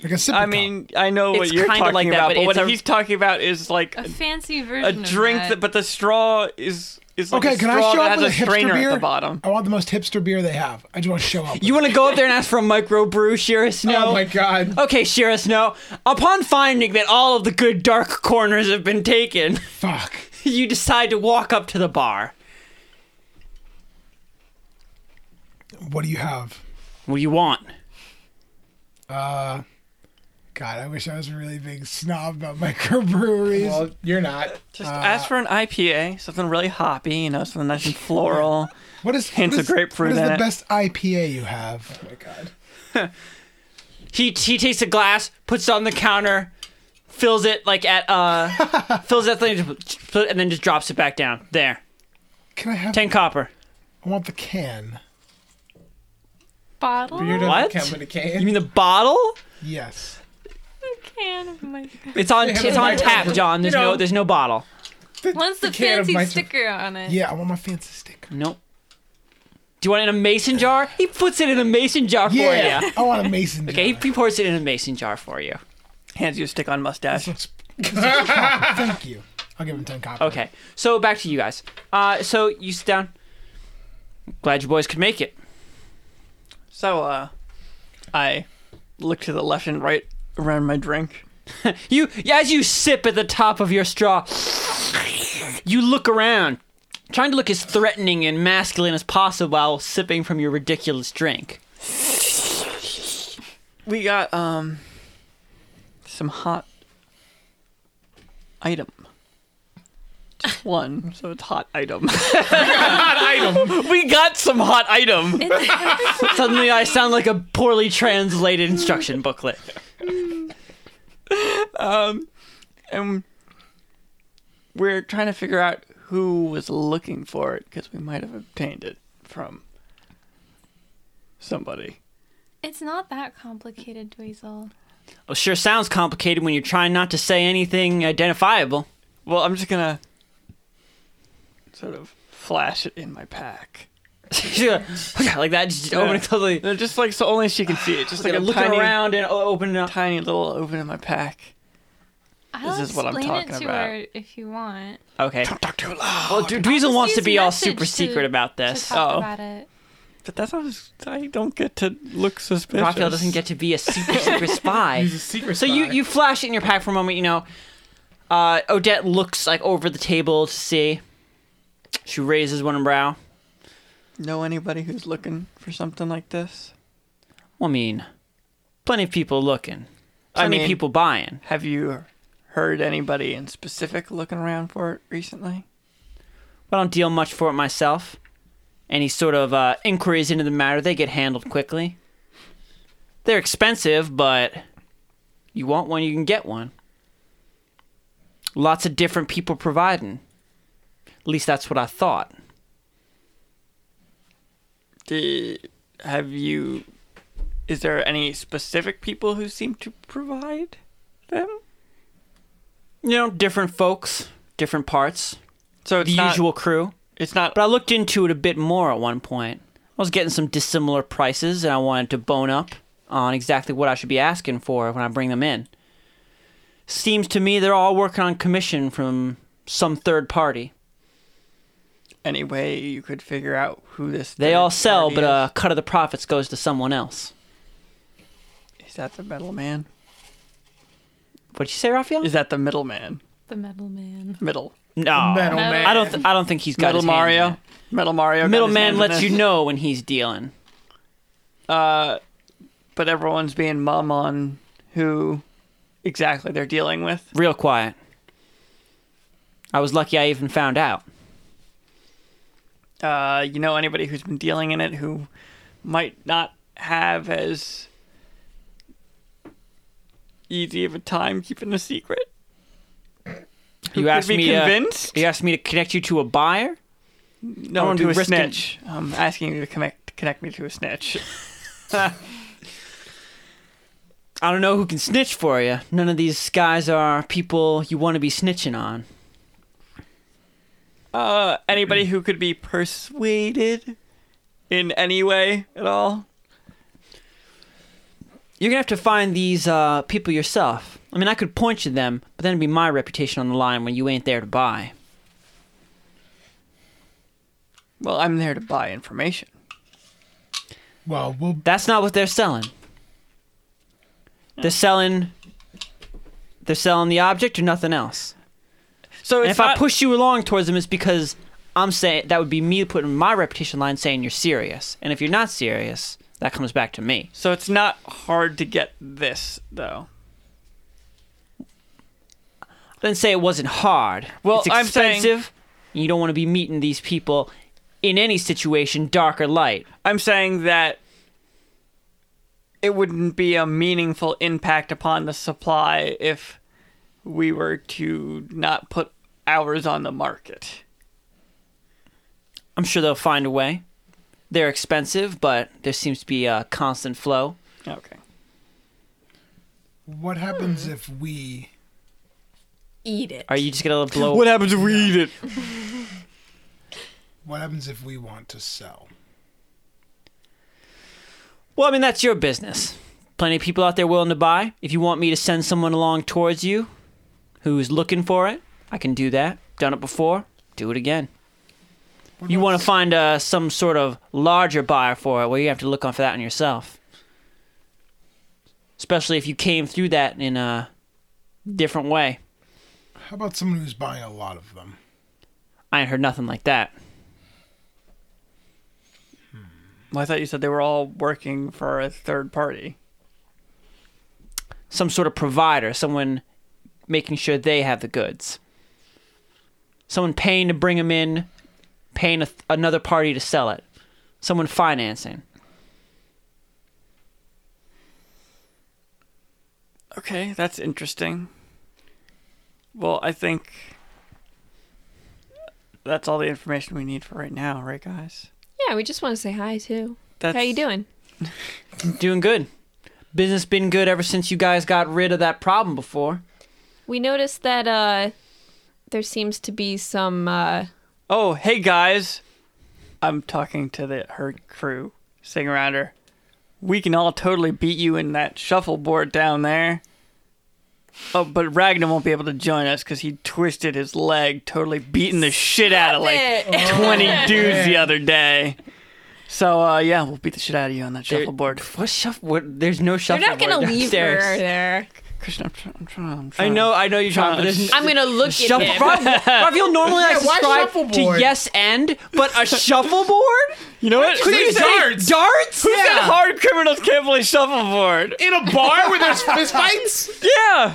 Speaker 3: like a sip
Speaker 2: I mean, I know what
Speaker 1: It's
Speaker 2: you're
Speaker 1: kinda
Speaker 2: talking
Speaker 1: like that,
Speaker 2: about,
Speaker 1: but
Speaker 2: but, what
Speaker 1: it's a-
Speaker 2: he's talking about is like
Speaker 6: a
Speaker 2: a,
Speaker 6: fancy version.
Speaker 2: a
Speaker 6: of
Speaker 2: drink
Speaker 6: that.
Speaker 2: that, but the straw is is like
Speaker 3: okay,
Speaker 2: a
Speaker 3: can I
Speaker 2: straw
Speaker 3: show up
Speaker 2: that has
Speaker 3: with
Speaker 2: a
Speaker 3: a hipster
Speaker 2: strainer
Speaker 3: beer?
Speaker 2: at the bottom.
Speaker 3: I want the most hipster beer they have. I just want to show up. with
Speaker 1: You want to go up there and ask for a microbrew, Shira Snow?
Speaker 5: Oh my god.
Speaker 1: Okay, Shira Snow. Upon finding that all of the good dark corners have been taken,
Speaker 3: it. fuck.
Speaker 1: you decide to walk up to the bar.
Speaker 3: What do you have?
Speaker 1: What do you want?
Speaker 3: Uh, God, I wish I was a really big snob about microbreweries.
Speaker 5: Well, you're not.
Speaker 2: Just ask for an IPA, something really hoppy, you know, something nice and floral.
Speaker 3: what is
Speaker 2: hints
Speaker 3: what
Speaker 2: of
Speaker 3: is,
Speaker 2: grapefruit
Speaker 3: What is
Speaker 2: in
Speaker 3: the
Speaker 2: it.
Speaker 3: best IPA you have?
Speaker 5: Oh my god.
Speaker 1: He he takes a glass, puts it on the counter, fills it like at uh fills that thing and then just drops it back down. There.
Speaker 3: Can I have?
Speaker 1: Ten copper.
Speaker 3: I want the can.
Speaker 6: bottle
Speaker 5: Beer doesn't
Speaker 1: What?
Speaker 5: count with a can.
Speaker 1: You mean the bottle?
Speaker 3: Yes.
Speaker 6: can of my.
Speaker 1: It's on it's on tap, John. There's no there's no bottle.
Speaker 6: Once the,
Speaker 5: can of
Speaker 6: fancy
Speaker 5: my-
Speaker 6: sticker on it.
Speaker 3: Yeah, I want my fancy sticker.
Speaker 1: Nope. Do you want it in a mason jar? He puts it in a mason jar
Speaker 3: Yeah,
Speaker 1: for you.
Speaker 3: I want a mason. jar.
Speaker 1: Okay, he pours it in a mason jar for you.
Speaker 2: Hands you a stick on mustache.
Speaker 3: Looks- this looks proper. Thank you. I'll give him ten copies.
Speaker 1: Okay, so back to you guys. Uh, so you sit down. Glad you boys could make it.
Speaker 2: So, uh, I look to the left and right around my drink.
Speaker 1: You, as you sip at the top of your straw, you look around, trying to look as threatening and masculine as possible while sipping from your ridiculous drink.
Speaker 2: We got, um, some hot item. Just one, so it's hot item. we got some hot item.
Speaker 1: Suddenly, I sound like a poorly translated instruction booklet.
Speaker 2: and we're trying to figure out who was looking for it because we might have obtained it from somebody.
Speaker 6: It's not that complicated, Dweezil.
Speaker 1: Oh, sure sounds complicated when you're trying not to say anything identifiable.
Speaker 2: Well, I'm just gonna sort of flash it in my pack.
Speaker 1: like that, just open it totally.
Speaker 2: No, just like so only she can see it. Just like a
Speaker 1: Looking
Speaker 2: tiny,
Speaker 1: around and o- opening it up.
Speaker 2: tiny little open in my pack.
Speaker 6: I'll
Speaker 2: This is what I'm
Speaker 6: explain
Speaker 2: talking
Speaker 6: it to
Speaker 2: about.
Speaker 6: her if you want.
Speaker 1: Okay.
Speaker 2: Talk too loud.
Speaker 1: Well, D- Dweezil Oh, wants to
Speaker 6: use
Speaker 1: be all
Speaker 6: message
Speaker 1: super
Speaker 6: to-
Speaker 1: secret about
Speaker 6: To
Speaker 1: this.
Speaker 2: Oh.
Speaker 6: talk about it.
Speaker 2: But that's not. I don't get to look suspicious.
Speaker 1: Raphael doesn't get to be a super secret spy.
Speaker 5: He's a secret
Speaker 1: So you
Speaker 5: spy.
Speaker 1: you flash it in your pack for a moment. You know, Uh, Odette looks like over the table to see. She raises one brow.
Speaker 2: Know anybody who's looking for something like this?
Speaker 1: Well, I mean, plenty of people looking, plenty of
Speaker 2: mean-
Speaker 1: people buying.
Speaker 2: Have you heard anybody in specific looking around for it recently?
Speaker 1: I don't deal much for it myself. Any sort of uh, inquiries into the matter, they get handled quickly. They're expensive, but you want one, you can get one. Lots of different people providing. At least that's what I thought.
Speaker 2: Do, have you? Is there any specific people who seem to provide them?
Speaker 1: You know, different folks, different parts,
Speaker 2: So
Speaker 1: the
Speaker 2: it's not,
Speaker 1: usual crew.
Speaker 2: It's not.
Speaker 1: But I looked into it a bit more at one point. I was getting some dissimilar prices, and I wanted to bone up on exactly what I should be asking for when I bring them in. Seems to me they're all working on commission from some third party.
Speaker 2: any way you could figure out who this.
Speaker 1: They
Speaker 2: third
Speaker 1: all sell,
Speaker 2: party
Speaker 1: but uh,
Speaker 2: is?
Speaker 1: a cut of the profits goes to someone else.
Speaker 2: is that the middleman?
Speaker 1: What'd you say, Raphael?
Speaker 2: Is that the middleman?
Speaker 6: The metal man.
Speaker 2: Middle.
Speaker 1: no,
Speaker 5: Metal man.
Speaker 1: I don't. Th- I don't think he's got
Speaker 2: Metal
Speaker 1: his hand in
Speaker 2: Mario.
Speaker 1: it.
Speaker 2: Metal Mario. got his hand
Speaker 1: Middleman
Speaker 2: in
Speaker 1: lets
Speaker 2: this.
Speaker 1: you know when he's dealing.
Speaker 2: Uh, but everyone's being mum on who exactly they're dealing with.
Speaker 1: Real quiet. I was lucky I even found out.
Speaker 2: Uh, you know anybody who's been dealing in it who might not have as easy of a time keeping a secret?
Speaker 1: You
Speaker 2: could
Speaker 1: asked
Speaker 2: be
Speaker 1: me uh,
Speaker 2: convinced?
Speaker 1: To, you asked me to connect you to a buyer.
Speaker 2: No,
Speaker 1: don't
Speaker 2: to
Speaker 1: do
Speaker 2: a
Speaker 1: risking-
Speaker 2: snitch. I'm asking you to connect connect me to a snitch.
Speaker 1: I don't know who can snitch for you. None of these guys are people you want to be snitching on.
Speaker 2: Uh, anybody who could be persuaded in any way at all?
Speaker 1: You're gonna have to find these uh, people yourself. I mean, I could point you to them, but then it'd be my reputation on the line when you ain't there to buy.
Speaker 2: Well, I'm there to buy information.
Speaker 3: Well, we'll
Speaker 1: That's not what they're selling. They're selling. They're selling the object or nothing else.
Speaker 2: So
Speaker 1: And
Speaker 2: it's
Speaker 1: if I
Speaker 2: not,
Speaker 1: push you along towards them, it's because I'm saying that would be me putting my reputation on the line, saying you're serious. And if you're not serious, that comes back to me.
Speaker 2: so it's not hard to get this though.
Speaker 1: didn't say it wasn't hard.
Speaker 2: Well,
Speaker 1: it's
Speaker 2: I'm saying-
Speaker 1: expensive. you don't want to be meeting these people in any situation, dark or light.
Speaker 2: I'm saying that it wouldn't be a meaningful impact upon the supply if we were to not put ours on the market.
Speaker 1: I'm sure they'll find a way. They're expensive, but there seems to be a constant flow.
Speaker 2: Okay.
Speaker 3: What happens if we?
Speaker 4: Eat it.
Speaker 1: Are you just gonna blow?
Speaker 2: happens if we eat it?
Speaker 3: What happens if we want to sell?
Speaker 1: Well, I mean that's your business. Plenty of people out there willing to buy. If you want me to send someone along towards you, who's looking for it, I can do that. Done it before. Do it again.
Speaker 3: What
Speaker 1: You
Speaker 3: about
Speaker 1: want to
Speaker 3: s-
Speaker 1: find uh, some sort of larger buyer for it, well, you have to look on for that on yourself. Especially if you came through that in a different way.
Speaker 3: How about someone who's buying a lot of them?
Speaker 1: I ain't heard nothing like that.
Speaker 2: Well, I thought you said they were all working for a third party.
Speaker 1: Some sort of provider, someone making sure they have the goods. Someone paying to bring them in, paying a th- another party to sell it. Someone financing.
Speaker 2: Okay, that's interesting. Well, I think that's all the information we need for right now, right, guys?
Speaker 4: Yeah, we just want to say hi too.
Speaker 2: That's,
Speaker 4: How you doing?
Speaker 1: Doing good. Business been good ever since you guys got rid of that problem before.
Speaker 4: We noticed that uh there seems to be some uh
Speaker 2: Oh, hey guys. I'm talking to the her crew, sing around her. We can all totally beat you in that shuffleboard down there. Oh, but Ragnar won't be able to join us because he twisted his leg, totally beating the shit out of like
Speaker 1: oh,
Speaker 4: it.
Speaker 2: 20 dudes the other day. So, uh, yeah, we'll beat the shit out of you on that
Speaker 1: There-
Speaker 2: shuffleboard.
Speaker 1: What shuff? What? There's no
Speaker 4: They're
Speaker 1: shuffleboard
Speaker 4: not gonna leave her
Speaker 1: downstairs.
Speaker 4: there.
Speaker 2: Christian, I'm trying. I'm trying, I'm
Speaker 1: I
Speaker 2: trying.
Speaker 1: know, I know you're trying, but it's
Speaker 4: I'm gonna look at
Speaker 1: shuffle.
Speaker 4: him.
Speaker 1: Rob, Raphael normally I
Speaker 3: why
Speaker 1: subscribe to
Speaker 3: shuffleboard?
Speaker 1: yes and, but a shuffleboard?
Speaker 2: You know what?
Speaker 1: Could you say
Speaker 5: darts?
Speaker 1: Darts?
Speaker 2: Who said hard criminals can't play shuffleboard?
Speaker 5: in a bar where there's fist fights.
Speaker 2: Yeah.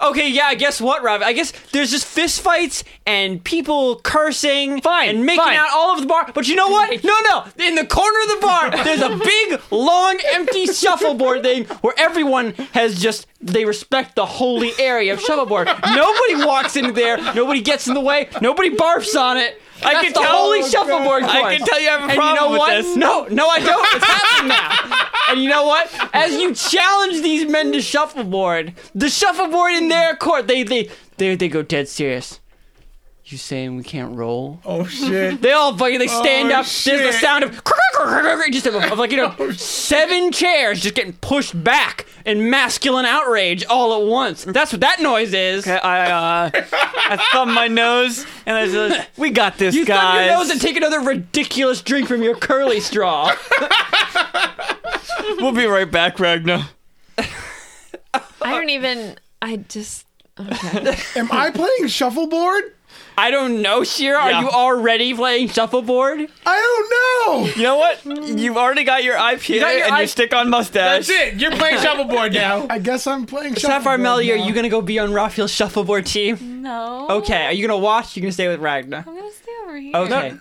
Speaker 1: Okay, yeah. Guess what, Rob? I guess there's just fist fights and people cursing,
Speaker 2: Fine,
Speaker 1: and making
Speaker 2: fine.
Speaker 1: out all over the bar. But you know what? No, no. In the corner of the bar, there's a big, long, empty shuffleboard thing where everyone has just they respect the holy area of shuffleboard. nobody walks into there. Nobody gets in the way. Nobody barfs on it. I That's
Speaker 2: can
Speaker 1: the
Speaker 2: tell-
Speaker 1: holy shuffleboard course.
Speaker 2: I can tell you have a
Speaker 1: And
Speaker 2: problem
Speaker 1: you know
Speaker 2: with
Speaker 1: what?
Speaker 2: this.
Speaker 1: No, no, I don't. It's happening now. And you know what? As you challenge these men to shuffleboard, the shuffleboard in their court, they they they, they go dead serious. You saying we can't roll?
Speaker 5: Oh shit!
Speaker 1: They all fucking they stand
Speaker 5: Oh,
Speaker 1: up. There's the
Speaker 5: shit.
Speaker 1: sound of just of, of like you know seven chairs just getting pushed back in masculine outrage all at once. That's what that noise is.
Speaker 2: I uh, I thumbed my nose and I said, "We got this,
Speaker 1: You thumb
Speaker 2: guys."
Speaker 1: your nose and take another ridiculous drink from your curly straw.
Speaker 2: we'll be right back, Ragnar.
Speaker 4: I don't even. I just. Okay.
Speaker 3: Am I playing shuffleboard?
Speaker 1: I don't know, Shira.
Speaker 2: Yeah.
Speaker 1: Are you already playing shuffleboard?
Speaker 3: I don't know.
Speaker 2: You know what? You've already got your IPA
Speaker 1: got your
Speaker 2: and
Speaker 1: I-
Speaker 2: your stick-on mustache.
Speaker 5: That's it. You're playing shuffleboard now.
Speaker 3: I guess I'm playing shuffleboard.
Speaker 1: Sapphire Melly, are
Speaker 3: now.
Speaker 1: you gonna go be on Raphael's shuffleboard team?
Speaker 6: No.
Speaker 1: Okay. Are you gonna watch? You're gonna stay with Ragna.
Speaker 6: I'm gonna stay over here.
Speaker 1: Okay.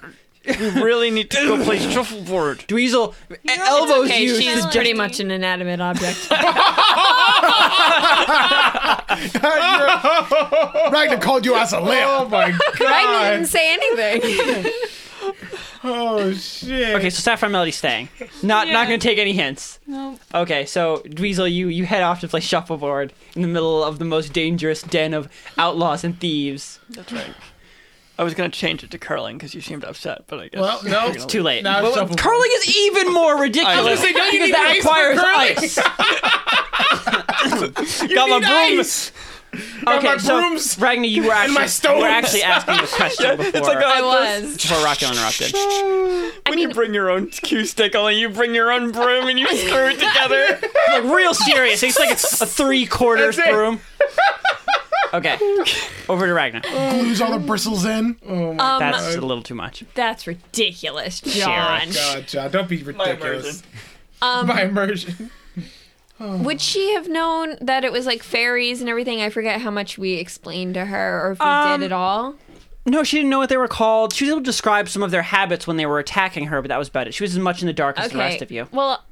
Speaker 2: You really need to go play shuffleboard.
Speaker 1: Dweezil elbows
Speaker 4: okay,
Speaker 1: you.
Speaker 4: she's
Speaker 1: suggest-
Speaker 4: pretty much an inanimate object.
Speaker 3: Ragnar called you as a
Speaker 5: Oh
Speaker 3: lamp.
Speaker 5: my
Speaker 4: I didn't
Speaker 5: god!
Speaker 4: say anything.
Speaker 5: Oh shit!
Speaker 1: Okay, so Sapphire Melody's staying. Not not gonna take any hints.
Speaker 6: Nope.
Speaker 1: Okay, so Dweezil, you you head off to play shuffleboard in the middle of the most dangerous den of outlaws and thieves.
Speaker 2: That's right. I was gonna change it to curling because you seemed upset, but I guess
Speaker 5: Well, no,
Speaker 2: You're
Speaker 5: it's
Speaker 2: gonna-
Speaker 1: Too late.
Speaker 5: Now it's
Speaker 1: Well,
Speaker 5: shuffleboard.
Speaker 1: curling is even more ridiculous.
Speaker 2: I was gonna say,
Speaker 5: don't you
Speaker 1: because
Speaker 5: need
Speaker 1: that
Speaker 5: ice for
Speaker 1: requires
Speaker 5: curling?
Speaker 1: ice.
Speaker 2: Got my
Speaker 5: need
Speaker 2: broom.
Speaker 5: ice. Got my brooms.
Speaker 1: so Ragnar, you were actually,
Speaker 5: my stones.
Speaker 1: You were actually asking this question before,
Speaker 2: It's like a,
Speaker 4: I was.
Speaker 1: before Rocky interrupted.
Speaker 2: when you bring your own cue stick, only you bring your own broom and you screw it together.
Speaker 1: like real serious. It's like a, a three quarters
Speaker 5: That's it.
Speaker 1: broom. Okay, over to Ragnar.
Speaker 3: Glues all the bristles in.
Speaker 5: Oh my
Speaker 1: That's a little too much.
Speaker 4: That's ridiculous,
Speaker 1: Sharon.
Speaker 4: John.
Speaker 5: god, John! Don't be ridiculous.
Speaker 2: immersion.
Speaker 4: Um,
Speaker 5: By immersion.
Speaker 4: would she have known that it was like fairies and everything? I forget how much we explained to her, or if we
Speaker 1: Um,
Speaker 4: did at all.
Speaker 1: No, she didn't know what they were called. She was able to describe some of their habits when they were attacking her, but that was about it. She was as much in the dark as the rest of you.
Speaker 4: Well,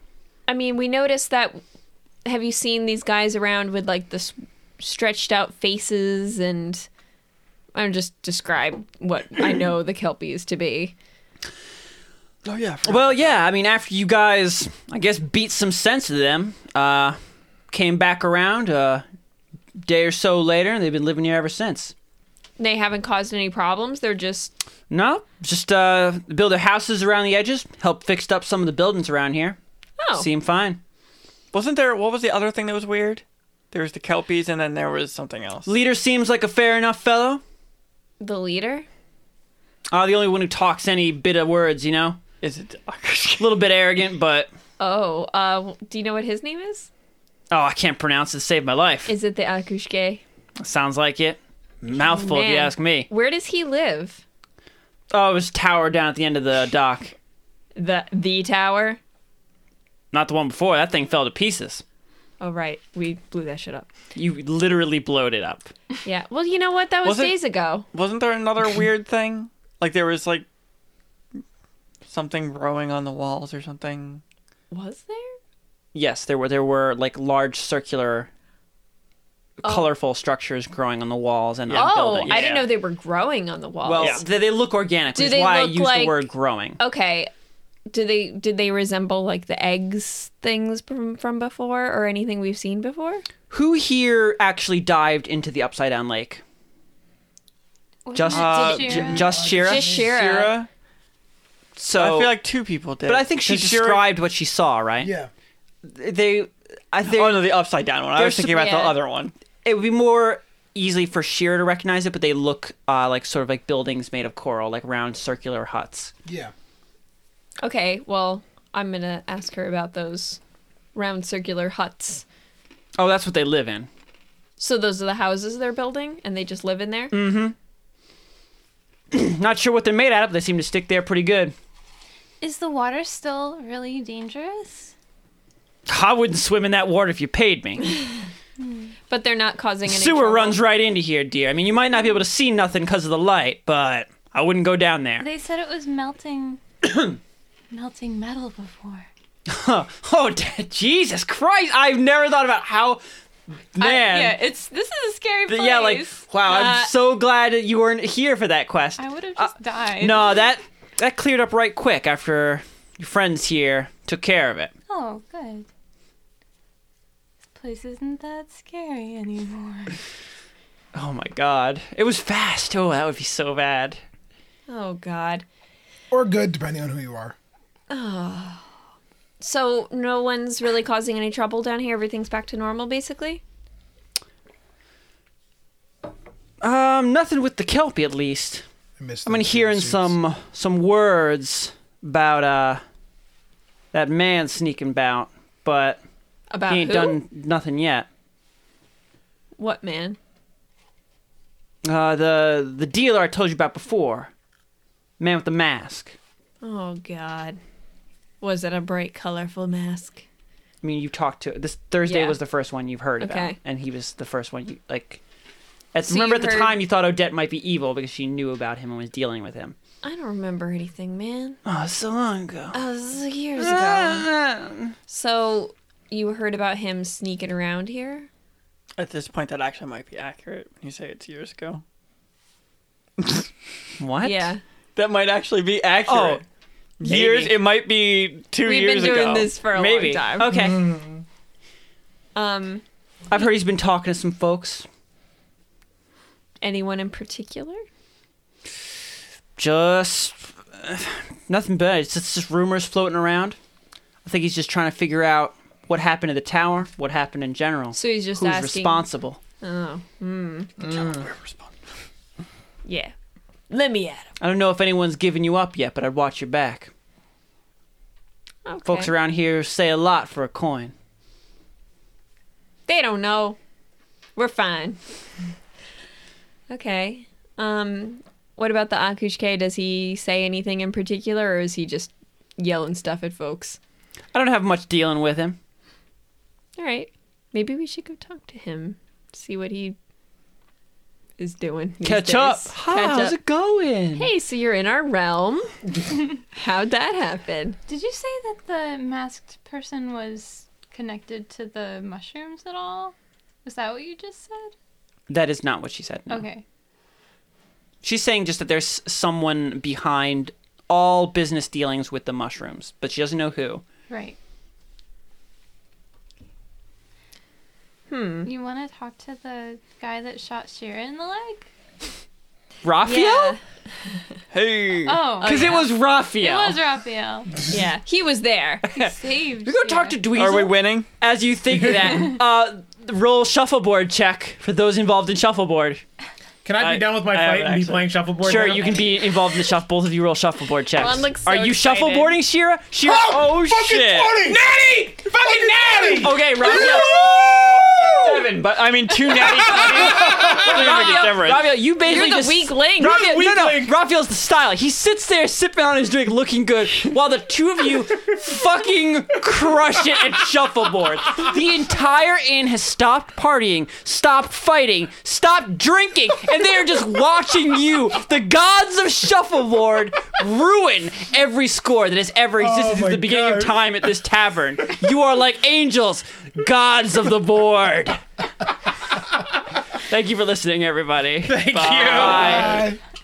Speaker 4: I mean, we noticed that. Have you seen these guys around with like this stretched out faces and? I'm just describe what I know the kelpies to be.
Speaker 2: Oh yeah. I
Speaker 1: Well, yeah. I mean, after you guys, I guess, beat some sense into them, uh, came back around a day or so later, and they've been living here ever since.
Speaker 4: They haven't caused any problems. They're just
Speaker 1: No, just uh, build their houses around the edges, help fixed up some of the buildings around here.
Speaker 4: oh
Speaker 1: Seem fine.
Speaker 2: Wasn't there? What was the other thing that was weird? There was the kelpies, and then there was something else.
Speaker 1: Leader seems like a fair enough fellow.
Speaker 4: the leader.
Speaker 1: Uh, the only one who talks any bit of words, you know?
Speaker 2: Is it?
Speaker 1: A little bit arrogant, but.
Speaker 4: Oh, uh, do you know what his name is?
Speaker 1: Oh, I can't pronounce it. Saved my life.
Speaker 4: Is it the Akushke?
Speaker 1: Sounds like it. Mouthful, if you
Speaker 4: Man.
Speaker 1: ask me.
Speaker 4: Where does he live?
Speaker 1: Oh, it was tower down at the end of the dock.
Speaker 4: The the tower.
Speaker 1: Not the one before. That thing fell to pieces.
Speaker 4: Oh right, we blew that shit up.
Speaker 1: You literally blowed it up.
Speaker 4: Yeah. Well, you know what? That was,
Speaker 2: Was it-
Speaker 4: days ago.
Speaker 2: Wasn't there another weird thing? Like there was like something growing on the walls or something.
Speaker 4: Was there?
Speaker 1: Yes, there were there were like large circular, colorful structures growing on the walls and on
Speaker 4: oh,
Speaker 1: buildings.
Speaker 4: I didn't know they were growing on the walls.
Speaker 1: Well, they, they look organic.
Speaker 4: Do
Speaker 1: Which
Speaker 4: they
Speaker 1: is why I
Speaker 4: look
Speaker 1: used the
Speaker 4: like-
Speaker 1: word growing.
Speaker 4: okay. Did they did they resemble like the eggs things from from before or anything we've seen before?
Speaker 1: Who here actually dived into the upside down lake? Just
Speaker 2: Uh,
Speaker 6: Did
Speaker 1: J-
Speaker 6: you?
Speaker 1: just Shira.
Speaker 4: Just Shira.
Speaker 2: Shira?
Speaker 1: so
Speaker 2: I feel like two people did.
Speaker 1: Oh. But I think she
Speaker 2: 'Cause Shira-
Speaker 1: described what she saw, right?
Speaker 3: Yeah.
Speaker 1: They, I think
Speaker 2: Oh no, the upside down one. I was
Speaker 1: There's-
Speaker 2: thinking about the
Speaker 4: yeah.
Speaker 2: other one.
Speaker 1: it would be more easy for Sheer to recognize it, but they look uh, like sort of like buildings made of coral, like round circular huts.
Speaker 3: Yeah.
Speaker 4: Okay. Well, I'm gonna ask her about those round circular huts.
Speaker 1: Oh, that's what they live in.
Speaker 4: So those are the houses they're building, and they just live in there.
Speaker 1: Mm. Not sure what they're made out of, but they seem to stick there pretty good.
Speaker 6: Is the water still really dangerous?
Speaker 1: I wouldn't swim in that water if you paid me.
Speaker 4: But they're not causing any
Speaker 1: Sewer
Speaker 4: trouble.
Speaker 1: runs right into here, dear. I mean, you might not be able to see nothing because of the light, but I wouldn't go down there.
Speaker 6: They said it was melting, melting metal before.
Speaker 1: Oh, Jesus Christ! I've never thought about how.
Speaker 4: I-
Speaker 1: Man.
Speaker 4: yeah, it's this is a scary
Speaker 1: Th-
Speaker 4: place.
Speaker 1: yeah, like wow,
Speaker 4: Uh,
Speaker 1: I'm so glad that you weren't here for that quest.
Speaker 6: I would have just died.
Speaker 1: No, that that cleared up right quick after your friends here took care of it.
Speaker 6: Oh, good. This place isn't that scary anymore.
Speaker 1: Oh my god. It was fast. Oh, that would be so bad.
Speaker 4: Oh God.
Speaker 3: Or good, depending on who you are.
Speaker 4: So no one's really causing any trouble down here. Everything's back to normal, basically.
Speaker 1: Um, nothing with the Kelpie at least.
Speaker 3: I missed
Speaker 1: I've been
Speaker 3: those
Speaker 1: hearing
Speaker 3: suits.
Speaker 1: some some words about uh that man sneaking about, but
Speaker 4: About
Speaker 1: he ain't
Speaker 4: who?
Speaker 1: done nothing yet.
Speaker 4: What man?
Speaker 1: Uh the the dealer I told you about before. Man with the mask.
Speaker 4: Oh God. Was it a bright, colorful mask?
Speaker 1: I mean, you talked to this Thursday
Speaker 4: Yeah.
Speaker 1: was the first one you've heard about,
Speaker 4: Okay.
Speaker 1: and he was the first one you like. At,
Speaker 4: So
Speaker 1: remember
Speaker 4: you
Speaker 1: at the
Speaker 4: heard-
Speaker 1: time you thought Odette might be evil because she knew about him and was dealing with him.
Speaker 4: I don't remember anything, man.
Speaker 1: Oh, so long ago.
Speaker 4: Oh, this is years ago. so you heard about him sneaking around here?
Speaker 2: At this point, that actually might be accurate when you say it's years ago.
Speaker 1: What?
Speaker 4: Yeah.
Speaker 2: That might actually be accurate.
Speaker 1: Oh,
Speaker 2: Years,
Speaker 1: maybe.
Speaker 2: it might be 2
Speaker 4: We've
Speaker 2: years
Speaker 4: been doing
Speaker 2: ago.
Speaker 4: this for a
Speaker 1: maybe.
Speaker 4: long time.
Speaker 1: Okay,
Speaker 4: Um,
Speaker 1: I've heard he's been talking to some folks.
Speaker 4: anyone in particular?
Speaker 1: Just nothing bad. It's just, it's just rumors floating around. I think he's just trying to figure out what happened to the tower, what happened in general,
Speaker 4: So he's just
Speaker 1: who's
Speaker 4: asking.
Speaker 1: responsible.
Speaker 4: Oh,
Speaker 2: We're responsible.
Speaker 4: yeah. Let me at him.
Speaker 1: I don't know if anyone's given you up yet, but I'd watch your back.
Speaker 4: Okay.
Speaker 1: Folks around here say a lot for a coin.
Speaker 4: They don't know. We're fine. Okay. Um, what about the Akushke? Does he say anything in particular, or is he just yelling stuff at folks?
Speaker 1: I don't have much dealing with him.
Speaker 4: All right. Maybe we should go talk to him. See what he is doing. these
Speaker 1: Catch
Speaker 4: days.
Speaker 1: up.
Speaker 4: Catch
Speaker 1: How's
Speaker 4: up.
Speaker 1: it going?
Speaker 4: Hey, so you're in our realm. How'd that happen?
Speaker 6: Did you say that the masked person was connected to the mushrooms at all? Was that what you just said?
Speaker 1: That is not what she said. no.
Speaker 6: Okay.
Speaker 1: She's saying just that there's someone behind all business dealings with the mushrooms, but she doesn't know who.
Speaker 6: Right.
Speaker 4: Hmm.
Speaker 6: You want to talk to the guy that shot Shira in the leg?
Speaker 1: Raphael?
Speaker 4: Yeah.
Speaker 2: Hey.
Speaker 6: Oh,
Speaker 1: Because it was
Speaker 6: it
Speaker 1: Raphael.
Speaker 6: was Raphael.
Speaker 4: Yeah. He was there.
Speaker 6: He saved.
Speaker 1: You go talk to
Speaker 6: Shira.
Speaker 1: Dweezil.
Speaker 2: Are we winning?
Speaker 1: As you think of that, uh, roll shuffleboard check for those involved in shuffleboard.
Speaker 5: Can I be
Speaker 2: I-
Speaker 5: done with my
Speaker 2: I
Speaker 5: fight
Speaker 2: haven't
Speaker 5: and be
Speaker 2: actually.
Speaker 5: playing shuffleboard?
Speaker 1: Sure,
Speaker 5: now?
Speaker 1: you can be involved in the shuffle. Both of you roll shuffleboard checks.
Speaker 4: Ron looks so
Speaker 1: Are you
Speaker 4: excited.
Speaker 1: shuffleboarding, Shira? Shira, oh, shit!
Speaker 5: Natty! Fucking
Speaker 1: Oh,
Speaker 5: Natty!
Speaker 1: Okay, Raphael.
Speaker 2: Seven, but I mean, two natty 20s doesn't even make a difference.
Speaker 1: Raphael, you basically
Speaker 4: You're the
Speaker 1: just
Speaker 4: weak link.
Speaker 1: Raphael,
Speaker 5: You're the
Speaker 1: no,
Speaker 5: weak
Speaker 1: no, Raphael's the style. He sits there sipping on his drink, looking good, while the two of you fucking crush it at shuffleboard. The entire inn has stopped partying, stopped fighting, stopped drinking, and they are just watching you, the gods of shuffleboard, ruin every score that has ever existed
Speaker 5: my
Speaker 1: since the beginning of
Speaker 5: God.
Speaker 1: time at this tavern. You are like angels, gods of the board. Thank you for listening, everybody.
Speaker 5: Thank you.
Speaker 1: Bye.
Speaker 3: Bye.